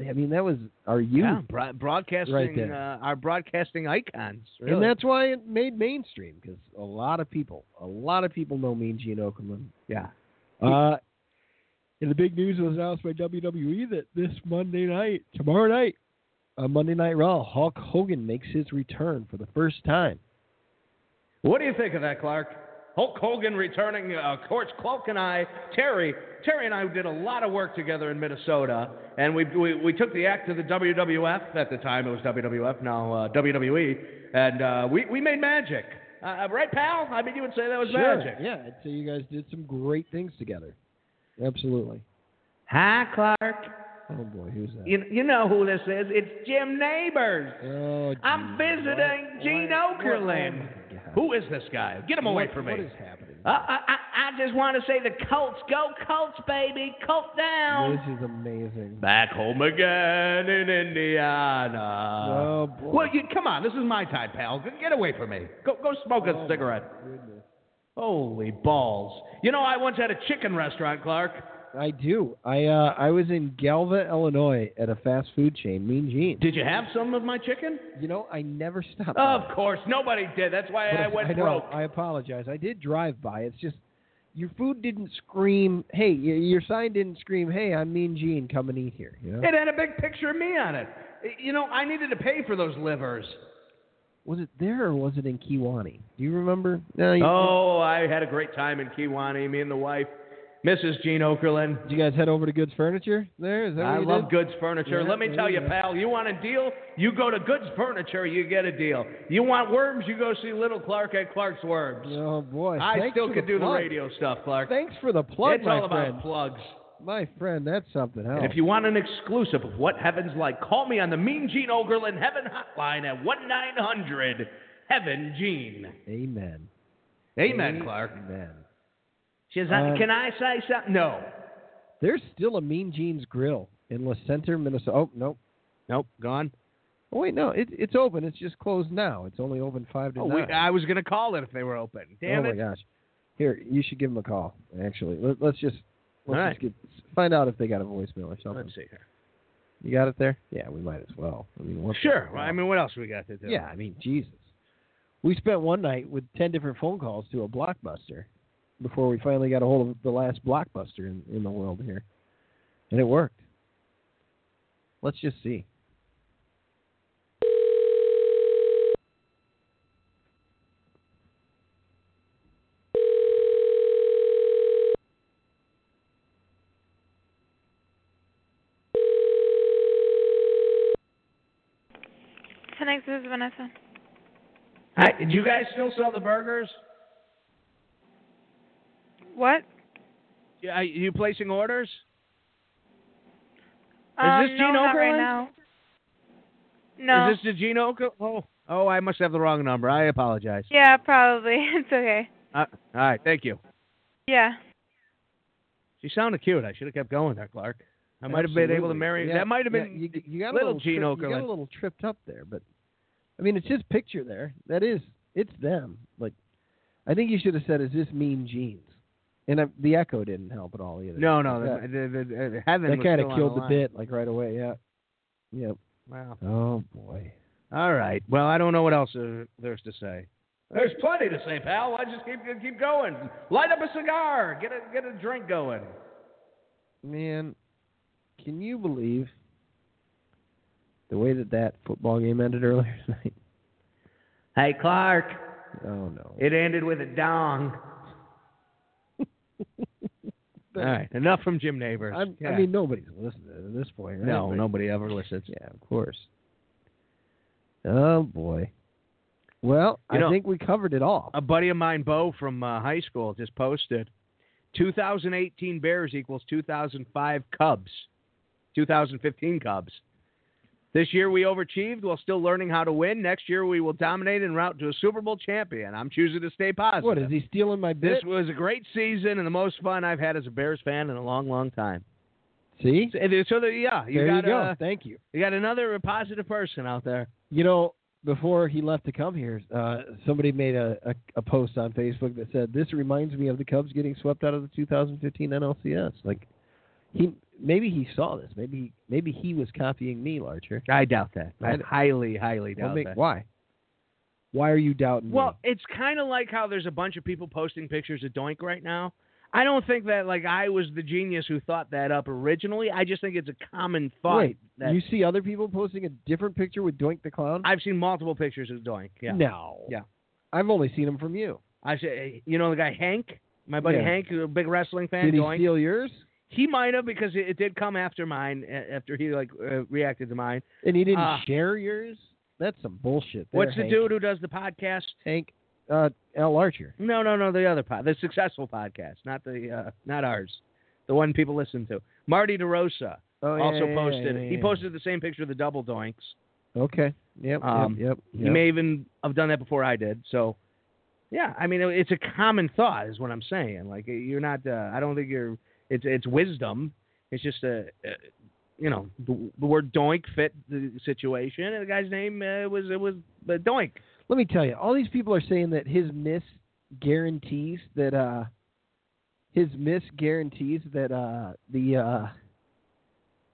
Speaker 3: I mean, that was our youth,
Speaker 2: Yeah, bro- broadcasting
Speaker 3: Right there.
Speaker 2: uh, our broadcasting icons. Really.
Speaker 3: and that's why it made mainstream because a lot of people, a lot of people know Mean Gene Okerlund.
Speaker 2: yeah.
Speaker 3: Uh, and the big news was announced by WWE that this Monday night, tomorrow night, on Monday Night Raw, Hulk Hogan makes his return for the first time.
Speaker 2: What do you think of that, Clark? Hulk Hogan returning. Uh, of course, Clark and I, Terry, Terry and I did a lot of work together in Minnesota, and we we, we took the act to the WWF at the time. It was WWF now uh, WWE, and uh, we we made magic. Uh, right, pal? I mean, you would say that was magic.
Speaker 3: Yeah, I'd say you guys did some great things together. Absolutely.
Speaker 2: Hi, Clark.
Speaker 3: Oh boy, who's that?
Speaker 2: You, you know who this is? It's Jim Neighbors.
Speaker 3: Oh,
Speaker 2: I'm
Speaker 3: geez.
Speaker 2: visiting Gene
Speaker 3: Why- why-
Speaker 2: Okerlund.
Speaker 3: oh, my God.
Speaker 2: Mm, Who is this guy? Get him away
Speaker 3: What-
Speaker 2: from me.
Speaker 3: What is happening
Speaker 2: I, I, I- I just want to say the Colts. Go Colts, baby. Colt down.
Speaker 3: This is amazing.
Speaker 2: Back home again in Indiana.
Speaker 3: Oh, boy.
Speaker 10: Well, you, come on. This is my time, pal. G- Get away from me. Go, go smoke
Speaker 3: Oh.
Speaker 10: a cigarette. Holy balls.
Speaker 2: You know, I once had a chicken restaurant, Clark.
Speaker 3: I do. I uh, I was in Galva, Illinois, at a fast food chain, Mean Gene.
Speaker 2: Did you have some of my chicken?
Speaker 3: You know, I never stopped. by.
Speaker 2: Of course, nobody did. That's why
Speaker 3: But
Speaker 2: Oh, [laughs] I went
Speaker 3: [laughs] I know,
Speaker 2: broke.
Speaker 3: I apologize. I did drive by. It's just your food didn't scream. Hey, y- your sign didn't scream. Hey, I'm Mean Gene. Come and eat here. You know?
Speaker 2: It had a big picture of me on it. You know, I needed to pay for those livers.
Speaker 3: was it there or was it in Kiwani? Do you remember? No. You,
Speaker 2: Oh, I had a great time in Kiwani. Me and the wife, Mrs. Jean Okerlund.
Speaker 3: Did you guys head over to Goods Furniture there? Is that what
Speaker 2: I
Speaker 3: you
Speaker 2: love
Speaker 3: did?
Speaker 2: Goods Furniture.
Speaker 3: Yeah,
Speaker 2: Let me
Speaker 3: yeah,
Speaker 2: tell you,
Speaker 3: yeah.
Speaker 2: pal, you want a deal? You go to Goods Furniture, you get a deal. You want worms? You go see Little Clark at Clark's Worms.
Speaker 3: Oh boy.
Speaker 2: I
Speaker 3: Thanks
Speaker 2: still
Speaker 3: for
Speaker 2: could
Speaker 3: the
Speaker 2: do
Speaker 3: plug.
Speaker 2: the radio stuff, Clark.
Speaker 3: Thanks for the plug,
Speaker 2: it's
Speaker 3: my
Speaker 2: all
Speaker 3: friend. Oh.
Speaker 2: about plugs.
Speaker 3: My friend, that's something else.
Speaker 2: And if you want an exclusive of what heaven's like, call me on the Mean Gene Ogerlin Heaven Hotline at one nine hundred Heaven Gene.
Speaker 3: Amen.
Speaker 2: Amen, Clark.
Speaker 3: Amen.
Speaker 2: She's
Speaker 3: Uh,
Speaker 2: can I say something? No.
Speaker 3: There's still a Mean Gene's Grill in La Center, Minnesota. Oh no.
Speaker 2: Nope. Gone.
Speaker 3: Oh wait, no. It, it's open. It's just closed now. It's only open five to
Speaker 2: Oh,
Speaker 3: nine.
Speaker 2: we, I was gonna call it if they were open. Damn
Speaker 3: oh
Speaker 2: it.
Speaker 3: my gosh. Here, you should give them a call. Actually, Let, let's just let's
Speaker 2: All
Speaker 3: just get, find out if they got a voicemail or something.
Speaker 2: Let's see here.
Speaker 3: You got it there? Yeah, we might as well. I mean, what the
Speaker 2: Sure.
Speaker 3: hell?
Speaker 2: Well, I mean, what else we got to do?
Speaker 3: yeah, I mean, Jesus. We spent one night with ten different phone calls to a blockbuster before we finally got a hold of the last blockbuster in, in the world here, and it worked. Let's just see.
Speaker 11: Phoenix, this is Vanessa.
Speaker 2: Hi, do you guys still sell the burgers?
Speaker 11: What?
Speaker 2: Yeah, are you placing orders?
Speaker 11: um,
Speaker 2: this
Speaker 11: Uh, no,
Speaker 2: Gene
Speaker 11: not
Speaker 2: Okerlund?
Speaker 11: right now. No.
Speaker 2: Is this the Gene Oka? Oh, oh, I must have the wrong number. I apologize.
Speaker 11: Yeah, probably. [laughs] It's okay.
Speaker 2: Uh, all right, thank you.
Speaker 11: Yeah.
Speaker 2: She sounded cute. I should have kept going there, Clark. I might have been able to
Speaker 3: Absolutely.
Speaker 2: marry.
Speaker 3: Yeah,
Speaker 2: that might have
Speaker 3: yeah,
Speaker 2: been.
Speaker 3: you, you got
Speaker 2: little
Speaker 3: a little
Speaker 2: Gene
Speaker 3: tri- You got
Speaker 2: Okerlund.
Speaker 3: a little tripped up there, but I mean, it's his picture there. That is, it's them. Like, I think you should have said, "Is this Mean Genes?" And uh, the echo didn't help at all either.
Speaker 2: no, no,
Speaker 3: that,
Speaker 2: the, the, the, the heaven
Speaker 3: that
Speaker 2: was
Speaker 3: kind
Speaker 2: still
Speaker 3: of
Speaker 2: on
Speaker 3: killed the
Speaker 2: line.
Speaker 3: bit like right away. Yeah, yep.
Speaker 2: Wow.
Speaker 3: Oh boy.
Speaker 2: All right. Well, I don't know what else uh, there's to say. There's plenty to say, pal. I just keep keep going. Light up a cigar. Get a get a drink going.
Speaker 3: Man, can you believe the way that that football game ended earlier [laughs] tonight?
Speaker 2: Hey, Clark.
Speaker 3: Oh no.
Speaker 2: [laughs] It ended with a dong. All right. Enough from Jim Neighbors.
Speaker 3: I'm,
Speaker 2: Yeah.
Speaker 3: I mean, nobody's listening at this point, right?
Speaker 2: no,
Speaker 3: But-
Speaker 2: nobody ever listens.
Speaker 3: Yeah, of course. Oh boy. Well,
Speaker 2: You
Speaker 3: I
Speaker 2: know-
Speaker 3: think we covered it all.
Speaker 2: A buddy of mine, Bo from uh, high school, just posted 2018 Bears equals 2005 Cubs, 2015 Cubs. This year we overachieved while still learning how to win. Next year we will dominate en route to a Super Bowl champion. I'm choosing to stay positive.
Speaker 3: What is he stealing my
Speaker 2: This
Speaker 3: bit?
Speaker 2: was a great season and the most fun I've had as a Bears fan in a long, long time.
Speaker 3: See,
Speaker 2: So, so there- yeah, you
Speaker 3: there
Speaker 2: got
Speaker 3: you go.
Speaker 2: uh,
Speaker 3: Thank you.
Speaker 2: you got another positive person out there.
Speaker 3: You know, before he left to come here, uh, somebody made a, a, a post on Facebook that said, "This reminds me of the Cubs getting swept out of the 2015 NLCS." Like he maybe he saw this. Maybe he, maybe he was copying me, Larcher.
Speaker 2: I doubt that. I
Speaker 3: I-
Speaker 2: highly, highly
Speaker 3: Well,
Speaker 2: doubt
Speaker 3: make-
Speaker 2: that.
Speaker 3: why? Why are you doubting
Speaker 2: eh? Well, it's kind of like how there's a bunch of people posting pictures of Doink right now. I don't think that like I was the genius who thought that up originally. I just think it's a common
Speaker 3: me?
Speaker 2: thought.
Speaker 3: Wait,
Speaker 2: that
Speaker 3: you see other people posting a different picture with Doink the clown?
Speaker 2: I've seen multiple pictures of Doink. Yeah.
Speaker 3: No.
Speaker 2: Yeah.
Speaker 3: I've only seen them from you.
Speaker 2: I said, you know the guy Hank, my buddy
Speaker 3: Yeah.
Speaker 2: Hank, who's a big wrestling fan.
Speaker 3: Did he
Speaker 2: Doink.
Speaker 3: steal yours?
Speaker 2: He might have because it, it did come after mine. a- After he like uh, reacted to mine.
Speaker 3: And he didn't
Speaker 2: Uh,
Speaker 3: share yours? That's some bullshit. There,
Speaker 2: What's the
Speaker 3: Hank.
Speaker 2: dude who does the podcast?
Speaker 3: Hank, uh, Al Archer.
Speaker 2: No, no, no. The other pod, the successful podcast, not the uh, not ours, the one people listen to. Marty DeRosa
Speaker 3: Oh, yeah,
Speaker 2: also
Speaker 3: yeah, yeah,
Speaker 2: posted.
Speaker 3: yeah,
Speaker 2: He
Speaker 3: yeah.
Speaker 2: posted the same picture of the double doinks.
Speaker 3: Okay. Yep.
Speaker 2: Um,
Speaker 3: yep. Yep.
Speaker 2: He
Speaker 3: yep.
Speaker 2: may even have done that before I did. So Yeah, I mean it- it's a common thought, is what I'm saying. Like you're not. Uh, I don't think you're. It's it's wisdom. It's just a, a you know, the, the word doink fit the situation, and the guy's name uh, was it was uh, doink.
Speaker 3: Let me tell you, all these people are saying that his miss guarantees that uh his miss guarantees that uh the uh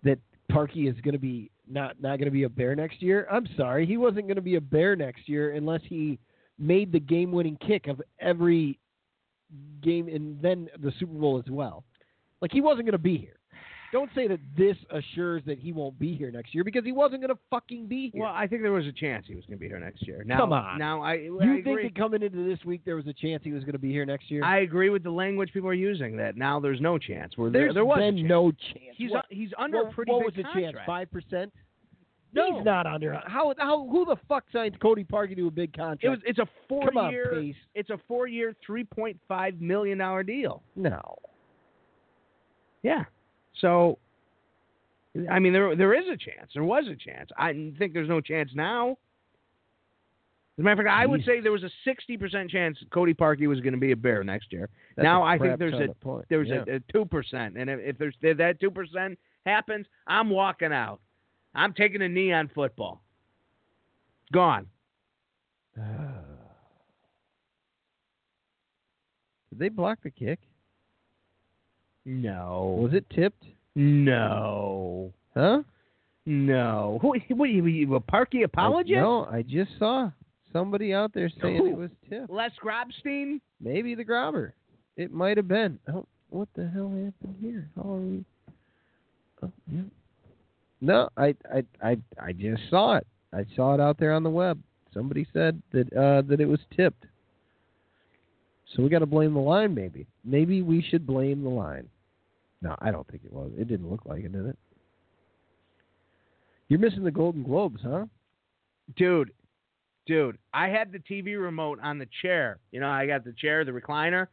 Speaker 3: that Parky is going to be not not going to be a bear next year. I'm sorry, he wasn't going to be a bear next year unless he made the game-winning kick of every game and then the Super Bowl as well. Like he wasn't going to be here. Don't say that this assures that he won't be here next year because he wasn't going to fucking be here.
Speaker 2: Well, I think there was a chance he was going to be here next year. Now,
Speaker 3: Come on.
Speaker 2: Now I you
Speaker 3: you think that coming into this week there was a chance he was going to be here next year?
Speaker 2: I agree with the language people are using that now there's no chance. Where there,
Speaker 3: There's
Speaker 2: there was a
Speaker 3: been
Speaker 2: chance.
Speaker 3: no chance.
Speaker 2: He's
Speaker 3: what,
Speaker 2: he's under
Speaker 3: what,
Speaker 2: a pretty
Speaker 3: what
Speaker 2: big
Speaker 3: was the
Speaker 2: contract.
Speaker 3: chance? Five percent.
Speaker 2: No.
Speaker 3: he's not under. How how who the fuck signed Cody Parkey to a big contract?
Speaker 2: It was it's a four
Speaker 3: Come on,
Speaker 2: year
Speaker 3: Pace.
Speaker 2: it's a four year three point five million dollar deal.
Speaker 3: no.
Speaker 2: Yeah. So I mean there there is a chance. There was a chance. I think there's no chance now. As a matter of fact, I would say there was a sixty percent chance Cody Parkey was going to be a bear next year.
Speaker 3: That's
Speaker 2: now
Speaker 3: a
Speaker 2: I think
Speaker 3: crap
Speaker 2: there's
Speaker 3: ton
Speaker 2: a
Speaker 3: of point.
Speaker 2: there's
Speaker 3: yeah.
Speaker 2: a a two percent, and if, if there's if that two percent happens, I'm walking out. I'm taking a knee on football. Gone.
Speaker 3: [sighs] Did they block the kick?
Speaker 2: No.
Speaker 3: Was it tipped?
Speaker 2: No.
Speaker 3: Huh?
Speaker 2: No. Who? What? You, you a Parky apologist?
Speaker 3: I, no, I just saw somebody out there saying
Speaker 2: Who?
Speaker 3: it was tipped.
Speaker 2: Les Grobstein.
Speaker 3: Maybe the grabber. It might have been. Oh, what the hell happened here? How are we? Oh, yeah. No, I, I, I, I just saw it. I saw it out there on the web. Somebody said that uh, that it was tipped. So we got to blame the line, maybe. Maybe we should blame the line. No, I don't think it was. It didn't look like it, did it? You're missing the Golden Globes, huh?
Speaker 2: Dude, dude, I had the TV remote on the chair. You know, I got the chair, the recliner.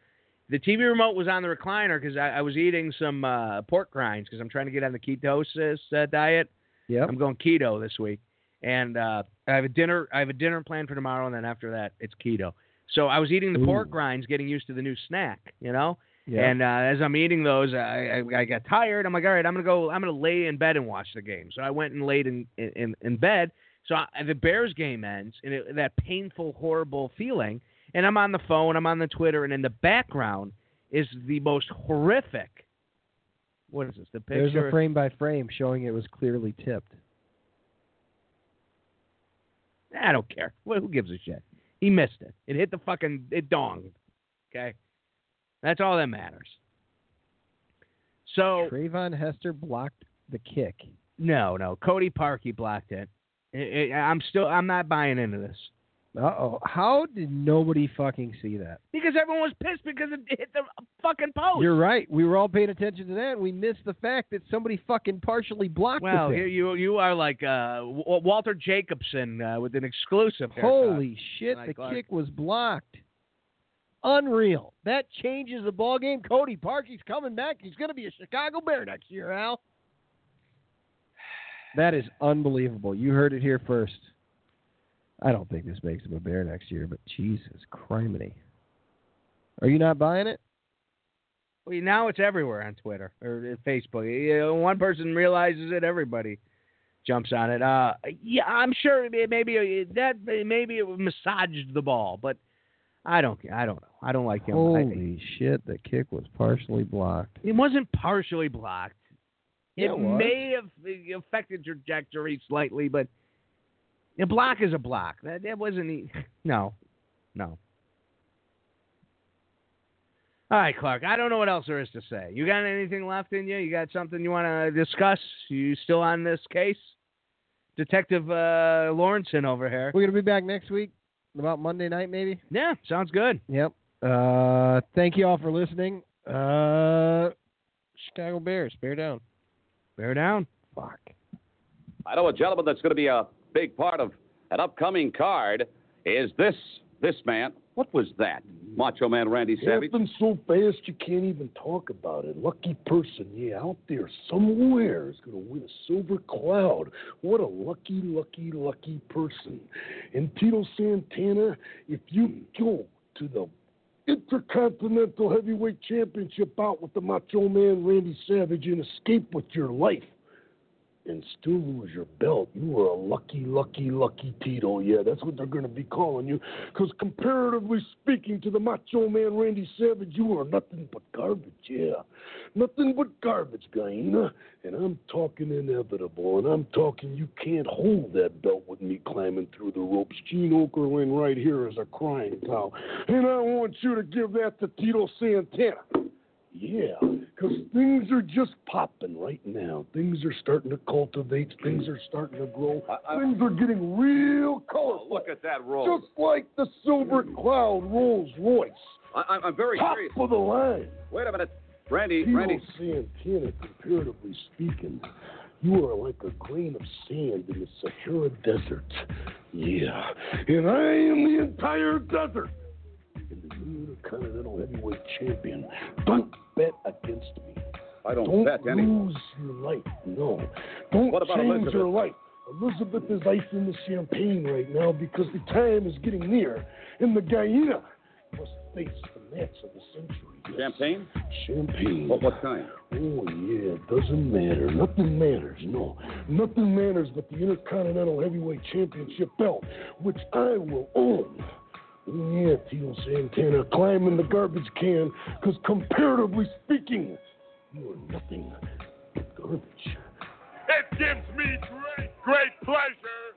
Speaker 2: The TV remote was on the recliner because I, I was eating some uh, pork rinds because I'm trying to get on the ketosis uh, diet.
Speaker 3: Yeah.
Speaker 2: I'm going keto this week, and uh, I have a dinner. I have a dinner planned for tomorrow, and then after that, it's keto. So I was eating the pork
Speaker 3: Ooh.
Speaker 2: rinds, getting used to the new snack. You know.
Speaker 3: Yeah.
Speaker 2: And uh, as I'm eating those, I, I I got tired. I'm like, all right, I'm gonna go. I'm gonna lay in bed and watch the game. So I went and laid in in, in bed. So I, the Bears game ends, and it, that painful, horrible feeling. And I'm on the phone. I'm on the Twitter, and in the background is the most horrific. What is this? The picture.
Speaker 3: There's a frame by frame showing it was clearly tipped.
Speaker 2: I don't care. Wh- Who gives a shit? He missed it. It hit the fucking. It donged. Okay, that's all that matters. So
Speaker 3: Trayvon Hester blocked the kick.
Speaker 2: no, no. Cody Parkey blocked it. I- I- I'm still. I'm not buying into this
Speaker 3: Uh oh. How did nobody fucking see that?
Speaker 2: because everyone was pissed because it hit the fucking post.
Speaker 3: You're right. We were all paying attention to that. And we missed the fact that somebody fucking partially blocked
Speaker 2: well,
Speaker 3: the
Speaker 2: you
Speaker 3: thing.
Speaker 2: you you are like uh, W- Walter Jacobson uh, with an exclusive. haircut.
Speaker 3: Holy shit,
Speaker 2: Like
Speaker 3: the
Speaker 2: Clark.
Speaker 3: kick was blocked. Unreal. That changes the ball game. Cody Parkey's coming back. He's going to be a Chicago Bear next year, Al. That is unbelievable. You heard it here first. I don't think this makes him a Bear next year, but Jesus criminy. Are you not buying it?
Speaker 2: Well, now it's everywhere on Twitter or uh, Facebook. You know, one person realizes it, everybody jumps on it. Uh, yeah, I'm sure it may- maybe it- that maybe it massaged the ball, but I don't. I don't know. I don't like him. I-
Speaker 3: Holy shit, the kick was partially blocked.
Speaker 2: it wasn't partially blocked.
Speaker 3: Yeah, it was.
Speaker 2: may have uh, affected trajectory slightly, but a block is a block. That that wasn't e- [laughs] no, no. All right, Clark. I don't know what else there is to say. You got anything left in you? You got something you want to discuss? You still on this case, Detective uh, Lawrenson over here?
Speaker 3: We're going to be back next week, about Monday night, maybe.
Speaker 2: Yeah, sounds good.
Speaker 3: Yep. Uh, thank you all for listening. Uh, Chicago Bears, bear down.
Speaker 2: Bear down.
Speaker 3: Fuck.
Speaker 7: I know a gentleman that's going to be a big part of an upcoming card is this this man. What was that? Macho Man Randy Savage.
Speaker 8: Happened so fast you can't even talk about it. Lucky person, yeah, out there somewhere is going to win a silver cloud. What a lucky, lucky, lucky person. And Tito Santana, if you go
Speaker 9: to them. Intercontinental Heavyweight Championship out with the Macho Man Randy Savage and escape with your life. And still lose your belt. You were a lucky, lucky, lucky Tito. Yeah, that's what they're going to be calling you. Because comparatively speaking to the Macho Man Randy Savage, you were nothing but garbage. Yeah, nothing but garbage, Gaina. And I'm talking inevitable. And I'm talking you can't hold that belt with me climbing through the ropes. Gene Okerlund right here is a crying cow. And I want you to give that to Tito Santana. Yeah, because things are just popping right now. Things are starting to cultivate. Things are starting to grow. things are getting real colorful.
Speaker 7: Look at that roll.
Speaker 9: Just like the Silver Cloud Rolls Royce.
Speaker 7: I, I'm very
Speaker 9: Top
Speaker 7: curious.
Speaker 9: of the line.
Speaker 7: Wait a minute. Randy,
Speaker 9: Tito
Speaker 7: Randy.
Speaker 9: Santana, comparatively speaking, you are like a grain of sand in the Sahara Desert. Yeah, and I am the entire desert. And the Intercontinental Heavyweight Champion. Don't bet against me.
Speaker 7: I don't,
Speaker 9: Don't
Speaker 7: bet anyone.
Speaker 9: lose your life. No. Don't
Speaker 7: What about
Speaker 9: change
Speaker 7: Elizabeth?
Speaker 9: your life. Elizabeth is icing the champagne right now because the time is getting near, and the Guyana must face the match of the century.
Speaker 7: Champagne?
Speaker 9: Champagne.
Speaker 7: What, what kind?
Speaker 9: Oh yeah, it doesn't matter. Nothing matters. No, nothing matters but the Intercontinental Heavyweight Championship belt, which I will own. Oh yeah, Tito Santana, climb in the garbage can, 'cause comparatively speaking, you are nothing but garbage.
Speaker 12: It gives me great, great pleasure